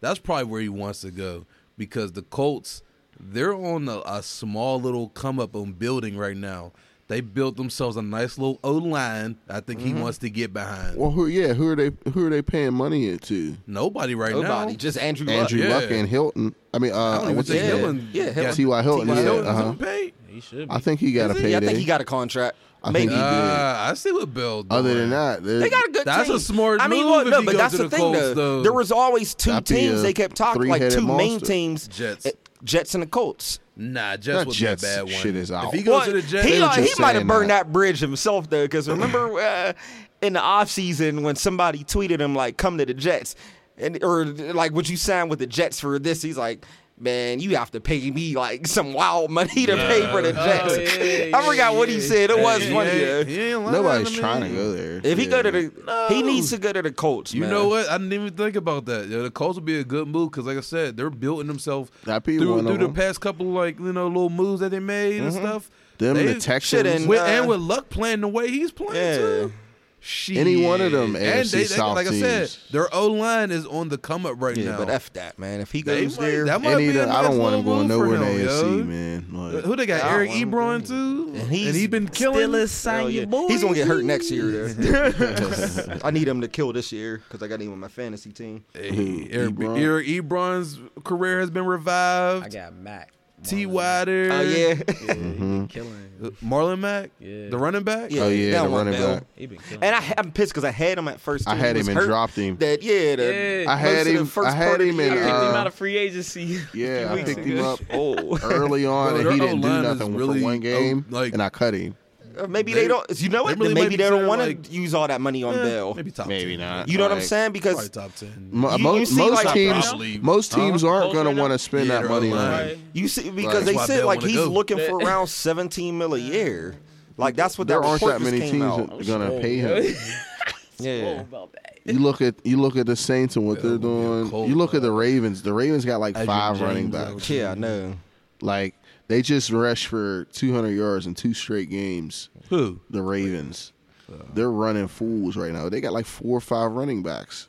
Speaker 3: That's probably where he wants to go because the Colts, they're on a, a small little come up on building right now. They built themselves a nice little O line. I think he wants to get behind.
Speaker 1: Well, who? Yeah, who are they? Who are they paying money to?
Speaker 3: Nobody right
Speaker 2: Nobody,
Speaker 3: now.
Speaker 2: just Andrew. Luck.
Speaker 1: Andrew
Speaker 3: yeah.
Speaker 1: Luck and Hilton. I mean, uh,
Speaker 3: don't even
Speaker 1: what's
Speaker 3: think
Speaker 1: his name?
Speaker 3: Hilton-
Speaker 2: Yeah, Hilton.
Speaker 1: T.Y. Hilton.
Speaker 2: T.Y.
Speaker 1: yeah,
Speaker 3: Hilton's
Speaker 1: uh-huh.
Speaker 3: paid.
Speaker 5: He should be.
Speaker 1: I think he got a
Speaker 2: Is he?
Speaker 1: payday.
Speaker 2: I think he got a contract.
Speaker 1: I think
Speaker 2: Maybe
Speaker 1: he did.
Speaker 3: Ah, I see what Bill. Doing.
Speaker 1: Other than that,
Speaker 2: they
Speaker 1: they
Speaker 2: got a good.
Speaker 3: That's
Speaker 2: team.
Speaker 3: a smart
Speaker 2: I mean,
Speaker 3: move
Speaker 2: well,
Speaker 3: if
Speaker 2: no,
Speaker 3: he
Speaker 2: but
Speaker 3: goes
Speaker 2: that's
Speaker 3: to
Speaker 2: the,
Speaker 3: the
Speaker 2: thing.
Speaker 3: Colts, though.
Speaker 2: There was always 2
Speaker 1: That'd be
Speaker 2: teams
Speaker 1: a
Speaker 2: they kept talking like
Speaker 1: three-headed
Speaker 2: two main
Speaker 1: monster.
Speaker 2: teams:
Speaker 3: Jets.
Speaker 2: Uh, Jets and the Colts.
Speaker 3: nah, Jets
Speaker 1: that
Speaker 3: would
Speaker 1: Jets
Speaker 3: be a bad one.
Speaker 1: shit is out.
Speaker 3: If he goes
Speaker 2: Well,
Speaker 3: to the Jets,
Speaker 2: He,
Speaker 1: They were
Speaker 2: like, he
Speaker 1: just
Speaker 2: might have
Speaker 1: saying
Speaker 2: burned that.
Speaker 1: that.
Speaker 2: bridge himself though, because remember uh, in the offseason when somebody tweeted him like, "Come to the Jets," and or like, "Would you sign with the Jets for this?" He's like. Man, you have to pay me like some wild money to pay for the
Speaker 5: Oh,
Speaker 2: Jets.
Speaker 5: yeah,
Speaker 2: I forgot
Speaker 5: yeah,
Speaker 2: what he
Speaker 5: yeah.
Speaker 2: said. It was
Speaker 3: he
Speaker 2: funny.
Speaker 3: ain't-
Speaker 2: though.
Speaker 3: he ain't lying,
Speaker 1: nobody's
Speaker 3: I
Speaker 1: trying to
Speaker 3: mean.
Speaker 1: go there.
Speaker 2: If he go to
Speaker 1: Yeah.
Speaker 2: the, he needs to go to the Colts.
Speaker 3: You
Speaker 2: man.
Speaker 3: know what? I didn't even think about that. Yeah, the Colts would be a good move because, like I said, they're building themselves
Speaker 1: That'd be
Speaker 3: through,
Speaker 1: one
Speaker 3: through
Speaker 1: of
Speaker 3: the
Speaker 1: them.
Speaker 3: past couple like you know little moves that they made and stuff.
Speaker 1: them,
Speaker 3: they,
Speaker 1: the Texans,
Speaker 2: shit and-
Speaker 3: with,
Speaker 2: Mm-hmm. uh,
Speaker 3: and with luck playing the way he's playing too. Shit.
Speaker 1: Any one of them
Speaker 3: and
Speaker 1: AFC
Speaker 3: they, they,
Speaker 1: South
Speaker 3: like I said,
Speaker 1: teams.
Speaker 3: their O line is on the come up right
Speaker 2: Yeah,
Speaker 3: now.
Speaker 2: but f that man. If he
Speaker 3: They
Speaker 2: goes
Speaker 3: might-
Speaker 2: there,
Speaker 3: that might
Speaker 1: Any
Speaker 3: be
Speaker 1: of
Speaker 3: a
Speaker 1: the, I
Speaker 3: nice
Speaker 1: don't want him
Speaker 3: little
Speaker 1: going
Speaker 3: move for
Speaker 1: nowhere in
Speaker 3: him,
Speaker 1: the AFC,
Speaker 3: yo.
Speaker 1: man. Like,
Speaker 3: Who they got?
Speaker 2: I
Speaker 3: Eric
Speaker 2: don't
Speaker 3: Ebron too,
Speaker 2: And he's
Speaker 3: he been killing.
Speaker 5: Still is sign
Speaker 2: Hell
Speaker 5: your
Speaker 2: yeah.
Speaker 5: boy.
Speaker 2: He's gonna get hurt next year. Though. I need him to kill this year because I got him on my fantasy team.
Speaker 3: Hey, Eric,
Speaker 1: Ebron?
Speaker 3: Eric Ebron's career has been revived.
Speaker 6: I got Mac.
Speaker 3: T.
Speaker 6: Marlon
Speaker 3: Wider.
Speaker 2: Oh yeah,
Speaker 6: Mack. Yeah, he
Speaker 1: Mm-hmm.
Speaker 6: been killing.
Speaker 3: Marlon Mack,
Speaker 6: Yeah.
Speaker 3: the running back.
Speaker 2: yeah.
Speaker 1: oh yeah,
Speaker 2: that
Speaker 1: the
Speaker 2: one
Speaker 1: running
Speaker 2: fell.
Speaker 1: back.
Speaker 5: He been killing.
Speaker 2: And I, I'm pissed because I had him at first.
Speaker 1: I
Speaker 2: too.
Speaker 1: had
Speaker 2: He
Speaker 1: him
Speaker 2: was
Speaker 1: and
Speaker 2: hurt.
Speaker 1: dropped him.
Speaker 2: That yeah, the,
Speaker 1: I
Speaker 2: most
Speaker 1: had
Speaker 2: of the
Speaker 1: him-
Speaker 2: first
Speaker 1: I had
Speaker 2: part of
Speaker 1: him uh,
Speaker 2: the
Speaker 1: in,
Speaker 5: I
Speaker 2: year.
Speaker 5: picked him
Speaker 1: uh,
Speaker 5: out of free agency.
Speaker 1: Yeah, I
Speaker 5: weeks
Speaker 1: picked
Speaker 5: ago.
Speaker 1: him up
Speaker 2: Oh,
Speaker 1: early on,
Speaker 3: Bro,
Speaker 1: and
Speaker 3: their
Speaker 1: he didn't
Speaker 3: O-line
Speaker 1: do
Speaker 3: is
Speaker 1: nothing
Speaker 3: really
Speaker 1: for one game,
Speaker 3: o- like-
Speaker 1: and I cut him.
Speaker 2: Or maybe
Speaker 3: They-
Speaker 2: they don't. You know
Speaker 3: they
Speaker 2: what?
Speaker 3: really might
Speaker 2: maybe
Speaker 3: be
Speaker 2: they don't
Speaker 3: saying,
Speaker 2: want to
Speaker 3: like,
Speaker 2: use all that money on
Speaker 3: Eh,
Speaker 2: Bell.
Speaker 3: Maybe top ten.
Speaker 1: not.
Speaker 2: You know what I'm saying? Because
Speaker 3: Probably top ten.
Speaker 1: Mo-
Speaker 2: You-
Speaker 1: mo-
Speaker 2: you see,
Speaker 1: most
Speaker 2: like,
Speaker 1: teams,
Speaker 3: probably-
Speaker 1: most teams
Speaker 5: Huh?
Speaker 1: aren't going
Speaker 5: Colts right
Speaker 1: to want
Speaker 5: now?
Speaker 1: to spend
Speaker 3: Yeah,
Speaker 1: that
Speaker 3: they're
Speaker 1: money on
Speaker 3: O-line.
Speaker 1: him.
Speaker 5: Right.
Speaker 2: You see,
Speaker 1: Right.
Speaker 2: because
Speaker 1: That's
Speaker 2: they
Speaker 3: why
Speaker 2: said
Speaker 3: Bell
Speaker 2: like
Speaker 3: wanna
Speaker 2: he's
Speaker 3: go.
Speaker 2: looking for
Speaker 5: Yeah.
Speaker 2: around 17 mil a year. Like that's what
Speaker 1: There
Speaker 2: that
Speaker 1: aren't
Speaker 2: report
Speaker 1: that
Speaker 2: just
Speaker 1: many
Speaker 2: came
Speaker 1: teams
Speaker 2: out.
Speaker 1: that are going to pay him.
Speaker 5: Oh,
Speaker 2: Yeah,
Speaker 5: about that.
Speaker 1: You look at you look at the Saints and what
Speaker 3: Yeah,
Speaker 1: they're
Speaker 3: that would be a
Speaker 1: doing.
Speaker 3: cold
Speaker 1: you look at
Speaker 3: cut.
Speaker 1: the Ravens. The Ravens got like
Speaker 3: Adrian
Speaker 1: five
Speaker 3: James,
Speaker 1: running
Speaker 3: that
Speaker 1: backs.
Speaker 2: yeah, I know.
Speaker 1: Like they just rushed for 200 yards in two straight games.
Speaker 3: Who?
Speaker 1: The Ravens, they're running fools right now. They got like four or five running backs.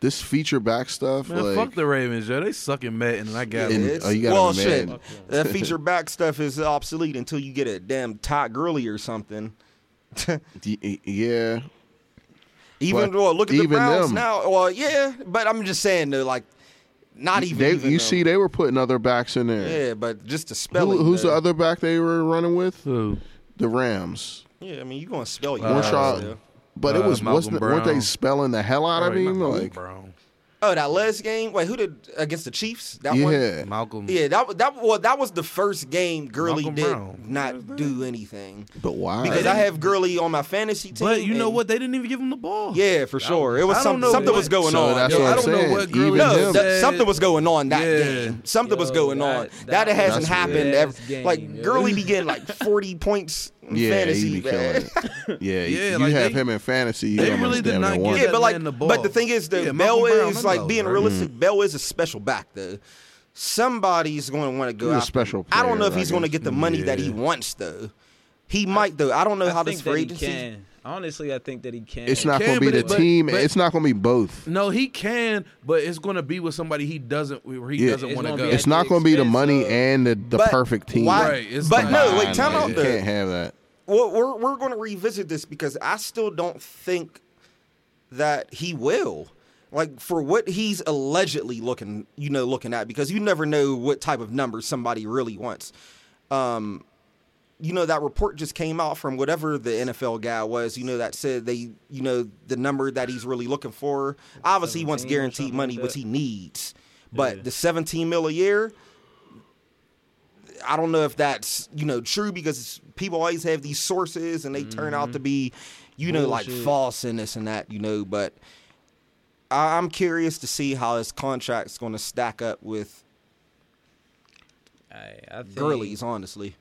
Speaker 1: This feature back stuff,
Speaker 3: Man,
Speaker 1: like
Speaker 3: fuck the Ravens, yo. They sucking Madden, and I got
Speaker 1: Yeah,
Speaker 3: it.
Speaker 1: oh, you gotta
Speaker 2: well,
Speaker 1: be
Speaker 2: shit.
Speaker 1: mad.
Speaker 2: That feature back stuff is obsolete until you get a damn Todd Gurley or something.
Speaker 1: d- yeah,
Speaker 2: Even
Speaker 1: But
Speaker 2: well, look at
Speaker 1: even
Speaker 2: the Browns
Speaker 1: them.
Speaker 2: now. Well, yeah, but I'm just saying though, like, not even.
Speaker 1: they,
Speaker 2: even
Speaker 1: you
Speaker 2: them.
Speaker 1: see, they were putting other backs in there.
Speaker 2: yeah, but just to spell
Speaker 1: Who,
Speaker 2: it.
Speaker 1: who's the
Speaker 2: though.
Speaker 1: other back they were running with?
Speaker 3: Who?
Speaker 1: The Rams.
Speaker 2: Yeah, I mean, you gonna spell your
Speaker 3: Uh,
Speaker 2: shot.
Speaker 1: Warshaw. But it
Speaker 3: uh,
Speaker 1: was
Speaker 3: Malcolm
Speaker 1: wasn't weren't they
Speaker 3: Brown.
Speaker 1: spelling the hell out of
Speaker 3: Probably
Speaker 1: him?
Speaker 3: not Malcolm
Speaker 1: Like
Speaker 3: Brown.
Speaker 2: Oh, that last game. Wait, who did against the Chiefs? That one.
Speaker 1: yeah,
Speaker 3: Malcolm.
Speaker 2: Yeah, that wa- that well, that was the first game Gurley
Speaker 3: Malcolm
Speaker 2: did
Speaker 3: Brown.
Speaker 2: not do anything
Speaker 1: but why?
Speaker 2: because I have Gurley on my fantasy team.
Speaker 3: But you know
Speaker 2: and-
Speaker 3: what? They didn't even give him the ball.
Speaker 2: Oh, Yeah, for sure. It was
Speaker 3: I
Speaker 2: some,
Speaker 3: don't know
Speaker 2: something
Speaker 3: what-
Speaker 2: was going
Speaker 1: So
Speaker 2: on.
Speaker 1: that's
Speaker 3: Yo,
Speaker 1: what
Speaker 3: I
Speaker 1: I'm
Speaker 3: don't know
Speaker 1: saying.
Speaker 3: what Gurley
Speaker 1: Even
Speaker 2: no,
Speaker 1: him,
Speaker 3: said.
Speaker 2: that, something was going on that
Speaker 3: Yeah.
Speaker 2: game. Something was
Speaker 5: Yo,
Speaker 2: going
Speaker 5: that-
Speaker 2: on.
Speaker 5: that
Speaker 2: That, hasn't
Speaker 1: was
Speaker 2: happened.
Speaker 5: the
Speaker 2: Ever.
Speaker 5: best game,
Speaker 2: like
Speaker 5: yo.
Speaker 2: Gurley began like forty points in
Speaker 1: yeah,
Speaker 2: fantasy.
Speaker 1: he be
Speaker 2: man.
Speaker 1: killing. It. Yeah,
Speaker 3: Yeah,
Speaker 1: you
Speaker 3: like,
Speaker 1: have
Speaker 3: they-
Speaker 1: him in fantasy. You
Speaker 3: they
Speaker 1: almost
Speaker 3: really did
Speaker 1: damn near
Speaker 3: not
Speaker 1: won.
Speaker 3: get
Speaker 2: Yeah, but like,
Speaker 3: man the
Speaker 2: but
Speaker 3: ball.
Speaker 2: the thing is, the
Speaker 3: Yeah, Malcolm
Speaker 2: Bell
Speaker 3: Brown,
Speaker 2: is
Speaker 3: I
Speaker 2: like
Speaker 3: know,
Speaker 2: being
Speaker 3: right?
Speaker 2: realistic. Bell is a special back though. Somebody's going to want to go
Speaker 1: He's a
Speaker 2: after
Speaker 1: special
Speaker 2: him. I don't know
Speaker 1: player,
Speaker 2: if
Speaker 1: I
Speaker 2: he's going to
Speaker 1: guess.
Speaker 2: get the money that he
Speaker 3: Yeah.
Speaker 2: wants though. He might though. I don't know
Speaker 5: I
Speaker 2: how
Speaker 5: think
Speaker 2: this
Speaker 5: that
Speaker 2: free
Speaker 5: he
Speaker 2: agency.
Speaker 5: can. Honestly, I think that he can.
Speaker 1: It's not going to
Speaker 3: can,
Speaker 1: be
Speaker 3: but
Speaker 1: the
Speaker 3: it- but-
Speaker 1: team.
Speaker 3: but-
Speaker 1: it's not going to be both.
Speaker 3: No, he can, but it's going to be with somebody he doesn't where he
Speaker 1: Yeah.
Speaker 3: doesn't
Speaker 5: It's
Speaker 3: want to
Speaker 5: gonna
Speaker 3: go.
Speaker 5: be
Speaker 1: It's
Speaker 5: at
Speaker 1: not
Speaker 5: the
Speaker 1: going to be the
Speaker 5: expense
Speaker 1: money
Speaker 5: of-
Speaker 1: and the, the
Speaker 2: But
Speaker 1: perfect team.
Speaker 2: Why?
Speaker 3: Right, it's
Speaker 2: but no, wait.
Speaker 3: combined,
Speaker 2: Time
Speaker 3: like,
Speaker 2: out
Speaker 1: You
Speaker 3: it
Speaker 2: though.
Speaker 1: can't have that.
Speaker 2: Well, we're we're going to revisit this because I still don't think that he will. Like for what he's allegedly looking, you know, looking at because you never know what type of number somebody really wants. Um, you know that report just came out from whatever the NFL guy was. You know that said they, you know, the number that he's really looking for. Obviously, he wants
Speaker 5: 17 or
Speaker 2: guaranteed
Speaker 5: something
Speaker 2: money,
Speaker 5: like
Speaker 2: which
Speaker 5: that.
Speaker 2: he needs. But the seventeen mil a year, I don't know if that's you know true because people always have these sources and they turn out to be, you know, like
Speaker 5: Mm-hmm. Bullshit.
Speaker 2: false and this and that, you know. But I- I'm curious to see how his contract's going to stack up with
Speaker 5: I, I think,
Speaker 2: Gurley's. Honestly,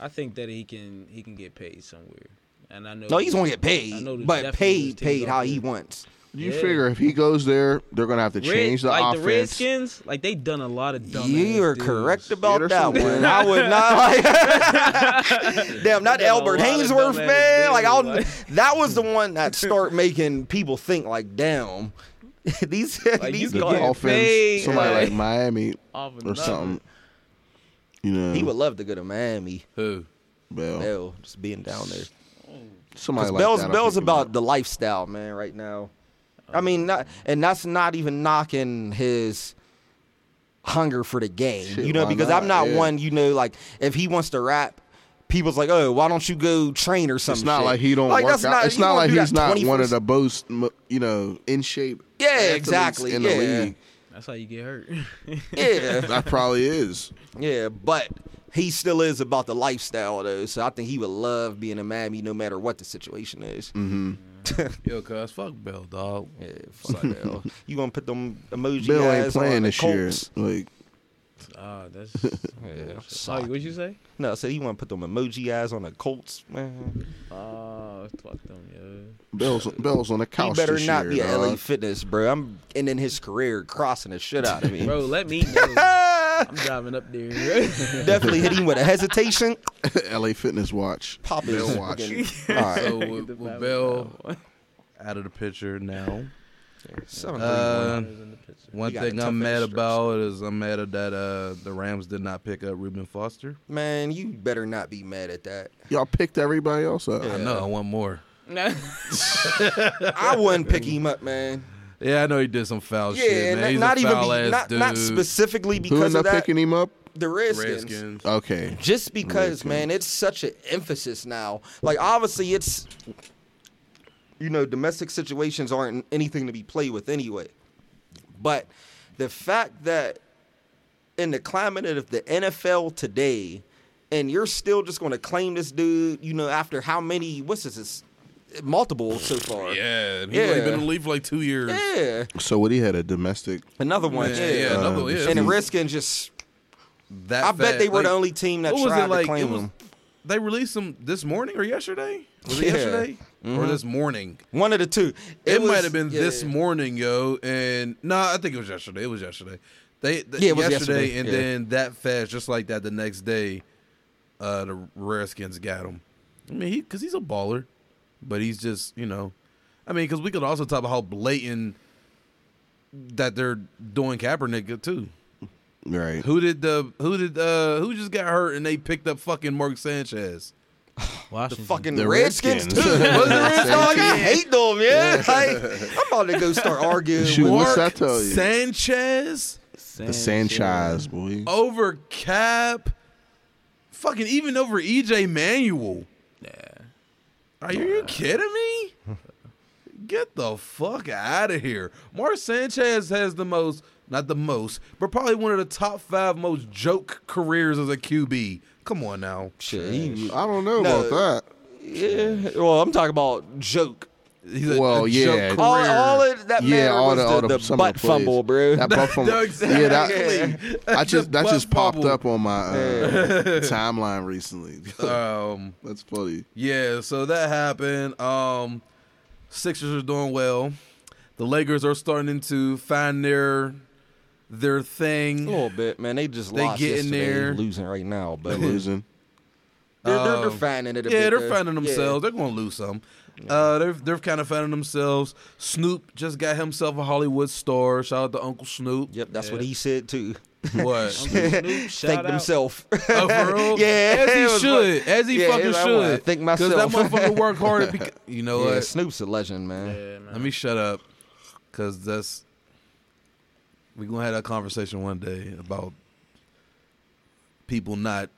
Speaker 5: I think that he can. He can get paid somewhere. And I know.
Speaker 2: no, he's going to get
Speaker 5: I know
Speaker 2: paid,
Speaker 5: there's
Speaker 2: but
Speaker 5: definitely
Speaker 2: paid,
Speaker 5: there's teams
Speaker 2: paid
Speaker 5: out
Speaker 2: how he
Speaker 5: there.
Speaker 2: wants.
Speaker 1: You
Speaker 5: Yeah.
Speaker 1: figure if he goes there, they're going to have to
Speaker 5: Red-
Speaker 1: change the
Speaker 5: like
Speaker 1: offense.
Speaker 5: the Redskins, like they done a lot of dumb.
Speaker 2: You are correct about
Speaker 1: Yeah, there's
Speaker 2: that
Speaker 1: some
Speaker 2: one.
Speaker 1: dumb-
Speaker 2: I would not like. damn, not
Speaker 5: They got a
Speaker 2: Albert
Speaker 5: lot of
Speaker 2: Hainsworth,
Speaker 5: dumbass
Speaker 2: man. Like, I'll,
Speaker 5: dudes,
Speaker 2: that was the one that start making people think. Like, damn, these these
Speaker 5: you
Speaker 1: the
Speaker 5: could get
Speaker 2: guys.
Speaker 1: Dolphins,
Speaker 5: paid,
Speaker 1: somebody
Speaker 5: like-
Speaker 1: like Miami
Speaker 5: Off of
Speaker 1: or
Speaker 5: nothing.
Speaker 1: something. You know,
Speaker 2: He would love to go to Miami.
Speaker 3: Who?
Speaker 1: Bell.
Speaker 2: Bell just being down there.
Speaker 1: Somebody
Speaker 2: Because
Speaker 1: like
Speaker 2: Bell's
Speaker 1: that, I
Speaker 2: Bell's
Speaker 1: think Uh-huh. it
Speaker 2: about
Speaker 1: would-
Speaker 2: the lifestyle, man. Right now, I mean, not, and that's not even knocking his hunger for the game.
Speaker 1: Shit,
Speaker 2: you know,
Speaker 1: why
Speaker 2: because I'm
Speaker 1: not?
Speaker 2: not
Speaker 1: Yeah.
Speaker 2: one. You know, like if he wants to rap, people's like, oh, why don't you go train or something?
Speaker 1: It's not like he don't work out. it's not like he's not one of the most, m- you know, in shape.
Speaker 2: Yeah,
Speaker 1: athletes
Speaker 2: exactly,
Speaker 1: In
Speaker 2: yeah.
Speaker 1: the league,
Speaker 6: That's how you get hurt.
Speaker 2: Yeah,
Speaker 1: that probably is.
Speaker 2: Yeah, but he still is about the lifestyle though. So I think he would love being in Miami no matter what the situation is.
Speaker 1: Mm-hmm.
Speaker 3: Yo, cuz fuck Bell, dog.
Speaker 2: Yeah, fuck that. hell. You gonna put them emoji
Speaker 1: Bill ain't
Speaker 2: guys on
Speaker 1: playing
Speaker 2: uh, the
Speaker 1: this year.
Speaker 2: Colts?
Speaker 1: Like
Speaker 5: Oh,
Speaker 6: Ah, that's.
Speaker 2: Yeah,
Speaker 6: Oh,
Speaker 2: suck.
Speaker 6: what'd you say?
Speaker 2: No, so he want to put them emoji eyes on the Colts, man.
Speaker 6: Oh, fuck them,
Speaker 1: Bell's Bell's on the
Speaker 2: He
Speaker 1: couch.
Speaker 2: better
Speaker 1: this
Speaker 2: not
Speaker 1: year,
Speaker 2: be at LA
Speaker 1: dog.
Speaker 2: Fitness, bro. I'm ending his career crossing the shit out of
Speaker 6: yo.
Speaker 2: me.
Speaker 6: Bro, let me know. I'm driving up there.
Speaker 2: Definitely hit him with a hesitation.
Speaker 1: LA Fitness watch.
Speaker 2: Pop his
Speaker 1: Bell watch.
Speaker 2: fucking- All right.
Speaker 3: So Oh, with, with Bell out of the picture now.
Speaker 2: Seven, three,
Speaker 3: Uh,
Speaker 2: one.
Speaker 3: one
Speaker 2: You got a
Speaker 3: thing
Speaker 2: tough
Speaker 3: I'm mad
Speaker 2: ass stretch.
Speaker 3: about is I'm mad at that uh, the Rams did not pick up Reuben Foster.
Speaker 2: man, you better not be mad at that.
Speaker 1: Y'all picked everybody else up.
Speaker 3: I know I want more.
Speaker 2: I wouldn't pick him up, man.
Speaker 3: Yeah, I know he did some foul
Speaker 2: Yeah,
Speaker 3: shit, man.
Speaker 2: not,
Speaker 3: He's
Speaker 2: not
Speaker 3: a
Speaker 2: even
Speaker 3: foul
Speaker 2: be,
Speaker 3: ass
Speaker 2: not,
Speaker 3: dude.
Speaker 2: not specifically
Speaker 1: Who
Speaker 2: because
Speaker 1: ended
Speaker 2: of
Speaker 1: up
Speaker 2: that.
Speaker 1: picking him up?
Speaker 2: the Redskins.
Speaker 3: Redskins.
Speaker 1: Okay.
Speaker 2: Just because, man, it's such an emphasis now. Like obviously, it's you know domestic situations aren't anything to be played with anyway. But the fact that in the climate of the NFL today, and you're still just going to claim this dude, you know, after how many what's this? It's multiple so far.
Speaker 3: Yeah, and he's only
Speaker 2: Yeah.
Speaker 3: been in the league for like two years.
Speaker 2: Yeah.
Speaker 1: So what he had a domestic.
Speaker 2: Another one.
Speaker 3: Yeah,
Speaker 2: Yeah.
Speaker 3: yeah, another- yeah.
Speaker 2: And the Redskins just
Speaker 3: That
Speaker 2: I bet
Speaker 3: fat-
Speaker 2: they were the
Speaker 3: like,
Speaker 2: only team that
Speaker 3: what was
Speaker 2: tried
Speaker 3: it like?
Speaker 2: to claim
Speaker 3: it was,
Speaker 2: him.
Speaker 3: They released him this morning or yesterday? Was it
Speaker 2: Yeah. Mm-hmm.
Speaker 3: yesterday or this morning?
Speaker 2: One of the two.
Speaker 3: It,
Speaker 2: was-
Speaker 3: might have been this
Speaker 2: yeah.
Speaker 3: morning, yo. And no, I think it was yesterday. It was yesterday. They th-
Speaker 2: Yeah, it was
Speaker 3: yesterday,
Speaker 2: yesterday,
Speaker 3: and
Speaker 2: yeah.
Speaker 3: then that fast, just like that, the next day, uh, the Redskins got him. I mean, he because he's a baller, but he's just you know, I mean, because we could also talk about how blatant that they're doing Kaepernick too.
Speaker 1: Right.
Speaker 3: Who did the who did uh who just got hurt and they picked up fucking Mark Sanchez?
Speaker 2: The
Speaker 6: Washington.
Speaker 2: Mm-hmm. fucking
Speaker 1: The
Speaker 2: Redskins,
Speaker 1: Redskins.
Speaker 2: too.
Speaker 1: Was it
Speaker 2: Was the Redskins? Dog, I
Speaker 1: Redskins?
Speaker 2: hate them, yeah. Like, I'm about to go start arguing.
Speaker 1: Shoot,
Speaker 2: with,
Speaker 1: what's
Speaker 3: Mark
Speaker 1: that tell you?
Speaker 3: Sanchez
Speaker 1: the Sanchez boy.
Speaker 2: Oh,
Speaker 3: over Cap, fucking even over EJ Manuel. Are you, you kidding me? Get the fuck out of here. Mark Sanchez has the most, not the most, but probably one of the top five most joke careers as a QB. Come on now.
Speaker 2: shit, he-
Speaker 1: I don't know
Speaker 2: No.
Speaker 1: about
Speaker 2: yeah. Well, I'm talking about joke.
Speaker 3: He's a,
Speaker 1: Well,
Speaker 3: a
Speaker 1: yeah.
Speaker 3: joke
Speaker 2: All,
Speaker 3: career.
Speaker 2: all of that
Speaker 1: that. Yeah,
Speaker 2: mattered
Speaker 1: all
Speaker 2: was
Speaker 1: the, all
Speaker 2: the,
Speaker 1: the, some of
Speaker 2: butt
Speaker 1: the plays.
Speaker 2: fumble, bro.
Speaker 1: That butt fumble.
Speaker 3: No,
Speaker 1: Yeah, that,
Speaker 3: exactly.
Speaker 1: I just that
Speaker 3: The
Speaker 1: just
Speaker 3: butt
Speaker 1: popped
Speaker 3: bubble.
Speaker 1: up on my uh, timeline recently.
Speaker 3: Um,
Speaker 1: That's funny.
Speaker 3: Yeah, so that happened. Um Sixers are doing well. The Lakers are starting to find their their
Speaker 2: a
Speaker 3: thing.
Speaker 2: little bit, man. They just
Speaker 3: They
Speaker 2: lost
Speaker 3: get in
Speaker 2: yesterday,
Speaker 3: there.
Speaker 2: losing right now, but
Speaker 1: They're
Speaker 2: they're,
Speaker 1: losing. Oh.
Speaker 2: they're, they're
Speaker 3: Um,
Speaker 2: finding it. A
Speaker 3: yeah,
Speaker 2: bit,
Speaker 3: they're
Speaker 2: though.
Speaker 3: finding
Speaker 2: Yeah.
Speaker 3: themselves. They're going to lose some. Uh, they're they're kind of finding themselves. Snoop just got himself a Hollywood star. Shout out to Uncle Snoop.
Speaker 2: Yep, that's what
Speaker 6: Yeah.
Speaker 2: he said too.
Speaker 3: What?
Speaker 6: Snoop,
Speaker 2: Thank
Speaker 6: shout out.
Speaker 2: themselves.
Speaker 3: Oh, for real?
Speaker 2: Yeah, it
Speaker 3: as he
Speaker 2: was
Speaker 3: should,
Speaker 2: like-
Speaker 3: as he
Speaker 2: Yeah,
Speaker 3: fucking
Speaker 2: I wanna
Speaker 3: should.
Speaker 2: think
Speaker 3: that
Speaker 2: myself.
Speaker 3: motherfucker worked hard. Because, you know
Speaker 2: Yeah,
Speaker 3: what?
Speaker 2: Snoop's a legend, man.
Speaker 6: Yeah, man.
Speaker 3: Let me shut up, cause that's we gonna have that conversation one day about people not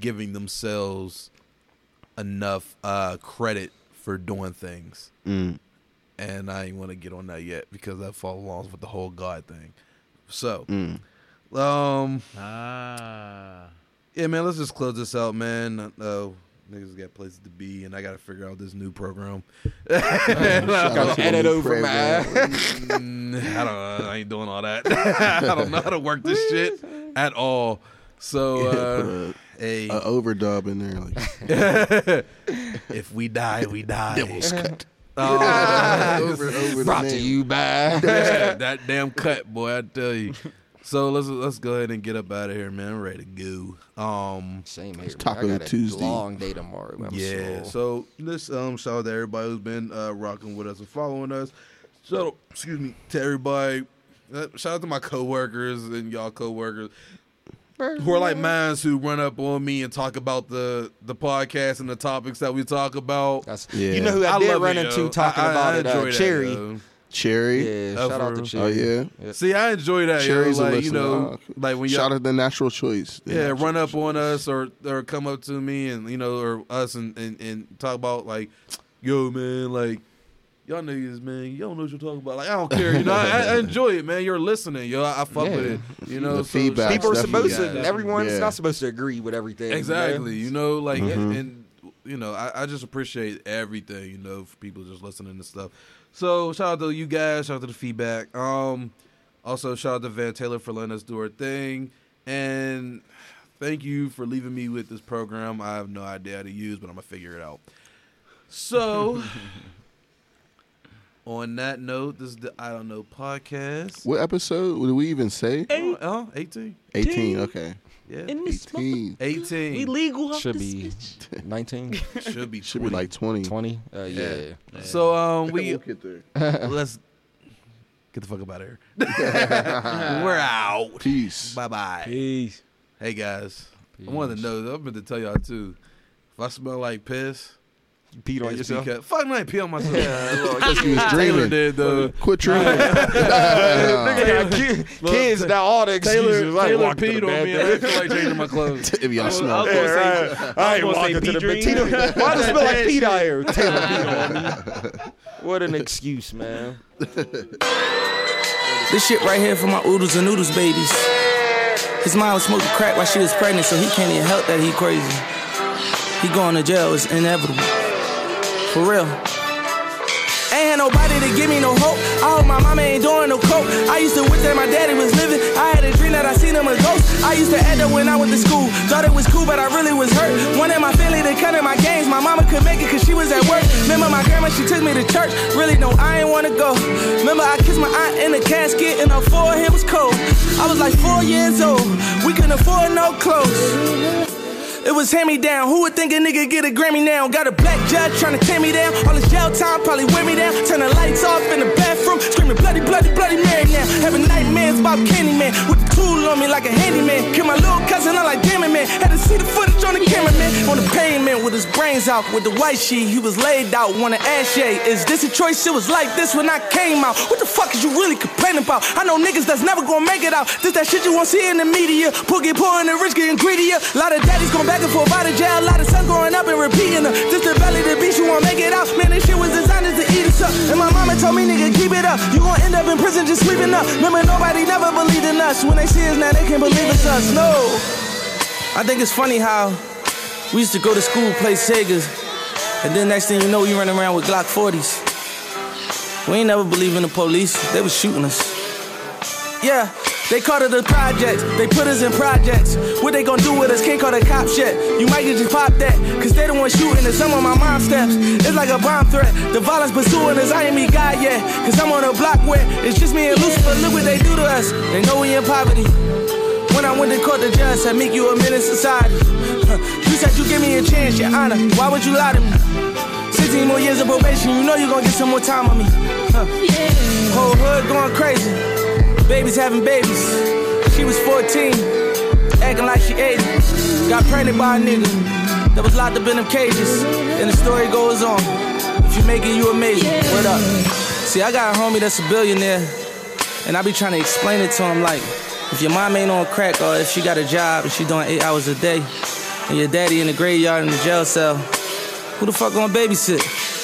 Speaker 3: giving themselves enough uh, credit for doing things,
Speaker 1: Mm.
Speaker 3: and I ain't want to get on that yet because that falls along with the whole God thing. So,
Speaker 1: Mm.
Speaker 3: um,
Speaker 6: Ah.
Speaker 3: yeah, man, let's just close this out, man. Uh, niggas got places to be, and I gotta figure out this new program.
Speaker 1: Oh, Shout out to
Speaker 2: Add
Speaker 1: the
Speaker 2: it
Speaker 1: new
Speaker 2: over,
Speaker 1: program.
Speaker 2: man.
Speaker 3: Mm, I don't know. I ain't doing all that. I don't know how to work this shit at all. So, uh,
Speaker 1: Yeah,
Speaker 3: hey,
Speaker 1: put a, a overdub in there. Like,
Speaker 3: if we die, we die. Oh,
Speaker 1: over, over the
Speaker 2: Brought to
Speaker 1: name.
Speaker 2: you by.
Speaker 3: Yeah, that damn cut, boy. I tell you. So let's let's go ahead and get up out of here, man. I'm ready to go. Um,
Speaker 2: Same here. man.
Speaker 1: Taco
Speaker 2: I got a
Speaker 1: Tuesday.
Speaker 2: Long day tomorrow. I'm sore.
Speaker 3: yeah. So this um shout out to everybody who's been uh, rocking with us and following us. Shout out, excuse me, to everybody. Uh, Shout out to my coworkers and y'all coworkers. who are like mines who run up on me and talk about the the podcast and the topics that we talk about.
Speaker 2: That's,
Speaker 1: Yeah.
Speaker 2: You know who I,
Speaker 3: I
Speaker 2: did
Speaker 3: love
Speaker 2: run
Speaker 3: it,
Speaker 2: into
Speaker 3: yo.
Speaker 2: talking
Speaker 3: I- I-
Speaker 2: about
Speaker 3: I
Speaker 2: it? Uh,
Speaker 3: enjoy that,
Speaker 2: Cherry.
Speaker 3: yo.
Speaker 1: Cherry.
Speaker 2: yeah,
Speaker 3: Oh,
Speaker 2: shout out
Speaker 3: for
Speaker 2: to
Speaker 3: real?
Speaker 1: Oh
Speaker 2: Cherry.
Speaker 1: yeah.
Speaker 3: See, I enjoy that.
Speaker 1: Cherry's a
Speaker 3: yo. Like you
Speaker 1: listener.
Speaker 3: know,
Speaker 1: Oh,
Speaker 3: like when
Speaker 1: shout
Speaker 3: y'all,
Speaker 1: out to Natural Choice. The
Speaker 3: yeah,
Speaker 1: Natural
Speaker 3: run up on
Speaker 1: Choice.
Speaker 3: us or or come up to me and you know or us and and, and talk about like, yo man, like. Y'all niggas, man, y'all know what you're talking about. Like, I don't care. You know, I, I enjoy it, man. You're listening, yo. I, I fuck
Speaker 1: Yeah.
Speaker 3: with it. You know,
Speaker 1: The
Speaker 3: so
Speaker 1: feedback
Speaker 2: People are
Speaker 1: That's definitely
Speaker 2: supposed to.
Speaker 1: good.
Speaker 2: Everyone's
Speaker 1: Yeah.
Speaker 2: not supposed to agree with everything. you know?
Speaker 3: Exactly. You know, like
Speaker 1: Mm-hmm.
Speaker 3: and you know, I, I just appreciate everything, you know, for people just listening to stuff. So shout out to you guys, shout out to the feedback. Um also shout out to Van Taylor for letting us do our thing. And thank you for leaving me with this program. I have no idea how to use, but I'm gonna figure it out. So on that note, this is the I don't know podcast.
Speaker 1: What episode did we even say?
Speaker 3: Oh, oh, 18.
Speaker 1: 18. Okay.
Speaker 3: Yeah.
Speaker 5: In this mother-
Speaker 1: 18.
Speaker 3: 18.
Speaker 5: we legal up
Speaker 2: Should
Speaker 5: this
Speaker 2: be
Speaker 5: bitch.
Speaker 2: 19,
Speaker 3: should be
Speaker 1: Should be like 20.
Speaker 2: 20. Uh, yeah.
Speaker 3: Yeah. So um we
Speaker 1: We'll get there.
Speaker 3: let's get the fuck up out of here. We're out.
Speaker 1: Peace.
Speaker 3: Bye bye.
Speaker 6: Peace.
Speaker 3: Hey guys, I wanted to know. I meant to tell y'all too. If I smell like piss,
Speaker 2: You peed on
Speaker 3: it's
Speaker 2: yourself.
Speaker 3: because fuck, I ain't pee on myself.
Speaker 1: Thought you was
Speaker 3: Taylor
Speaker 1: dreaming.
Speaker 3: did though.
Speaker 1: Quit dreaming.
Speaker 2: Nigga, kid- kids now all the excuses.
Speaker 3: Taylor,
Speaker 2: I ain't
Speaker 3: Taylor
Speaker 2: walking to
Speaker 3: peed
Speaker 2: the
Speaker 3: on me.
Speaker 2: bathroom.
Speaker 3: and I feel like changing my clothes.
Speaker 1: if y'all smell
Speaker 5: I'll
Speaker 1: it.
Speaker 5: go
Speaker 2: Yeah,
Speaker 5: say-
Speaker 2: right. I ain't
Speaker 5: gonna say
Speaker 2: walking to the
Speaker 5: P-Dream.
Speaker 2: Petito. Why does it smell like Pete out here? Taylor peed on me. What an excuse, man.
Speaker 4: This shit right here for my oodles and noodles babies. His mom was smoking crack while she was pregnant, so he can't even help that he crazy. He going to jail, it's inevitable. For real. Ain't had nobody to give me no hope. I hope my mama ain't doing no coke. I used to wish that my daddy was living. I had a dream that I seen him a ghost. I used to act up when I went to school. Thought it was cool, but I really was hurt. Wanted my family to cut in my games. My mama could make it cause she was at work. Remember my grandma, she took me to church. Really, no, I ain't wanna go. Remember I kissed my aunt in the casket and her forehead was cold. I was like four years old. We couldn't afford no clothes. It was hand me down. Who would think a nigga get a Grammy now? Got a black judge tryna tear me down. All this jail time probably wear me down. Turn the lights off in the bathroom, screaming bloody, bloody, bloody Mary now. Having nightmares about Candyman with the tool on me like a handyman. Kill my little cousin, I'm like damn it, man. Had to see the footage on the cameraman on the pavement with his brains out. With the white sheet, he was laid out. Wanna ash shade. Is this a choice? It was like this when I came out. What the fuck is you really complaining about? I know niggas that's never gonna make it out. This that shit you won't see in the media. Poor get poor and the rich getting greedier. Lot of daddies going back and forth out of jail. Lot of sons growing up and repeating her. This the belly the beast, you won't make it out. Man, this shit was designed to eat us up. And my mama told me, nigga, keep it up. You gon' end up in prison just sleeping up. Remember, nobody never believed in us. When they see us now, they can't believe it's us. No. I think it's funny how we used to go to school, play Segas. And then next thing you know, you run around with Glock 40s. We ain't never believe in the police. They was shooting us. Yeah, they called it a project. They put us in projects. What they gonna do with us? Can't call the cops yet. You might get just popped at, cause they the ones shooting at some of my mom steps. It's like a bomb threat. The violence pursuing us, I ain't me God yet. Cause I'm on a block where it's just me and Lucifer. Look what they do to us. They know we in poverty. When I went to court, the judge said, make you a minute society. Huh. You said you give me a chance, your honor. Why would you lie to me? 16 more years of probation, you know you gonna get some more time on me. Huh. Whole hood going crazy. Babies having babies. She was 14, acting like she 80. Got pregnant by a nigga that was locked up in them cages. And the story goes on. If you make it, you amazing. Word up. See, I got a homie that's a billionaire. And I be trying to explain it to him like, if your mom ain't on crack or if she got a job and she doing eight hours a day, and your daddy in the graveyard in the jail cell, who the fuck gonna babysit?